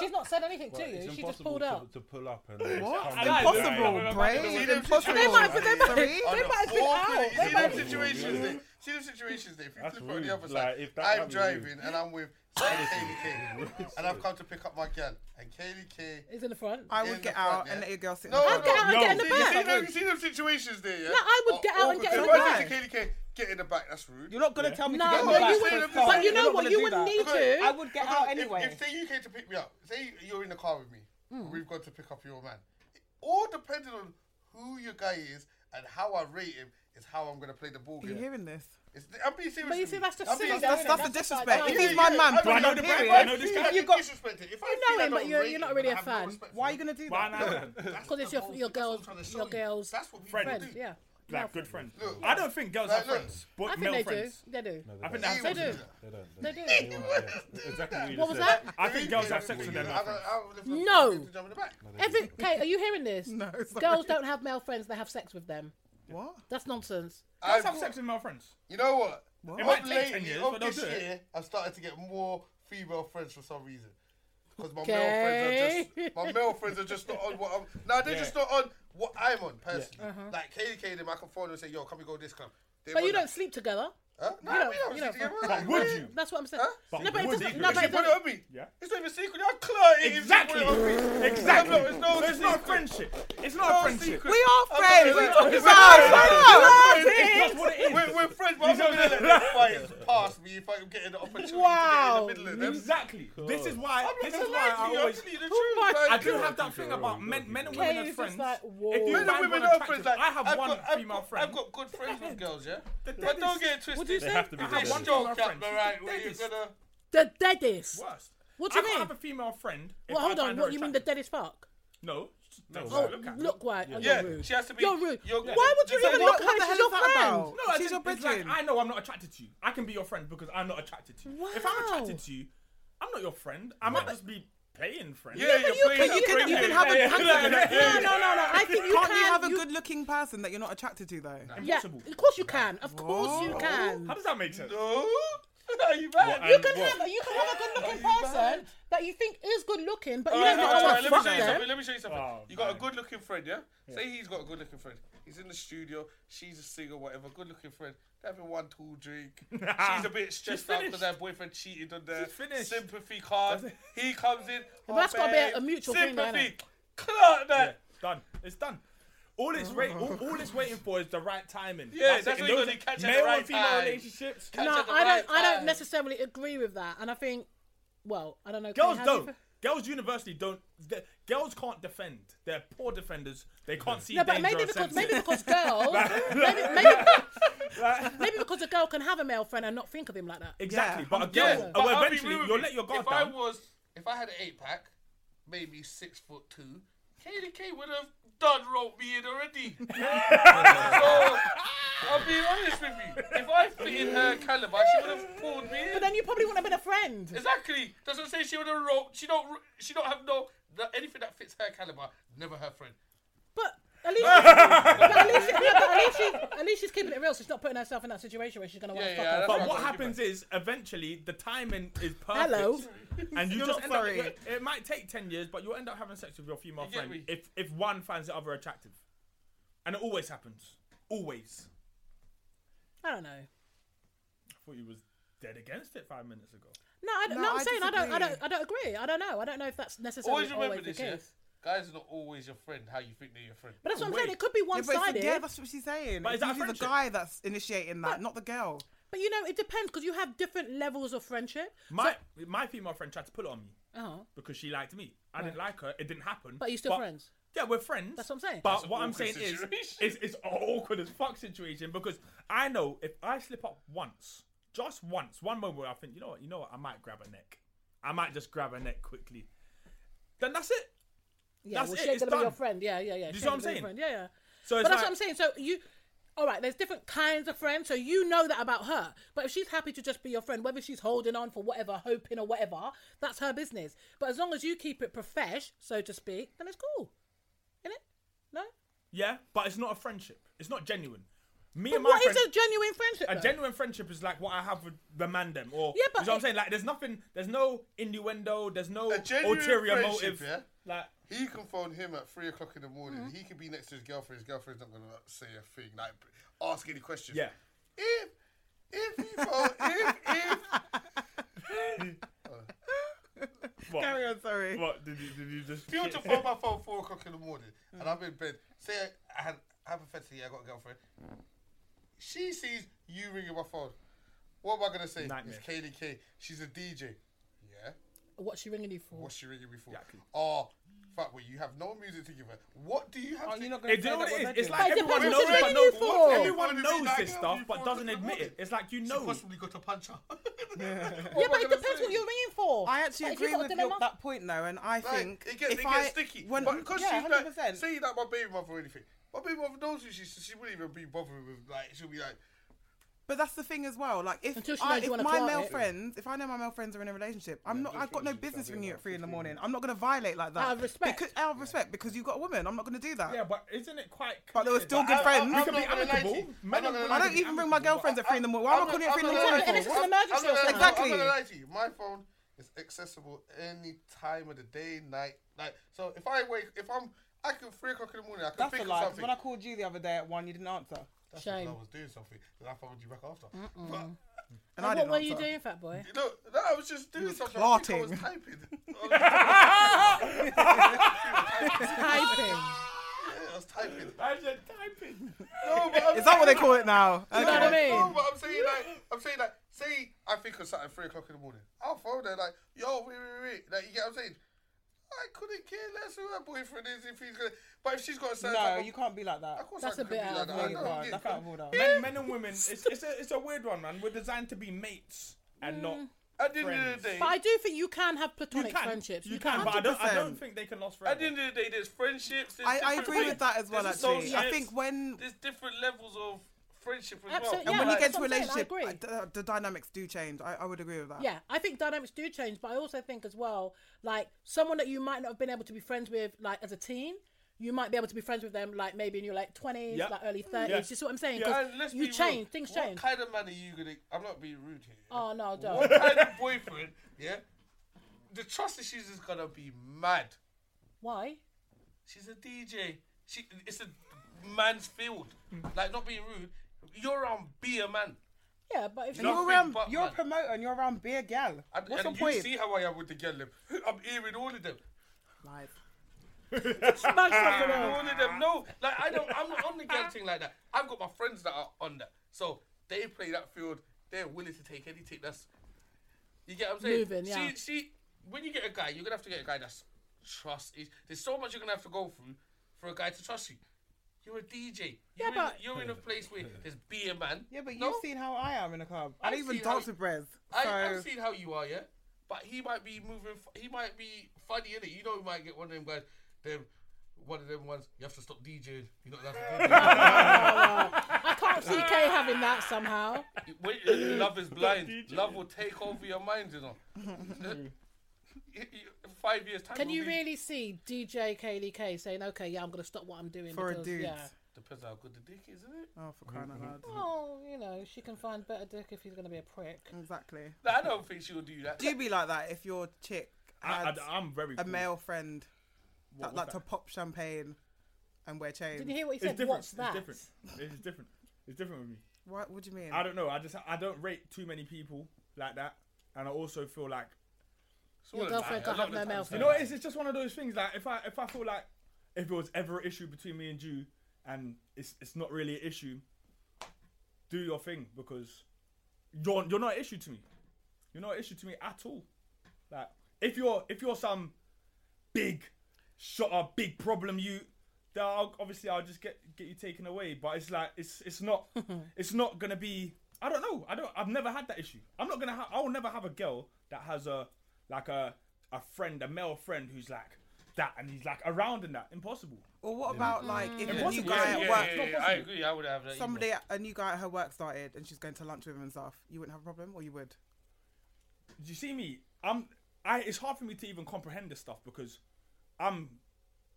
C: She's not said anything to you.
G: It's
C: She just
G: impossible
C: pulled
G: to,
C: up.
G: to pull up and.
A: What?
G: come in.
B: Guys,
A: Impossible,
B: right.
A: brave. Impossible.
C: They might, but they might,
A: Sorry?
C: they might have been out.
D: You
C: They
D: see
C: might,
D: them situations there. See them situations there. If you
G: That's
D: flip it on
G: rude.
D: the other
G: Like,
D: side,
G: if that
D: I'm
G: happens,
D: driving
G: rude.
D: and I'm with say, Kaylee K, and I've come to pick up my girl, and Kaylee K.
C: is in the front.
A: I
D: In
A: would
D: the
A: get
D: front,
A: out
D: yeah.
A: and let your girl sit.
D: No,
A: in
D: no,
A: the
C: get out and
D: no.
C: get in the
D: See-
C: back.
D: You see, them, you see them situations there, yeah.
C: No, I would
D: Are
C: get out and
D: awkward.
C: get in
D: If
C: the
D: I
A: back.
D: say to Kaylee K, get in the back. That's rude.
H: You're not gonna tell me
C: No,
H: to get
C: no,
H: in the
D: but
H: back.
C: you
D: would-
H: first
C: wouldn't.
D: car.
C: But you
H: You're
C: know
H: not
C: what?
H: gonna
C: You
H: do
C: wouldn't
H: that.
C: need
D: Because
H: I
C: to.
H: would get
D: Because
H: out anyway.
D: If, if say you came to pick me up, say you're in the car with me,
C: Hmm.
D: and we've got to pick up your man. It all depending on who your guy is and how I rate him is how I'm gonna play the ball
A: Are you
D: game.
A: hearing this?
D: It's, I'm being serious.
C: But you
D: with
C: see,
D: you.
C: that's just
D: I'm
C: silly,
D: being-
C: though,
A: That's, that's
C: innit?
A: the
C: That's just
A: disrespect.
C: like-
A: If
D: Yeah,
A: he's my
D: yeah,
A: man,
D: I mean,
A: bro,
B: I know
A: no,
B: the
A: period.
B: brand, I know this
D: If
B: guy.
D: I
C: You got-
D: disrespect him. If I
C: You
D: see
C: know
D: that
C: him, but
D: I'm
C: you're- you're
D: rating
C: not
D: him
C: really a
D: and I have no
C: fan.
D: respect for
A: Why are
D: him,
A: you gonna do
B: Why
A: that?
B: not?
D: that's
C: Because
D: the
C: it's your
D: whole
C: your
D: thing. That's what
C: girls,
D: I'm trying to show
C: your
D: you.
C: girls,
D: That's what we
B: Friends,
D: do.
C: friends. Yeah,
B: Like good friends.
D: Look.
B: I don't think girls
D: Like,
B: have
D: look.
B: friends, but
C: I think
B: male
C: they
B: friends.
C: do. They do.
B: I think that's
D: He
C: They
D: wants
C: do.
D: to that.
G: They don't.
C: They
G: They
C: do.
D: He
G: don't.
D: wants
G: Yeah, Exactly. you
C: What was
G: said.
C: that?
B: I think girls have sex with
D: to
B: their
D: that.
B: male
D: I got-
B: friends.
D: I got-
C: No.
D: I got to jump in the back.
C: Every Kate, are you hearing this?
A: No, sorry.
C: Girls don't have male friends. They have sex with them.
A: What?
C: That's nonsense.
B: Girls
D: I've-
B: have sex with male friends.
D: You know what?
B: It
D: Of
B: might take ten
D: lately,
B: years,
D: of
B: but they'll
D: this
B: do it.
D: year, I've started to get more female friends for some reason. Because my male friends are just
C: Okay.
D: my male friends are just not on what I'm. No, they're
B: Yeah. Uh-huh.
D: just not on what I'm on personally. Like KDK, them I can phone them and say, "Yo, can we go this club?" They
C: But you
D: want
C: don't
D: that.
C: sleep together.
D: Huh? No,
C: you don't-
D: we don't.
C: you don't
D: sleep together.
C: fuck-
D: Like,
B: But would
D: what?
B: you?
C: That's what I'm saying.
D: Huh?
C: No, but it
B: would
C: doesn't.
B: you?
C: No,
B: If
C: but
D: You
C: it
D: put it
C: doesn't.
D: on me.
B: Yeah.
D: It's not even secret. I'll clear it is
B: Exactly.
D: just what it is.
B: Exactly.
D: No, it's no
B: So it's not a
D: secret.
B: friendship. It's not a friendship.
D: secret.
A: We are
D: I'm
A: friends.
D: sorry,
A: We're
D: we're
A: talking
D: friends.
A: about
B: It's just what it is.
D: We're, we're friends, but I'm not gonna let that fight pass me if I'm getting the opportunity
A: Wow.
D: to get in the middle of them.
B: Exactly. This is why.
D: I'm not
B: This
D: gonna
B: is
D: lie
B: why
D: to
B: I
D: you. I'm
B: always.
D: telling you the
C: Who
D: truth.
C: might-
D: like-
B: I do have that thing about men, men and women
C: Kay
B: as
C: is just
B: friends.
C: like, whoa.
B: if you
D: Men and
B: find
D: women
B: one
D: are friends.
B: attractive,
D: Like,
B: I have
D: I've
B: one
D: got, I've
B: female
D: got,
B: friend.
D: I've got good friends with
C: *laughs*
D: girls, yeah.
B: dead
D: But don't
B: is-
D: get it twisted.
C: What do you say?
G: have to be
B: I have
G: dead.
B: one
D: One
B: female
D: joke,
B: friend.
D: Captain, right?
B: She's the
D: We're
B: deadest.
D: gonna.
C: The deadest. Well,
B: Worst.
C: What do
B: I
C: you
B: can't
C: mean?
B: have a female friend. if I
C: hold on.
B: find
C: What
B: her
C: you mean the
B: attractive.
C: deadest fuck?
B: No. No.
C: Oh,
B: look at.
C: look right. Oh,
D: Yeah,
C: you're rude.
D: she has to be-
C: You're rude.
D: you're-
C: Why would you
D: So
C: even look
D: what-
C: at
A: what the
C: her?
A: hell
C: She's
A: is
C: your
A: that
C: friend.
A: about?
B: No, I
A: She's
B: She's
A: your
B: it's like
A: bridging.
B: I know I'm not attracted to you. I can be your friend because I'm not attracted to you. If I'm attracted
C: Wow.
B: to you, I'm not your friend. I might just be playing friend.
D: Yeah, you're
C: you can-
D: playing
C: you
D: that
C: can-
D: friend
A: you can
D: game.
A: have a-
D: Yeah, yeah, yeah,
C: No,
D: yeah.
C: no, no, no. I think you
A: Can't
C: can.
A: you have a good-looking person that you're not attracted to though?
C: Yeah,
B: Impossible.
C: of course you can. Of course you can.
B: How does that make sense?
D: No, *laughs* are you mad?
G: What,
C: You
G: and
C: can
G: what?
C: have you can have a good looking
D: Are you
C: person that you think is good looking, but you
D: Alright,
C: don't
D: alright,
C: know what
D: alright, Let me
C: fuck
D: show you
C: them.
D: something. Let me show you something.
B: Oh,
D: you got a
B: man.
D: good looking friend, yeah? Say he's got a good looking friend. He's in the studio. She's a singer, whatever. Good looking friend. They're having one tall
B: *laughs*
D: drink. She's a bit stressed out because
B: finished.
D: her boyfriend cheated on her.
B: She's finished.
D: Sympathy card. He comes in. "Oh,
C: that's gotta be a-
D: babe,
C: a mutual thing, though,
D: sympathy. Clark
B: Yeah,
D: that.
B: done. It's done. All it's wait, all, all it's waiting for is the right timing.
D: Yeah,
B: it.
D: that's
B: In
D: what you
B: those
D: gotta catch at the
B: male
D: right
B: and female
D: time.
B: relationships.
D: Catch
C: No,
D: at the
C: I
D: right
C: don't. I don't
D: time.
C: necessarily agree with that, and I think, well, I don't know.
B: Girls
C: Kay, how do you
B: don't.
C: feel?
B: Girls university don't. The, girls can't defend. They're poor defenders. They can't see
C: No, but
B: danger
C: maybe
B: or
C: because
B: sense.
C: maybe because girls maybe maybe, maybe because a girl can have a male friend and not think of him like that.
B: exactly.
A: Yeah,
B: but a girl,
D: Yeah, but
B: well,
D: I'll be
B: eventually
D: real with
B: you'll let your guard
D: if
B: down.
D: I was, if I had an eight pack, maybe six foot two, KDK would have done rope me in
B: *laughs*
D: already. so I'll be honest with you. If I fit in her caliber, she would have pulled me
C: But
D: in.
C: then you probably wouldn't have been a friend.
D: Exactly. That's what I'm saying. She would have rope. She don't. She don't have no no- anything that fits her caliber. Never her friend.
C: But at least, but at least, no, but at least, she, at least she's keeping it real. So she's not putting herself in that situation where she's gonna want
D: Yeah,
C: to
D: yeah,
C: fuck
D: that's-
C: her.
B: But
D: Sorry,
B: what
D: sorry,
B: happens is eventually the timing is perfect.
C: Hello.
B: And you
A: You're
B: just
A: not
B: end up,
A: sorry.
B: it it might take ten years, but you'll end up having sex with your female
D: get
B: friend
D: me?
B: if if one finds the other attractive, and it always happens. Always.
C: I don't know.
B: I thought you was dead against it five minutes ago.
C: No, I, don't-
A: No,
C: no, I'm
A: I
C: saying I don't, I don't,
A: disagree.
C: I don't agree. I don't know. I don't know if that's necessarily
D: Always
C: always,
D: remember
C: the
D: this. Yeah?
C: case.
D: Guys are not always your friend. How you think they're your friend.
C: But that's what I'm
B: Wait.
C: saying. It could be
A: Yeah, but it's the-
C: one-sided.
A: yeah,
C: but,
A: that's what she's saying.
B: But is
A: It's
B: that a
A: usually the
B: friendship?
A: guy that's initiating that, not the girl.
C: you know, it depends because you have different levels of friendship.
B: My my female friend tried to pull it on me
C: Oh,
B: because she liked me. I didn't like her. It didn't happen.
C: But you're still friends?
B: Yeah, we're friends.
C: That's what I'm saying.
B: But
C: That's
D: an
B: what I'm
D: awkward
B: saying is,
D: situation.
B: is, it's an awkward as fuck situation because I know if I slip up once, just once, one moment where I think, you know what, you know what, I might grab a neck. I might just grab a neck quickly. Then that's it.
C: yeah.
B: That's
C: well,
B: it,
C: she ain't
B: it's
C: gonna be your
B: done.
C: friend. Yeah, yeah, yeah.
B: You
C: she
B: see what
C: ain't
B: I'm
C: gonna be your
B: saying?
C: friend. Yeah, yeah.
B: So it's
C: but
B: like-
C: that's what I'm saying. So you, all right. There's different kinds of friends. So you know that about her. But if she's happy to just be your friend, whether she's holding on for whatever, hoping or whatever, that's her business. But as long as you keep it profesh, so to speak, then it's cool, isn't it? No.
B: Yeah, but it's not a friendship. It's not genuine. Me
C: But
B: and my
C: what is
B: friend,
C: a genuine friendship?
B: a
C: though?
B: genuine friendship is like what I have with the man them. Or
C: Yeah, but
B: you know what I'm
C: it-
B: saying? Like there's nothing, there's no innuendo, there's no
D: A genuine
B: ulterior
D: friendship,
B: motive.
D: yeah?
B: Like
D: He can phone him at three o'clock in the morning.
H: Mm-hmm.
D: He could be next to his girlfriend. His girlfriend's not gonna say a thing, like ask any questions.
B: Yeah.
D: If if he phone if
H: *laughs*
D: if
B: what?
A: Carry on, sorry.
B: What did you, did you just?
D: if you were to phone my phone four o'clock in the morning and
H: Mm.
D: I'm in bed, say I, I had hypothetically I got a girlfriend. She sees you ringing my phone. What am I gonna say?
B: Nightmare.
D: It's Katie K. She's a DJ. Yeah.
C: What's she ringing you for?
D: What's she ringing me for?
B: Exactly.
D: Oh, fuck! Well, you have no music to give her. What do you have?
H: Oh,
D: to
H: you're not
B: Hey,
H: going
B: do
H: to
B: you know
H: say
B: what
H: that
B: it is?
H: we're
B: It's
H: veggies.
B: like
C: But it
B: everyone knows,
C: depends what she's
B: but
C: ringing
B: no-
C: you for.
B: everyone
D: What would it be
B: knows
D: like
B: this
D: if
B: stuff,
D: you
B: but
D: phoned
B: doesn't
D: up in the
B: admit it.
D: morning?
B: It's like you
D: She
B: know.
D: possibly got a puncher.
C: Yeah, but it depends what you're ringing for.
A: I actually
C: Like, if you've
A: agree
C: got a
A: with your,
C: dilemma-
A: that point though, and I think
D: it gets,
A: if
D: it
A: I
D: gets sticky.
A: when
D: but because
A: yeah,
D: she's
A: 100%.
D: like, say that my baby mother or anything, my baby mother knows who she is, so she wouldn't even be bothering with, like, she'll be like,
A: But that's the thing as well. Like if,
C: Until she
A: I,
C: knows you
A: if
C: wanna
A: my
C: plant
A: male
C: it.
A: friends, if I know my male friends are in a relationship, I'm not. I've got no business ringing you at three in the morning. I'm not going to violate like that.
C: Out of respect.
A: Because, out of respect, because you've got a woman. I'm not going to do that.
B: Yeah, but isn't it quite?
A: But they were
B: clear
A: still
B: that-
A: good
B: I- I-
A: friends.
B: We
A: I'm
B: can
D: not
B: be
D: gonna lie to you.
B: amicable.
D: I'm
B: Men
D: not
B: and
D: gonna
B: women
A: I
D: lie
A: don't
B: can be
A: even ring my
B: amicable,
A: girlfriends
B: but
A: at three in the morning. Why am I
D: I'm
A: calling
D: not-
A: at three in
D: I'm
A: the
D: not
A: morning
D: gonna
A: for?
C: But if it's an
D: lie to you.
C: emergency or
D: I'm
C: something.
D: not gonna-
A: Exactly.
D: I'm not gonna lie to you. My phone is accessible any time of the day, night. Like, so if I wake, if I'm, I can, 3 o'clock in the morning, I can
H: That's
D: think
H: a
D: of
H: lie. 'cause
D: something.
H: When I called you the other day at one, you didn't answer.
D: That's
C: Shame.
D: because I was doing something, and I phoned you back after. But,
A: And I
C: what
A: didn't
C: were you
A: answer.
C: doing, fat boy?
D: you know, no, I was just doing
A: was
H: *laughs*
D: something. I think I was
A: clarting.
D: typing. I was
C: Typing.
D: I was typing.
B: I said typing.
D: No, but I'm
A: Is that what they call it now?
C: You know what I
A: Okay.
C: mean?
D: No, but I'm saying like, I'm saying like, say I think of something three o'clock in the morning. I'll phone her like, yo, wait, wait, wait. Like, you get what I'm saying? I couldn't care less who her boyfriend is if he's gonna. But if she's got a certain
H: No,
D: type of-
H: you can't be like that.
D: Of course
C: That's
D: I
C: a
D: could
C: bit
D: be
C: out
D: like
C: of
D: that. I
H: order,
D: know,
H: bro.
D: yeah,
H: That's
D: but-
H: out of order.
B: *laughs* Men, men and women, it's, it's, a, it's a weird one, man. We're designed to be mates and not.
D: At the end of
B: Friends.
D: the day,
C: But I do think you can have
B: You
C: platonic
B: can,
C: friendships.
B: you can, but I don't, I
A: 100%.
B: don't think they can last forever.
D: at the end of the day, there's friendships. There's
A: I, I
D: different
A: agree with that as well.
D: there's
A: Actually, I
D: associates,
A: think when
D: there's different levels of friendship as
C: Absolutely,
A: and
D: well.
C: yeah,
A: when you
C: like-
A: get to a
C: that's what I'm
A: relationship,
C: saying, I
A: uh, the, the dynamics do change. I, I would agree with that.
C: Yeah, I think dynamics do change, but I also think as well, like someone that you might not have been able to be friends with, like as a teen, you might be able to be friends with them, like maybe in your like twenties,
B: Yeah.
C: like early thirties.
B: Yeah.
C: You see what I'm saying?
B: Yeah.
C: 'Cause
D: And let's
C: you
D: be real,
C: change, things
D: what
C: change.
D: kind of man are you gonna? I'm not being rude here. yeah?
C: Oh no,
D: What
C: don't.
D: kind of boyfriend? Yeah, the trust issues is gonna be mad.
C: Why?
D: She's a DJ. She it's a man's field. Like not being rude. You're around be a man.
C: Yeah, but if
D: Nothing
C: you
H: You're around,
D: but
H: you're a
D: man.
H: promoter and you're around beer gal.
D: And,
H: What's
D: and
H: the
D: you
H: point?
D: see how I am with the girl. them. I'm hearing all of them.
A: Lies.
C: smash
D: I'm
C: something
D: hearing
C: else,
D: all of them. No, like I don't. I'm not on the girl thing like that. I've got my friends that are on that. So they play that field. They're willing to take anything. That's you get what I'm saying.
C: Moving, yeah.
D: She, she, when you get a guy, you're gonna have to get a guy that's trust. is- There's so much you're gonna have to go through for a guy to trust you. You're a DJ. You're in,
C: but-
D: you're in a place where there's be a man.
H: Yeah, but you've
D: No?
H: seen how I am in a club.
A: I
D: I've
A: don't even
D: seen how
A: dance
D: you-
A: with Brez.
D: I,
A: So
D: I've seen how you are, yeah. But he might be moving. f- He might be funny in it. You know, he might get one of them guys. Them, one of them ones. You have to stop DJing. You're not allowed
C: I can't see Kay having that somehow.
D: to DJ. When- love is blind. Love will take over your mind. You know. You- you- Five years time.
C: Can
D: will
C: you
D: be-
C: really see DJ Kaylee K saying, "Okay, yeah, I'm gonna stop what I'm doing"?
A: for a
C: because,
A: dude.
C: yeah.
D: Depends how good the dick is, isn't it?
A: Oh, for crying out loud.
C: Oh, you know, she can find better dick if he's gonna be a prick.
A: Mm. Exactly.
D: No, I don't think she'll do that.
A: Do you be like that if your chick
B: I,
A: had
B: I, am very.
A: a
B: cool.
A: male friend that
B: what's
A: liked
B: that?
A: to pop champagne and wear chains?
C: Did you hear what he
B: It's
C: said?
B: different.
C: What's
B: It's
C: that?
B: different. It's different. It's different with me.
A: What, what do you mean?
B: I don't know. I just I don't rate too many people like that, and I also feel like
D: It's
C: Your
D: all a lie.
C: girlfriend
D: A
C: can't have
D: lot of
C: no
D: the
C: male
D: times,
C: friend.
B: You know, what, it's, it's just one of those things. Like if I if I feel like if it was ever an issue between me and you, and it's it's not really an issue, do your thing because you're you're not an issue to me. You're not an issue to me at all. Like if you're if you're some big shot up big problem you. then I'll, obviously, I'll just get get you taken away, but it's like it's it's not it's not gonna be. I don't know. I don't. I've never had that issue. I'm not gonna. Ha- I will never have a girl that has a like a a friend, a male friend who's like that, and he's like around in that. Impossible.
A: Or what
C: Mm.
A: about like if a new
B: Impossible.
A: guy
B: Yeah,
A: at
B: yeah,
A: work,
B: yeah, yeah.
D: I agree. I would have that.
A: somebody, a new guy at her work started, and she's going to lunch with him and stuff? You wouldn't have a problem, or you would?
B: Do you see me? I'm. I. It's hard for me to even comprehend this stuff because I'm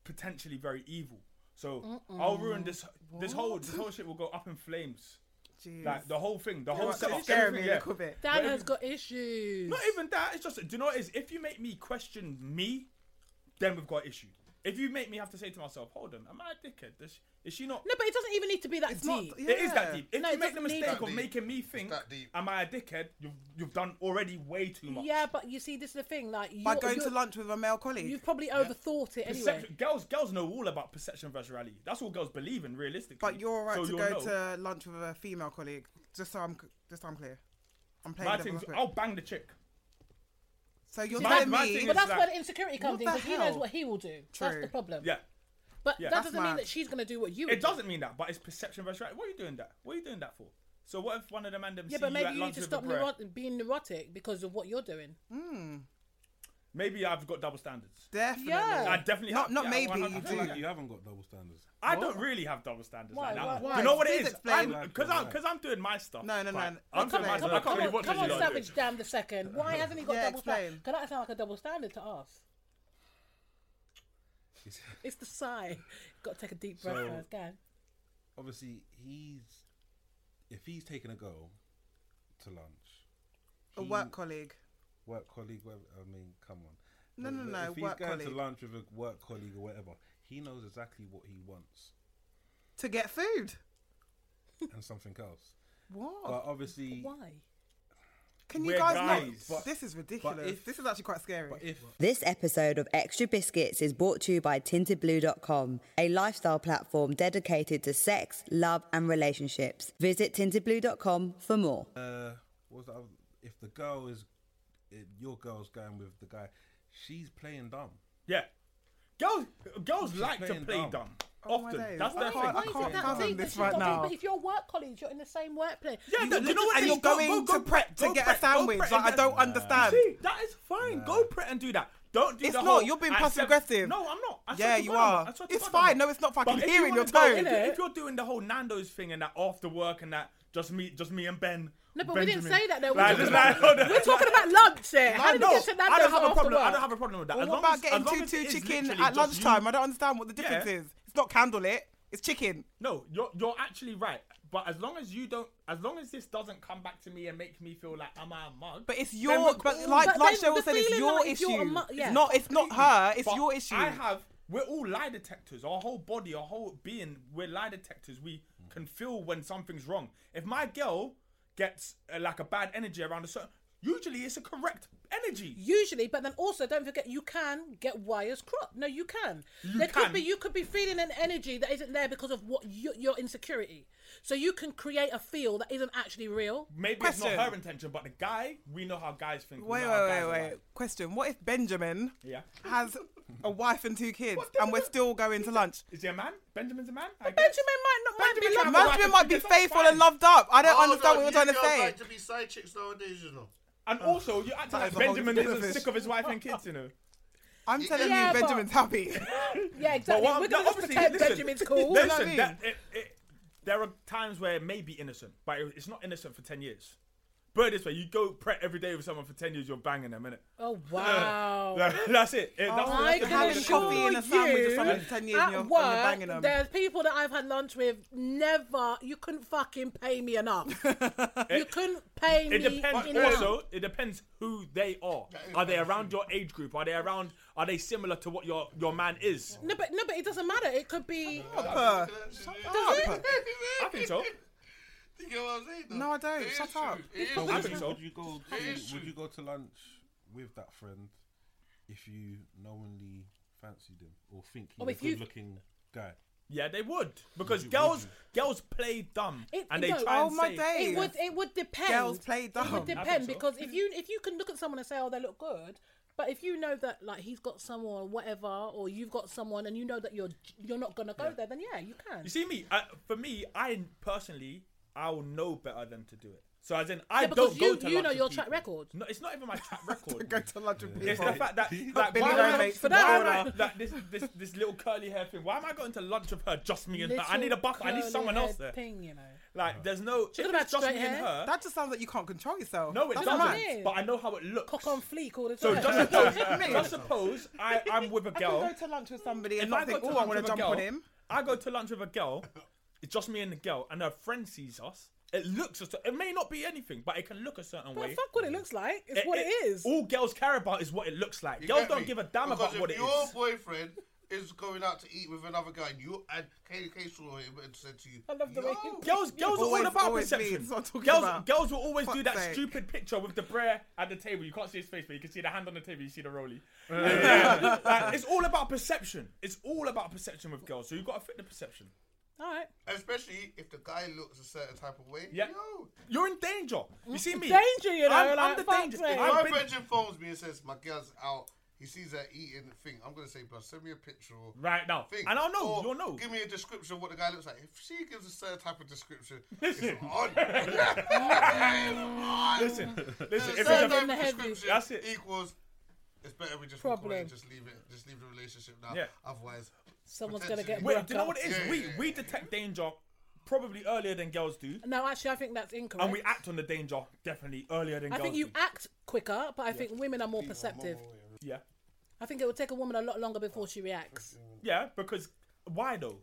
B: potentially very evil. So I'll ruin this. This whole this whole shit will go up in flames.
A: Jeez.
B: Like the whole thing, the whole
A: Right,
B: setup.
A: it's scaring me
B: everything,
A: a
B: yeah.
A: little bit.
C: Dan
B: Wait.
C: has got issues.
B: Not even that. It's just, do you know what it is? If you make me question me, then we've got issue. If you make me have to say to myself, hold on, am I a dickhead? Does she, is she not?
C: No, but it doesn't even need to be that
A: It's not-
C: deep.
B: It is that
A: Yeah.
B: deep. If
C: No,
B: you
C: it
B: make the
C: doesn't need-
B: mistake of
D: That deep.
B: making me think,
D: that deep.
B: am I a dickhead? You've you've done already way too much.
C: yeah, but you see, this is the thing. Like you,
A: By going
C: you,
A: to lunch with a male colleague?
C: you've probably overthought it anyway.
B: Perception, girls, girls know all about perception versus reality. That's all girls believe in, realistically.
A: But you're alright
B: So
A: to
B: you'll
A: go
B: know.
A: to lunch with a female colleague. Just so I'm, c- just so I'm clear. I'm playing
B: My
A: devil's
B: thing's,
A: advocate.
B: I'll bang the chick.
A: So you're
B: my-
A: telling
B: my
A: me,
B: thing
C: but
B: is-
C: that's
B: like-
C: where the insecurity comes
A: What
C: in
A: the
C: because he knows
A: hell?
C: what he will do. That's
A: True.
C: the problem.
B: Yeah.
C: But
B: Yeah.
C: that
A: That's
C: doesn't mean
A: mad.
C: that she's going to do what you. would
B: It
C: do.
B: doesn't mean that, but it's perception versus reality. What are you doing that? What are you doing that for? So what if one of them and them
C: Yeah,
B: see
C: but
B: you
C: maybe
B: at
C: you need
B: lunch
C: to
B: with
C: stop
B: a bro?
C: neuro- being neurotic because of what you're doing.
B: Maybe I've got double standards.
A: definitely.
C: Yeah.
B: I definitely
A: Not-
B: have.
A: not
B: yeah,
A: maybe,
B: 100%.
A: you
F: I feel
A: do.
F: like you haven't got double standards.
B: I don't really have double standards
C: Why?
B: like that.
C: Why?
B: Do you know what it
A: Please
B: is?
A: explain.
B: Because I'm because I'm doing my stuff.
A: No, no, no,
B: Like,
A: no.
B: I'm doing my
A: Explain.
B: stuff.
A: No,
B: I
A: come
B: can't really watch
C: come on,
B: you lot do.
C: Savage Damn the
A: *laughs*
C: second. Why hasn't he got
A: Yeah,
C: double standards?
A: explain.
C: Because that sounds like a double standard to us. It's the sigh. *laughs* Got to take a deep breath,
F: So-
C: guys. Go on.
F: Obviously, he's if he's taking a girl to lunch,
A: a
F: he-
A: work colleague.
F: work colleague. whatever- I mean, come on.
A: No, no,
F: If-
A: no,
F: If he's
A: work
F: going
A: colleague.
F: to lunch with a work colleague or whatever, he knows exactly what he wants
A: To get food.
F: and something else.
A: What?
F: But obviously,
C: Why?
A: Can you
B: We're
A: guys,
B: guys.
A: not?
B: But-
A: this is ridiculous.
F: if-
A: this is actually quite scary.
F: But if
E: This episode of Extra Biscuits is brought to you by tintedblue.com, a lifestyle platform dedicated to sex, love, and relationships. Visit tintedblue.com for more.
F: uh, was that, if the girl is if your girl's going with the guy, she's playing dumb.
B: Yeah. Girls, girls like to
F: playing
B: play dumb.
F: dumb.
A: Oh my
B: Often.
A: days.
B: That's
A: I
B: their
A: can't- I
B: thing.
A: can't
C: Why is it that
A: fathom
C: thing
A: this
C: that you've
A: right
C: got
A: now.
C: But if you're work colleagues, you're in the same workplace.
B: Yeah,
C: You
B: you, you know what?
A: and
B: it
A: you're
B: is? Go-
A: going
B: go-
A: to
B: go
A: Pret to
B: go
A: get a
B: Pret, go
A: sandwich.
B: Pret
A: Like,
B: and
A: I don't
B: do-
A: understand.
B: You See, that is fine. Go Pret and do that. Don't do
A: It's
B: the
A: not,
B: whole
A: you're being
B: at
A: passive
B: seven-
A: aggressive.
B: No, I'm not. I swear
A: Yeah,
B: to
A: you
B: God I'm
A: are.
B: not. I swear to
A: It's
B: God I'm
A: fine. No, it's not. Fucking
B: But if
A: hearing
B: you
A: your
B: wanna go-
A: tone.
B: If you're doing the whole Nando's thing and that after work and that, just me, just me and Ben.
C: No, but we didn't
B: Benjamin.
C: say that, though.
B: *laughs*
C: We're
B: Like,
C: talking
B: like,
C: about- We're talking about lunch here. How did
B: no,
C: we get to that?
B: I don't have a
C: after
B: problem. I don't
C: work?
B: have a problem with that.
A: Well,
B: as
A: what
B: long
A: about
B: as, as long
A: getting
B: as
A: two
B: it
A: two
B: is
A: chicken
B: literally
A: at
B: just you-
A: lunchtime? I don't understand what the
B: Yeah.
A: difference is. It's not candlelit. It's chicken.
B: No, you're you're actually right. But as long as you don't, as long as this doesn't come back to me and make me feel like am I a mug?
A: But it's
B: then
A: your.
B: we're
A: But
B: cool.
A: like
C: But
A: like
C: then
A: Cheryl
C: the
A: said, it's
C: feeling
A: your
C: like if
A: issue.
C: you're a mu- yeah.
A: It's not. It's not her. It's
B: But
A: your issue.
B: I have. We're all lie detectors. Our whole body, our whole being, we're lie detectors. We can feel when something's wrong. If my girl gets uh, like a bad energy around a certain, usually it's a correct energy.
C: Usually, but then also don't forget you can get wires crossed. No, you can. there
B: can.
C: could be you could be feeling an energy that isn't there because of what you, your insecurity. So you can create a feel that isn't actually real.
B: Maybe it's
A: Question.
B: not her intention, but the guy. We know how guys think. We
A: Wait,
B: know how
A: wait,
B: guys
A: wait,
B: are
A: wait.
B: like.
A: Question: What if Benjamin
B: Yeah.
A: has a wife and two kids,
B: What the-
A: and we're still going to lunch?
B: Is he a man? Benjamin's a man. I guess.
C: Benjamin might not might
B: Benjamin
C: be
B: can't
C: loved.
B: have a
A: Benjamin
B: wife
A: might be
B: and two kids,
A: faithful
B: that's
A: and loved up. I don't
I: Hold
A: understand
I: on,
A: what you're
I: you
A: trying to
I: girls
A: say.
I: Like to be side chicks nowadays, you know.
B: And also, you act
A: is
B: like
A: a whole
B: Benjamin
A: different
B: isn't
A: fish.
B: sick of his wife and kids, you know.
A: I'm telling
C: Yeah,
A: you,
C: but-
A: Benjamin's
B: *laughs*
A: happy.
C: Yeah, exactly.
B: what-
C: We're gonna
B: no,
C: just
B: obviously,
C: pretend
B: listen.
C: Benjamin's
B: *laughs*
C: cool.
A: know what I
B: Listen,
A: mean?
B: that, it, it, there are times where it may be innocent, but it- it's not innocent for 10 years. Put it this way, you go pret every day with someone for 10 years, you're banging them, innit?
C: oh
B: *laughs*
C: wow.
B: uh, Like, that's it. It-
A: Oh,
B: that's,
C: I
B: that's the
C: can
A: having
B: biggest
C: assure
B: problem.
A: coffee
C: you,
A: and a sandwich or something for 10 years and
C: at
A: you're- and you're
C: work,
A: banging 'em.
C: there's people that I've had lunch with. Never, you couldn't fucking pay
A: *laughs*
C: me enough. you couldn't pay
B: It
C: me
B: depends
C: enough.
B: also, it depends who they are. Are they around your age group? Are they around, are they similar to what your, your man is?
C: No, but no, but it doesn't matter. It could be.
A: Uh,
C: Does it?
B: I think so.
I: You get what I'm saying? though?
A: No, I don't.
I: It is
A: Shut up.
I: true. It is
F: So
I: true.
B: I
F: would,
B: think
F: you,
B: so.
F: would you go
I: is
F: to, would
I: true.
F: you go to lunch with that friend if you knowingly fancied him or think he's
C: Or
F: a
C: Oh, if you-
F: good looking guy?
B: Yeah, they would. Because
F: Would you- would
B: girls girls play dumb.
C: It-
B: and they
C: no.
B: try
A: oh
B: and
A: my
B: say,
A: days.
C: It would. It would depend.
A: Girls play
C: It would
A: dumb.
B: I
C: depend
B: think so.
C: because if you if you can look at someone and say, oh, they look good. But if you know that like he's got someone or whatever, or you've got someone, and you know that you're you're not gonna go there, then yeah, you can.
B: You see me? Uh, for me, I personally, I will know better than to do it. So as in, I
C: Yeah, because
B: don't go
C: you-
B: to
C: you
B: lunch
C: know
B: with
C: your track
B: people.
C: record.
B: No, it's not even
A: *laughs*
B: my track record.
A: Go to lunch with
B: It's
A: people.
B: the fact that like,
A: Billy
B: why,
A: Ray
B: am I,
A: makes
B: why
A: an
B: am I
A: order.
B: like, this, this this little curly hair thing? Why am I going to lunch with her? Just me and her. I
C: Little
B: need a bucket. I need someone else there.
C: curly-haired Thing, you know.
B: Like there's no.
C: Talking
B: if
C: about
B: it's just me
C: straight
B: and
C: hair?
B: her.
A: That just sounds like you can't control yourself.
B: no, it
A: That's
B: doesn't.
A: mad.
C: mad.
B: But I know how it looks.
C: Cock on fleek all the
B: So
C: time.
B: just
C: *laughs*
B: suppose, just suppose I I'm with a
A: I can
B: girl.
A: go to lunch with somebody and
B: If I
A: not
B: go
A: think,
B: to
A: oh, I
B: lunch
A: want
B: with
A: to
B: a
A: jump
B: girl,
A: on him.
B: I go to lunch with a girl. It's just me and the girl, and her friend sees us. It looks. a cer- It may not be anything, but it can look a certain
C: But
B: way.
C: fuck what it looks like.
B: Eh,
C: It's what it is.
B: All girls care about is what it looks like.
I: You
B: girls
I: get
B: don't
I: me?
B: give a damn
I: Because
B: about what it
I: if
B: is.
I: your boyfriend is going out to eat with another guy, and you and Katie K saw him and said to you,
C: I love the
I: "Yo,
C: way
B: Girls, girls are
A: Always-
B: all about
A: always me,
B: perception.
A: that's what I'm talking
B: Girls,
A: about.
B: girls will always do
A: Fuck's
B: that
A: sake.
B: stupid picture with the brer at the table. You can't see his face, but you can see the hand on the table. You see the rolly. Yeah. Like, it's all about perception. It's all about perception with girls. So you've got to fit the perception.
C: All right.
I: especially if the guy looks a certain type of way."
B: Yeah.
I: Yo,
B: You're in danger. You see me?
C: Danger, you know,
B: I'm, I'm
C: like,
B: the
C: fuck's
B: danger.
C: sake.
I: my
B: I've been-
I: friend just phones me and says my girl's out. He sees her eating thing. I'm gonna say, "Bro, send me a picture." or
B: Right now.
I: Thing.
B: And I'll know,
I: Or
A: oh,
B: you'll know.
I: oh, Give me a description of what the guy looks like. If she gives a certain type of description,
B: Listen. *laughs*
I: it's on. It's
B: Listen, listen.
I: on.
B: If
I: A
B: it's a,
I: certain type
C: in the
I: of
C: heavy.
I: description
B: That's it.
I: equals. It's better we just walk
C: Problem.
I: away and just leave it. Just leave the relationship now.
B: Yeah.
I: Otherwise,
C: Someone's gonna get.
I: potentially-
B: wait,
C: worked
B: do you know
C: up.
B: what it is?
I: Yeah,
B: we
I: yeah, yeah.
B: we detect danger probably earlier than girls do,
C: No, actually, I think that's incorrect.
B: and we act on the danger definitely earlier than
C: I
B: girls
C: think you
B: do.
C: act quicker, but I think women are more perceptive.
B: yeah.
C: I think it would take a woman a lot longer before she reacts.
B: Yeah, because why though?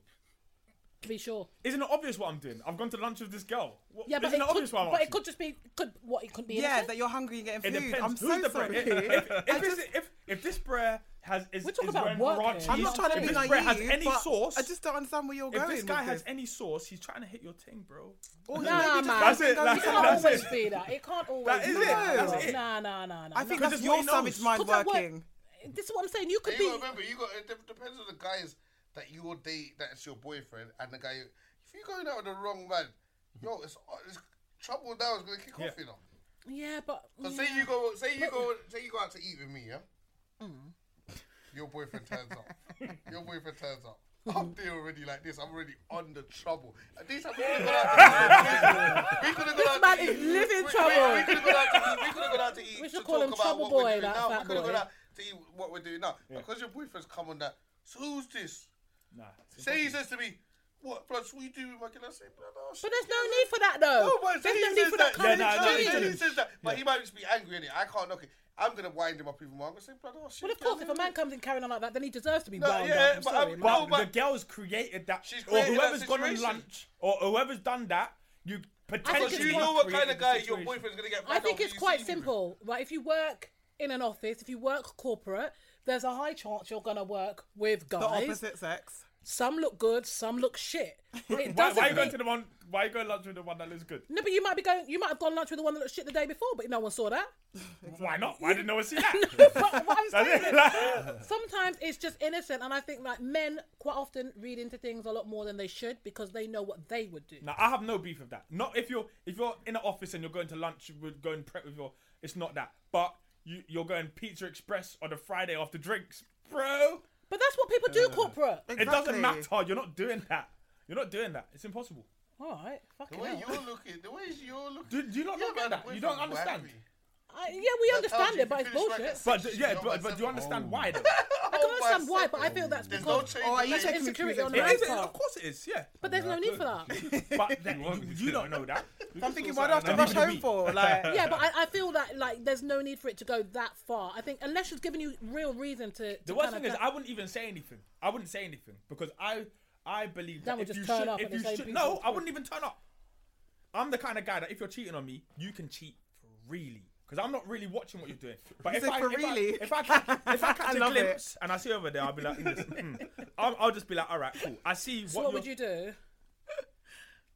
C: To be sure.
B: Isn't it obvious what I'm doing? I've gone to lunch with this girl. What,
C: Yeah, but
B: isn't
C: it,
B: it, obvious
C: could,
B: what I'm
C: but it
B: watching?
C: could just be could what it could be.
A: Yeah,
C: innocent.
A: that you're hungry and
B: It
A: getting food.
B: depends.
A: I'm
B: Who's
A: so
B: the bra-
A: sorry.
B: If, if, if,
A: *laughs* I
B: this-
A: just-
B: if- if this brer has is,
C: We're talking
B: is
C: about
B: wearing
C: work
B: Huarache.
C: here.
A: I'm not trying to
B: if
A: be
B: this
A: naive.
B: bread has any
A: but
B: sauce,
A: I just don't understand where you're
B: if
A: going.
B: this guy
A: with
B: has
A: this.
B: any sauce, he's trying to hit your thing, bro.
A: Or you
C: Nah,
A: maybe just
C: man.
B: That's
A: don't
B: it,
A: go to
B: that's it,
C: It can't
A: that.
B: that's
C: always
B: it.
C: be that. It can't always.
B: That
C: be
B: is
A: it,
C: That.
A: that's
B: it.
C: Nah, nah, nah, nah.
A: I think
C: nah.
B: Because
A: that's
B: it's what
A: your
B: he
A: savage
B: knows.
A: mind
C: Because I work-
A: working.
C: this is what I'm saying. You could
I: And
C: be.
I: you gotta remember, you got it dep- depends on the guys that you will date that's your boyfriend and the guy. If you're going out with the wrong man, yo, it's, it's trouble now is gonna kick
B: Yeah.
I: off, you know.
C: Yeah, but.
I: Cause say you go, say you go, say you go out to eat with me, yeah.
C: Mm.
I: Your boyfriend
C: *laughs*
I: turns up. Your boyfriend turns up. I'm there already like this. I'm already on the trouble. At
C: *laughs*
I: least I'm gonna go out to eat. We could have gone out
C: man
I: to eat.
C: is living
I: We- we-
C: trouble.
I: We could have gone out to eat. We could have gone out to eat.
C: We should
I: to
C: call
I: talk
C: him
I: about
C: Trouble
I: what we're
C: Boy,
I: doing
C: that
I: now.
C: fat
I: We could have
C: boy.
I: gone out to eat what we're doing now. Because your boyfriend's come on that. So who's this?
B: Nah. it's
I: Say he says to me, "What, blood? What you do with my girl?" I say, "Blood, oh,
C: But
I: shit."
C: there's no need for that, though.
I: No, but
C: there's
I: he
C: no
I: says
C: need for that
I: that-
C: kind
B: Yeah,
C: of
B: nah,
I: no,
B: it's
I: he said- he
C: exchange.
B: challenge.
I: says that, but he might just be angry innit? I can't knock it. I'm gonna wind him up even more. I'm gonna say, blood, oh shit.
C: Well, of
I: blood,
C: course, if a man comes in carrying on like that, then he deserves to be
I: No,
C: wound
I: yeah,
C: up. I'm
I: but
C: sorry,
I: I'm-
C: man.
B: But
I: No, but-
B: the girls created that,
I: She's
B: or
I: created that
B: whoever's gone on
I: situation.
B: lunch, or whoever's done that, you potentially.
I: Because
C: it's
I: you
C: quite-
I: know what
B: created
I: kind of
B: the
I: guy your
B: situation.
I: boyfriend's gonna get.
C: I
I: mad
C: think
I: over
C: it's
I: you
C: quite
I: sleeping with.
C: simple. Right, if you work in an office, if you work corporate, there's a high chance you're gonna work with
A: The
C: guys.
A: opposite sex.
C: Some look good, some look shit. It
B: Why,
C: doesn't.
B: why are you going
C: mean-
B: to the one? Why are you going lunch with the one that looks good?
C: No, but you might be going. You might have gone lunch with the one that looked shit the day before, but no one saw that.
B: Why not? Why didn't no one see *laughs* that?
C: But what I'm
B: That's
C: saying
B: it,
C: is-
B: like- *laughs*
C: sometimes it's just innocent and i think like men quite often read into things a lot more than they should because they know what they would do
B: Now I have no beef with that. Not if you're if you're in an office and you're going to lunch with going prep with your. It's not that, but you you're going Pizza Express on a Friday after drinks, bro.
C: but that's what people do corporate
B: It doesn't
A: Exactly.
B: matter. You're not doing that. You're not doing that. It's impossible.
C: all right fucking
I: The way
C: hell.
I: you're looking, the way you're looking.
B: Do, do you not
I: Yeah,
B: look
I: man,
B: at that?
I: the
B: You don't
I: boyfriend's
B: understand.
I: angry.
C: I, yeah we
I: That tells
C: understand
I: you
C: it but
I: if
C: it's
I: you finish work
C: bullshit
I: at
B: But
I: six,
B: yeah,
I: you're
B: but,
I: by
B: but do you
I: seven.
B: understand why?
C: *laughs*
B: Though?
C: i can understand why but i feel that's
I: There's no
C: because
I: change.
A: Oh, are you
I: in
A: taking
I: that.
A: me
C: insecurity
A: to
C: on
A: the
C: your
B: it is.
C: part.
B: Of course it is. Yeah.
C: but there's no need for that
I: *laughs*
C: *laughs*
B: But that, you, you don't know that.
A: I'm thinking, why do I have to rush
B: Another
A: home
B: week.
A: for? Like,
C: yeah but I, I feel that like there's no need for it to go that far i think unless she's given you real reason to, to
B: The worst
C: kinda
B: thing is,
C: go-
B: I wouldn't even say anything. I wouldn't say anything because I, I believe that
C: Then we'll
B: if
C: just
B: you
C: turn
B: should,
C: up at
B: if
C: the
B: you
C: same
B: should,
C: people's
B: no, I
C: place.
B: wouldn't even turn up. I'm the kind of guy that if you're cheating on me, you can cheat freely because I'm not really watching what you're *laughs* doing. But if
A: said
B: I,
A: for
B: if, I,
A: really?
B: if I catch, if *laughs* I catch a
A: love it.
B: glimpse and I see over there, I'll be like, mm, mm. I'll, I'll just be like, all right, cool. I see
C: so
B: what,
C: what
B: you're-
C: would you do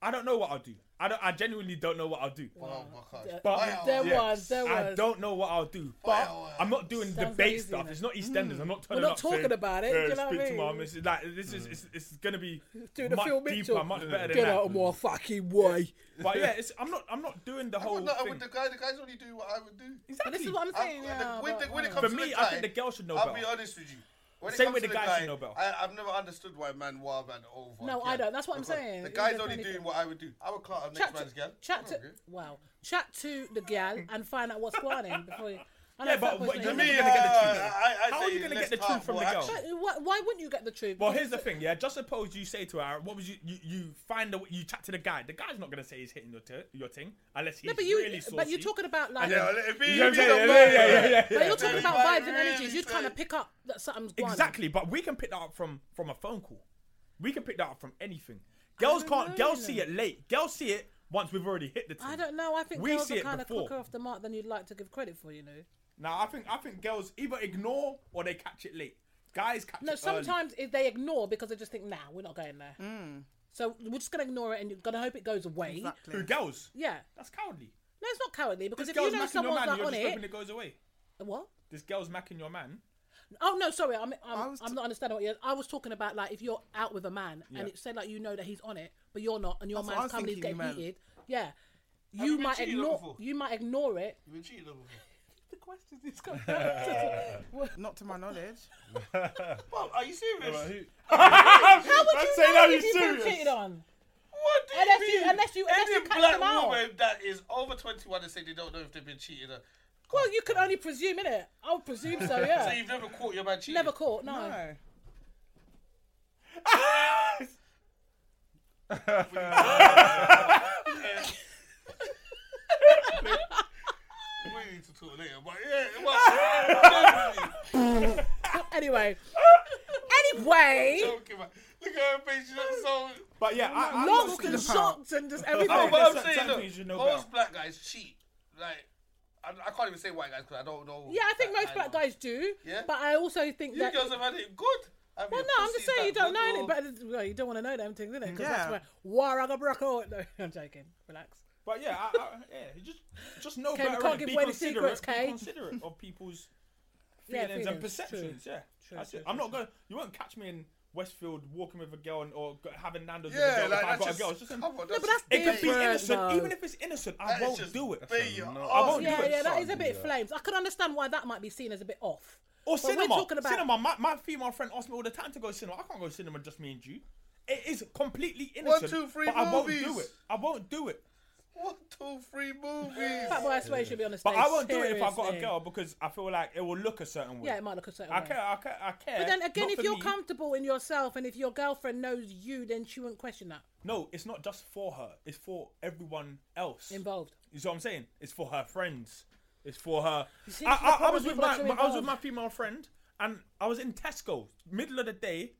B: I don't know what I'll do. I don't. I genuinely don't know what I'll do.
I: Oh my god.
B: But
C: there
B: yeah,
C: was there
B: I
C: was
B: don't know what I'll do, but I'm not doing
C: Sounds
B: debate
C: lazy,
B: stuff.
C: innit?
B: It's not EastEnders. I'm not turning
C: not
B: up
C: talking
B: saying,
C: about it,
B: "Yeah,
C: do you know what
B: speak
C: I
B: to
C: mean?"
B: mom. It's like this is it's, it's gonna be
C: Doing a
B: much
C: Phil
B: deeper,
C: Mitchell.
B: much better than
C: get out
B: that.
C: of my fucking way
B: But yeah, it's, I'm not I'm not doing the
I: I
B: whole
I: would not. I
B: thing.
I: would. The guy. The guys only do what I would do.
C: But this is what I'm
I: I-
C: saying.
I: the-
C: yeah,
I: when, the,
C: but- uh,
I: when it
C: yeah.
I: comes
B: For
I: to
B: me,
I: the
B: I
I: guy,
B: think the girl should know
I: I'll
B: better.
I: be honest with you. When it
B: Same
I: comes
B: way
I: to
B: the guy should know better.
I: I, I've never understood why man war man over.
C: No,
I: again.
C: I don't. That's what I'm
I: Because
C: saying.
I: The
C: It
I: guy's
C: doesn't
I: only
C: make
I: doing
C: sense.
I: what I would do. I would clout up next
C: chat
I: man's
C: to,
I: gal. I
C: chat
I: don't
C: to
I: care.
C: wow, chat to the gal and find out what's going on before you. I know
B: Yeah, but
C: that person
B: what-
C: is-
B: to
I: To
B: You're
I: me,
B: never
I: uh,
B: gonna get the truth.
I: I, I
B: How are
I: say
B: you gonna
I: let's
B: get the
I: talk
B: truth from
I: more
B: the girl?
I: action.
C: But why, why wouldn't you get the truth?
B: Well,
C: Because
B: here's the
C: it's-
B: thing, yeah. Just suppose you say to her, "What was you you, you find the you chat to the guy? The guy's not gonna say he's hitting your t- your thing unless he's
C: No, but you,
B: really saucy."
C: but you're talking about like,
I: Yeah, let it be.
B: You know what I'm
I: be
B: saying?
I: the
B: Yeah,
I: man.
B: yeah, yeah, yeah, yeah.
C: but you're talking
I: Yeah.
C: about
I: Yeah.
C: vibes and
I: Really
C: energies. You'd
I: say-
C: kind of pick up that something's going.
B: Exactly, but we can pick that up from from a phone call. We can pick that up from anything. Girls
C: don't
B: can't.
C: know,
B: girls
C: you
B: see
C: know.
B: it late. Girls see it once we've already hit the. Team.
C: I don't know. I think
B: We
C: girls
B: see
C: are
B: it
C: kind of
B: before.
C: quicker off the mark than you'd like to give credit for. You know.
B: Now I think I think girls either ignore or they catch it late. Guys catch
C: No,
B: it early.
C: sometimes it, they ignore because they just think, nah, we're not going there.
B: Mm.
C: So we're just gonna ignore it and you're gonna hope it goes away.
B: Who, girls.
C: Yeah.
B: That's cowardly.
C: No, it's not cowardly because
B: This
C: if you
B: girl's
C: know
B: macking your
C: someone's
B: man.
C: not
B: You're
C: on
B: just hoping
C: it,
B: it goes away.
C: what?
B: This girl's macking your man.
C: Oh no, sorry, I'm I'm,
A: was
C: I'm not understanding what you're. I was talking about like if you're out with a man and it said like you know that he's on it, but you're not, and your
A: That's what I
C: man's
A: was
C: coming, he's
A: thinking
C: getting
A: you meant.
C: heated. Yeah,
I: you
C: you
I: been
C: might
I: cheated on
C: ignore
I: before?
C: you might ignore it.
I: You've been cheated on before.
C: The question is coming down to-
A: Not to my knowledge.
I: Bob, are you serious?
C: How would you
B: Say
C: know
B: that
C: if
B: he's
C: you've been
B: serious.
C: cheated on?
I: What do you
C: Unless
I: mean?
C: you- unless you- unless
I: Any
C: you catch
I: black
C: them out.
I: woman that is over 21 and say they don't know if they've been cheated on.
C: Well, you can only presume, innit? I would presume so. Yeah.
I: *laughs* So you've never caught your man cheating?
C: Never caught. No.
A: No.
I: We need to talk later, but yeah,
C: *laughs*
I: well,
C: Anyway. anyway.
I: joking, man. Look at her face, she's not so...
B: But yeah, I, I'm
C: Lost
B: looking
C: and shocked and just everything.
B: there's
I: No, but I'm
B: certain
I: saying,
B: things you
I: look,
B: know
I: most
B: better.
I: black guys cheat. Like, I, I can't even say white guys because I don't know.
C: Yeah, I think
I: that
C: most black
I: know.
C: guys do.
I: Yeah.
C: But I also think
I: You
C: that.
I: girls have had it good. Have
C: well,
I: your
C: no, I'm just
I: pussies
C: saying you
I: that
C: don't know
I: wiggle.
C: it, but it's- well, you don't want to know them things, innit? Because
A: Yeah.
C: that's where waraga brako. *laughs* No, I'm joking. Relax.
B: But yeah, I, I, yeah, you just just know
C: Okay, we
B: better.
C: can't
B: innit?
C: give
B: be
C: away the
B: considerate.
C: secrets,
B: be
C: Kay.
B: considerate of people's
C: Yeah,
B: feelings, and
C: feelings, true.
B: perceptions. Yeah,
C: True,
B: That's
C: true,
B: it. I'm
C: true,
B: not going. to You won't catch me in Westfield walking with a girl and, or g- having Nando's
I: Yeah,
B: with a girl
I: like
B: if I've
I: that's
B: got
I: just,
B: a girl. It's just an-
I: come on,
C: No, but that's
B: *laughs* it could be
C: different,
B: innocent.
C: though.
B: Even if it's innocent, I
I: that is
B: won't
I: just
B: do it.
I: bare
F: no.
I: arse.
B: I won't do
C: Yeah,
B: it.
C: yeah, that
F: Can't
C: is a
F: do
C: bit
F: that.
C: flames. I could understand why that might be seen as a bit off.
B: Or
C: But we're
B: cinema.
C: talking about-
B: Cinema. My, my female friend asks me all the time to go cinema. I can't go cinema just me and you. It is completely innocent.
I: two, three
B: but I won't do
I: movies.
B: it. I won't do it.
I: One, two, three movies.
C: Fat boy, I swear, you should be on the stage.
B: But I won't do it if I've got a
C: seriously.
B: girl because I feel like it will look a certain way.
C: Yeah, it might look a certain
B: I
C: way.
B: care. I care. I care.
C: But then again,
B: not
C: if
B: for
C: you're
B: me.
C: comfortable in yourself and if your girlfriend knows you, then she wouldn't question that.
B: no, it's not just for her. It's for everyone else
C: Involved.
B: You see what I'm saying? It's for her friends. It's for her. I,
C: see, this is the
B: I- I
C: problem,
B: was with
C: people are
B: my,
C: too
B: my- I was with
C: involved.
B: my female friend, and I was in Tesco middle of the day,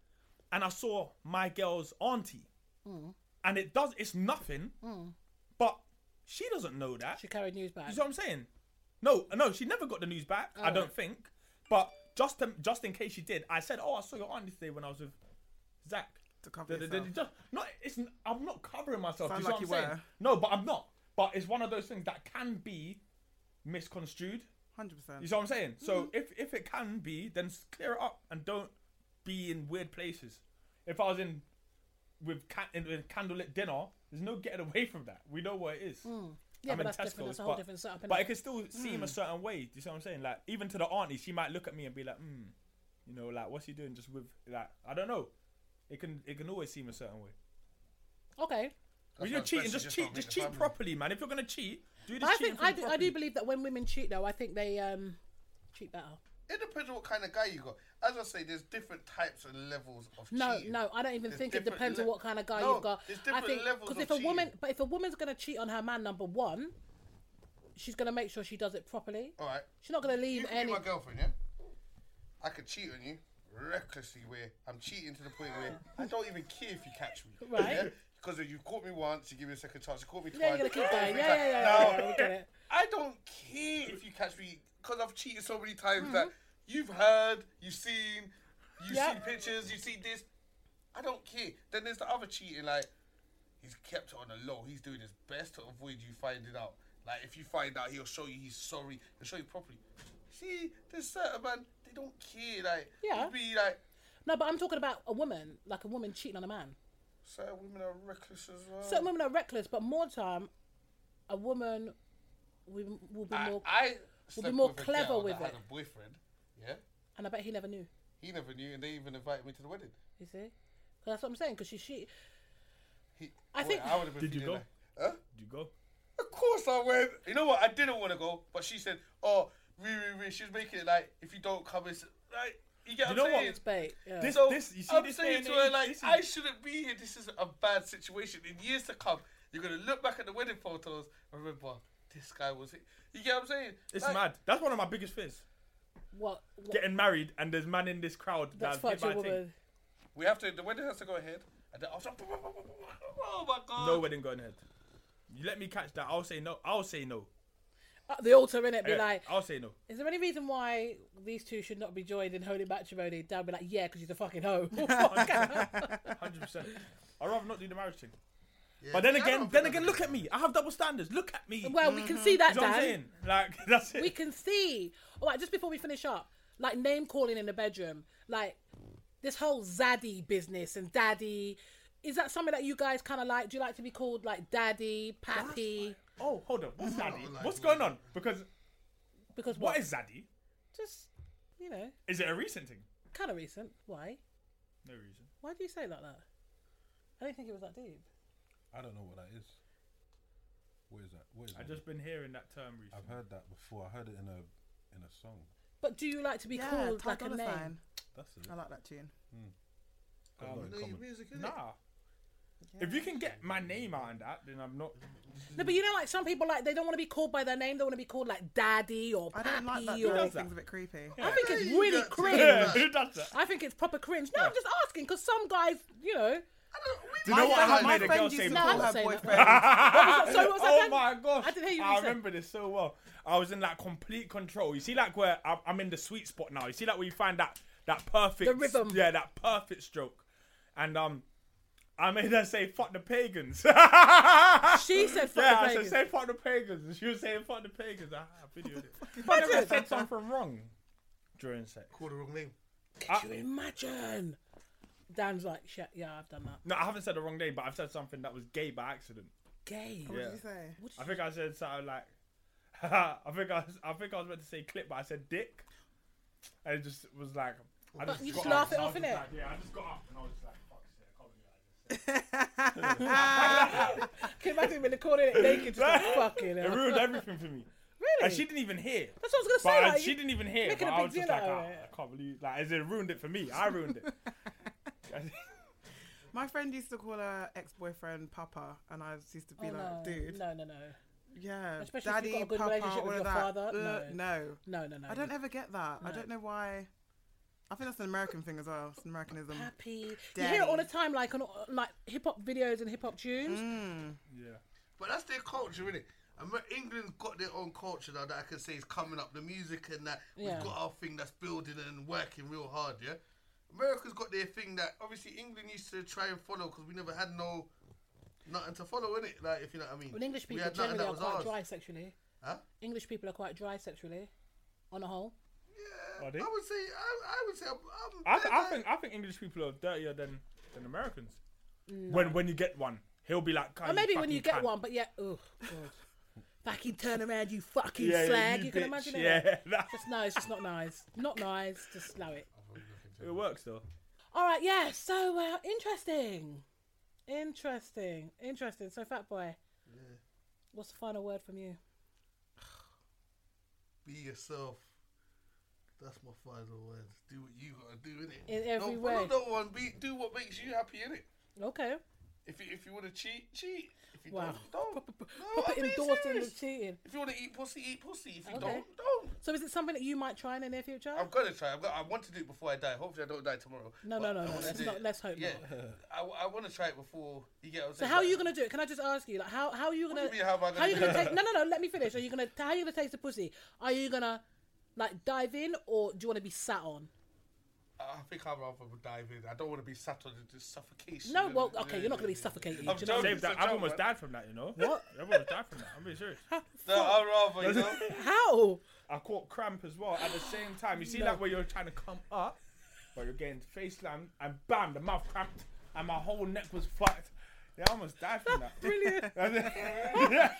B: and I saw my girl's auntie,
C: Mm.
B: and it does. It's nothing, but she doesn't know that.
C: She carried news back.
B: You see what I'm saying? No, no, she never got the news back. I don't think. But just to, just in case she did, I said, "Oh, I saw your auntie today when I was with Zach."
A: To cover
B: Da- da- da-
A: yourself.
B: da- no, it's n- I'm not covering myself.
A: Sound
B: you see
A: like
B: what I'm
A: you
B: saying?
A: were.
B: No, but I'm not. But it's one of those things that can be misconstrued.
A: Hundred
B: You
A: percent.
B: see what I'm saying? So
C: Mm-hmm.
B: if if it can be, then s- clear it up and don't be in weird places. If I was in with, can, in, with candlelit dinner, there's no getting away *laughs* from that. We know what it is.
C: Mm. Yeah,
B: I'm
C: but
B: in
C: that's different. That's a whole
B: but,
C: different setup, innit? Mm.
B: But it could still seem a certain way. Do you see what I'm saying? Like even to the auntie, she might look at me and be like, "Hmm, you know, like what's he doing? Just with like I don't know. It can it can always seem a certain way.
C: Okay.
B: when you're
I: why it's
B: cheating,
I: best to
B: just
I: just
B: cheat,
I: not make
B: just
I: a
B: cheat
I: family.
B: properly, man. If you're gonna cheat, do this.
C: I
B: cheating
C: think I
B: thing
C: do, I
B: properly.
C: do believe that when women cheat, though, I think they um, cheat better.
I: It depends on what kind of guy you got. As I say, there's different types and levels of
C: No,
I: cheating.
C: no, I don't even
I: There's
C: think it
I: different
C: depends on
I: le-
C: what kind of guy
I: No,
C: you've got.
I: There's
C: I
I: different
C: think
I: levels
C: because if
I: of
C: a woman,
I: cheating.
C: but if a woman's gonna cheat on her man, number one, she's gonna make sure she does it properly.
I: all right,
C: She's not gonna
I: you
C: leave
I: could
C: any.
I: be my girlfriend, yeah. I could cheat on you recklessly, where I'm cheating to the point where I don't even care if you catch me,
C: Right.
I: Because if you caught me once, you give me a second chance. You caught me twice.
C: Yeah, you're gonna keep going. Yeah, yeah, yeah.
I: Now,
C: yeah, yeah, we get it.
I: I don't care if you catch me because I've cheated so many times that you've heard, you've seen,
C: Mm-hmm.
I: you've
C: Yeah.
I: seen pictures, you've seen this. I don't care. Then there's the other cheating, like he's kept it on the low. He's doing his best to avoid you finding out. Like if you find out, he'll show you he's sorry. He'll show you properly. See, there's certain man they don't care. Like
C: Yeah.
I: it'd be like
C: No, but I'm talking about a woman, like a woman cheating on a man.
I: certain women are reckless as well.
C: Certain women are reckless, but more time, a woman will, will be
I: I,
C: more.
I: I slept
C: more
I: with a
C: clever
I: girl
C: with
I: that Had
C: it.
I: a boyfriend. Yeah,
C: and I bet he never knew.
I: he never knew, and they even invited me to the wedding.
C: You see, 'Cause that's what I'm saying. Because she, she,
I: He,
C: I
I: boy,
C: think-
I: I would have been.
B: Did you
I: feeling
B: go?
I: like, huh?
B: Do you go?
I: Of course I went. You know what? I didn't want to go, but she said, "Oh, we, we, we." She was making it like, if you don't come, it's like you get.
B: You
I: what I'm
B: know what?
I: saying?
C: it's bait. Yeah.
B: This,
I: So
B: this, you see
I: I'm
B: this day
I: saying
B: and
I: to her,
B: age,
I: like,
B: this is-
I: I shouldn't be here. This is a bad situation. In years to come, you're gonna look back at the wedding photos and remember this guy was. It. You get what I'm saying?
B: It's
I: Like,
B: mad. That's one of my biggest fears.
C: what? what
B: Getting married and there's man in this crowd that's,
C: that's fucked
B: hit by
C: your
B: a thing.
C: woman.
I: We have to. The wedding has to go ahead, and then after. *laughs* Oh my god.
B: No wedding going ahead. You let me catch that. I'll say no. I'll say no.
C: At the altar, innit? Be
B: Yeah,
C: like,
B: I'll say
C: *laughs*
B: no.
C: Is there any reason why these two should not be joined in holy matrimony? Dad would be like, yeah, because he's a
B: *laughs*
C: fucking hoe. *laughs*
B: Hundred percent. I'd rather not do the marriage thing. But then again, then again, look at me. I have double standards. Look at me.
C: well, we can see that,
B: you know what I'm
C: Dan.
B: saying? Like *laughs* that's it.
C: We can see. All right, just before we finish up, like name calling in the bedroom, like this whole zaddy business and daddy. Is that something that you guys kind of like? Do you like to be called like daddy, pappy?
B: Oh, hold on. What's daddy? What's going on? Because
C: Because what?
B: what is zaddy?
C: just you know
B: Is it a recent thing?
C: kind of recent? Why?
B: No reason.
C: Why do you say it like that? I didn't think it was that deep.
F: I don't know what that is. What is that? What is
B: I've
F: that?
B: just been hearing that term recently.
F: I've heard that before. I heard it in a in a song.
C: But do you like to be
A: Yeah,
C: called
A: Ty
C: like a
A: Dolla
C: name?
A: Sign.
F: That's it.
A: I like that tune.
F: Got a lot in common.
B: Nah. If you can get my name out in that, then I'm not.
C: No, but you know, like some people, like they don't want to be called by their name. They want to be called like daddy or
A: I
C: pappy.
A: don't like that.
C: or...
A: Those
B: that?
A: things a bit creepy.
C: I think it's really
J: got to
B: *laughs*
C: cringe.
B: Who does that?
C: I think it's proper cringe. No, I'm just asking because some guys, you know,
B: Do you know what? I made a girl say
C: No, I'm
B: before?
C: not saying that. Sorry, what was that
B: oh
C: then?
B: my gosh!
C: I didn't hear you.
B: I
C: what you said.
B: remember this so well. I was in like complete control. You see, like where I'm, I'm in the sweet spot now. You see, like where you find that that perfect
C: The rhythm.
B: Yeah, that perfect stroke. And um, I made her say "fuck the pagans."
C: *laughs* She said, "Fuck
B: yeah,
C: the
B: I said,
C: pagans."
B: "Say fuck the pagans," and she was saying "fuck the pagans." Ah, I, I videoed it. But I never said something wrong during sex.
I: Called the wrong name.
C: Can you imagine? Dan's like, shit, yeah, I've done that.
B: No, I haven't said the wrong name, but I've said something that was gay by accident.
C: Gay.
B: Yeah.
A: you say?
B: I think I said something like, *laughs* I think I, was, I think I was meant to say clip, but I said dick, and it just was like, I just
C: you
B: got
C: just
B: up,
C: laugh it
B: and I
C: off,
B: was just
C: innit?
B: Like, yeah, I just got up and I was just like, fuck shit, I can't be like this.
C: Can you imagine when they're calling it naked? Just like, fucking
B: It
C: hell.
B: ruined everything for me.
C: Really?
B: And she didn't even hear.
C: That's what I was
B: But
C: gonna *laughs* say.
B: I-
C: like,
B: she
C: you-
B: didn't even hear.
C: making
B: But
C: a
B: I
C: big
B: was just
C: deal
B: like,
C: out of
B: "Ah,
C: it."
B: I can't believe, like, as it ruined it for me. I ruined
C: *laughs*
B: it.
A: My friend used to call her ex-boyfriend Papa, and I used to be like,
C: Oh, no.
A: dude,
C: No, no, no.
A: yeah,
C: Especially if you've
A: daddy,
C: got a good
A: Papa,
C: relationship
A: all of
C: with your
A: that.
C: father,
A: Uh,
C: no.
A: no.
C: No, no, no.
A: I don't ever get that. I don't know why. I think that's an American thing as well. It's an Americanism. *laughs*
C: Happy. You hear it all the time, like on uh, like hip hop videos and hip hop tunes.
I: But that's their culture, innit? Amer- England's got their own culture now that I can say is coming up. The music and that
C: Yeah.
I: we've got our thing that's building and working real hard. Yeah, America's got their thing that obviously England used to try and follow because we never had no nothing to follow in it. Like if you know what I mean.
C: Well, English
I: We
C: people
I: had nothing
C: generally
I: that
C: are
I: was
C: quite
I: ours.
C: dry sexually.
I: Huh?
C: English people are quite dry sexually, on a whole.
B: Are they?
I: I would say I, I would say I'm,
B: I,
I: I'm
B: th- I think I think English people are dirtier than than Americans. When when you get one, he'll be like,
C: Mm. Or maybe when you get one, but yeah, oh god, fucking turn around, you fucking slag. You, can
B: bitch.
C: imagine
B: Yeah, *laughs*
C: it.
B: that-
C: Just no, it's just not nice. Not nice. Just know it.
B: it works though.
C: All right, yeah. So uh, interesting, interesting, interesting. So fat boy, what's the final word from you?
I: be yourself. That's my final word. Do what you gotta do in it.
C: In every
I: no,
C: way.
I: No one. Be, do what makes you happy in it.
C: Okay.
I: If you if you want to cheat, cheat. If you
C: Wow.
I: don't, don't. No,
C: Proper
I: I'm being
C: endorsing the
I: serious.
C: cheating.
I: If you want to eat pussy, eat pussy. If you
C: Okay.
I: don't, don't.
C: So is it something that you might try in the near future?
I: I'm gonna try. I'm gonna, I want to do it before I die. Hopefully, I don't die tomorrow.
C: No, no,
I: But
C: no,
I: I
C: no,
I: wanna
C: let's
I: do
C: not-
I: it.
C: let's hope
I: yeah,
C: not.
I: I, I want to try it before you get. What I'm
C: So
I: saying?
C: how are
I: But
C: you gonna do it? Can I just ask you, like, how how are you gonna
I: do you mean, how am I gonna
C: you
I: do
C: gonna
I: it?
C: take? No, no, no. Let me finish. Are you gonna how are you gonna taste the pussy? Are you gonna like dive in or do you want to be sat on?
I: *laughs* I think I'd rather dive in. I don't want to be sat on the suffocation.
C: No,
I: and-
C: well, okay, you're not gonna be
I: Yeah.
C: suffocated.
I: I'm
C: do you know what I mean?
B: Save
I: It's a
B: that.
I: joke,
B: I've almost
I: man.
B: died from that, you know. What? I've almost died from that. I'm being *laughs* serious.
I: No, I'd rather. You know,
C: How?
B: I caught cramp as well at the same time. You see, like where you're trying to come up, but you're getting face slammed, and bam, the mouth cramped, and my whole neck was fucked. Yeah, I almost died from that.
C: Brilliant.
B: *laughs* yeah.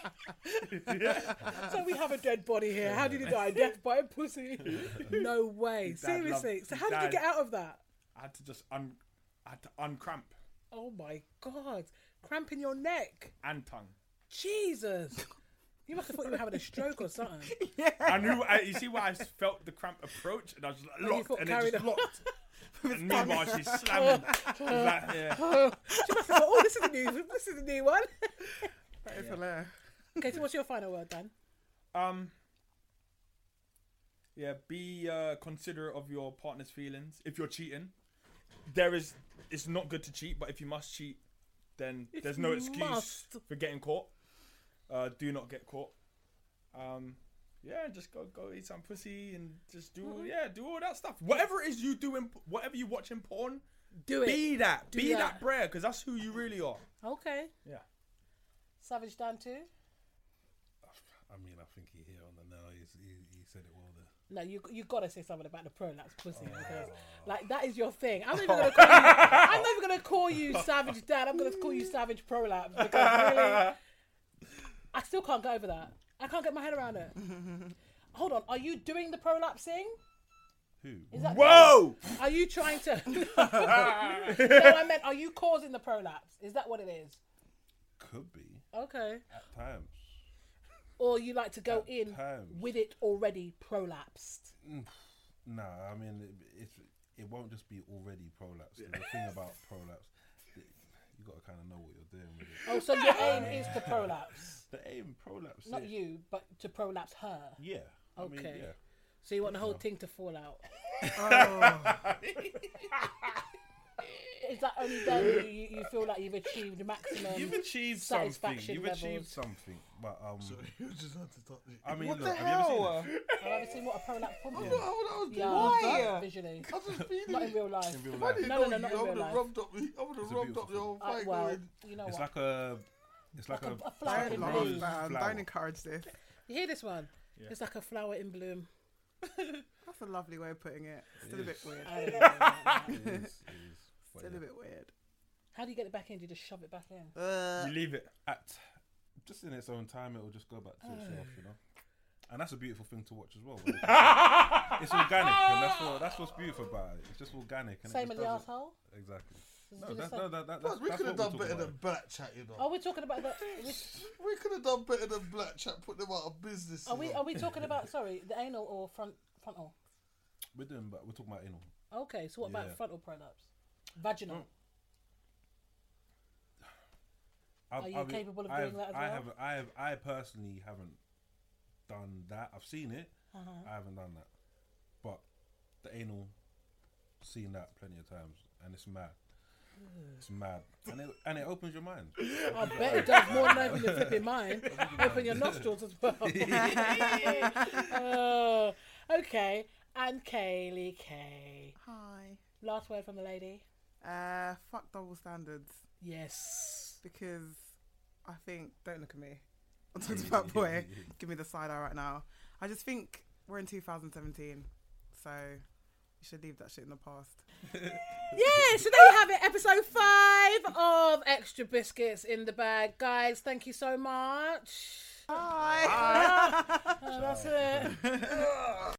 B: *laughs* yeah.
C: So we have a dead body here. How did you die? Death by pussy? No way.
B: died, love.
C: Seriously. So
B: He
C: how did you
B: died.
C: get out of that?
B: I had to just un, I had to uncramp
C: Oh my god, cramping your neck.
B: and tongue.
C: Jesus. You must have thought you were having a stroke or something.
B: *laughs* I knew. I, you see, where I s- felt the cramp approach, and I was like,
C: you
B: locked,
C: thought
B: and
C: carried
B: it just *laughs*
C: on.
B: locked. and meanwhile, she's slamming. She's like, yeah.
C: She must have thought, oh, this is a new, this is a new one.
A: That is hilarious.
C: okay, so what's your final word then?
B: Um. Yeah, be uh, considerate of your partner's feelings. If you're cheating, there is it's not good to cheat, but if you must cheat, then
C: If
B: there's no
C: you
B: excuse
C: must.
B: for getting caught. Uh, do not get caught. Um, yeah, just go go eat some pussy and just do
C: Mm-hmm.
B: yeah do all that stuff. Whatever it is you do in whatever you watch in porn,
C: Do it.
B: be that
C: Do
B: be
C: that.
B: that, prayer because that's who you really are.
C: Okay.
B: Yeah.
C: Savage Dan too?
F: I mean, I think he hit on the nail. He's, he, he said it well there.
C: No, you you gotta say something about the prolapse pussy because like that is your thing. I'm not even gonna call you. I'm not even gonna call you Savage Dan. I'm gonna call you Savage Prolapse because really, I still can't get over that. I can't get my head around it. Hold on, are you doing the prolapsing? Who? Is that
B: Whoa!
C: Are you trying to? no, I meant, are you causing the prolapse? Is that what it is?
F: Could be
C: Okay.
F: at times.
C: Or you like to go in
F: times.
C: with it already prolapsed?
F: Nah, I mean, it, it's it won't just be already prolapse. The thing about prolapse, it- you got to kind of know what you're doing with it.
C: Oh, so your aim is to prolapse,
F: The aim prolapse.
C: not
F: yeah.
C: you, but to prolapse her.
F: Yeah. I mean,
C: Okay.
F: yeah.
C: So you want the whole thing to fall out?
I: Oh.
C: Is that only then you, you, you feel like you've achieved maximum.
F: You've achieved something.
C: satisfaction
F: You've achieved
C: levels.
F: something. But um,
I: *laughs* You just had to touch it.
F: I mean,
H: What
F: look,
H: the
F: have you ever
H: hell?
F: seen it?
C: Have you ever seen what a prolapse pump is?
I: What the
C: Yeah,
I: hell?
H: Why?
C: visually.
I: I was just feeling
C: Not in
I: it.
C: real life.
I: If I didn't
C: No,
I: know
C: no, no, not
I: you, I
C: in
I: would
C: real
I: have
C: life.
I: rubbed up the, I would
F: It's
I: have
F: a
I: rubbed up the
F: beautiful
I: whole
C: Uh,
I: fight
C: well,
I: going.
C: you know
F: It's
C: what?
F: like a, it's like,
C: Like
F: a,
C: a- a flower
A: Don't
C: in
A: laugh,
C: bloom.
A: man.
F: Flower.
A: Don't encourage this.
C: You hear this one? It's like a flower in bloom.
A: That's a lovely way of putting it. Still a bit weird.
C: I don't know.
F: it is,
I: *laughs*
F: it is. But
A: Still
F: yeah.
A: a bit weird.
C: How do you get it back in? Do you just shove it back in?
I: Uh,
B: You leave it.
F: at just in its own time, it will just go back to itself, you know. And that's a beautiful thing to watch as well.
C: *laughs*
F: when it's- it's organic, and that's what that's what's beautiful about it. It's just organic. And
C: Same
F: it
C: in
F: just
C: the
F: doesn't-
C: asshole.
F: Exactly.
C: Do
F: No,
C: the
F: that's,
C: same-
F: no, that, that,
I: Plus,
F: that's,
I: we
F: that's
I: could have
F: what
I: done
F: we're
I: better
F: talking
I: than
F: about.
I: Black Chat, you know.
C: Are we talking about the? which-
I: We could have done better than Black Chat, put them out of business.
C: Are
I: you
C: we?
I: know.
C: Are we talking about? Sorry, the anal or front frontal?
F: We're doing, but we're talking about anal.
C: Okay, so what
F: Yeah.
C: about frontal prolapse? Vaginal.
F: I've-
C: Are you
F: I've-
C: capable of
F: I
C: doing that
F: have-
C: as
F: I
C: well?
F: haven't. I have. I personally haven't done that. I've seen it.
C: Uh-huh.
F: I haven't done that, but the anal, seen that plenty of times, and it's mad. It's mad, and it and it opens your mind.
C: I bet it does more than open your flipping mind. open your nostrils as well. oh, okay, and Kaylee K.
A: Hi.
C: Last word from the lady.
A: Uh, fuck double standards
C: Yes.
A: because I think don't look at me. *laughs* I'm talking to that boy. Give me the side eye right now. I just think we're in 2017, so you should leave that shit in the past.
C: Yeah, so there you have it, episode five of Extra Biscuits in the Bag. Guys, thank you so much.
A: Bye.
C: Oh, that's it.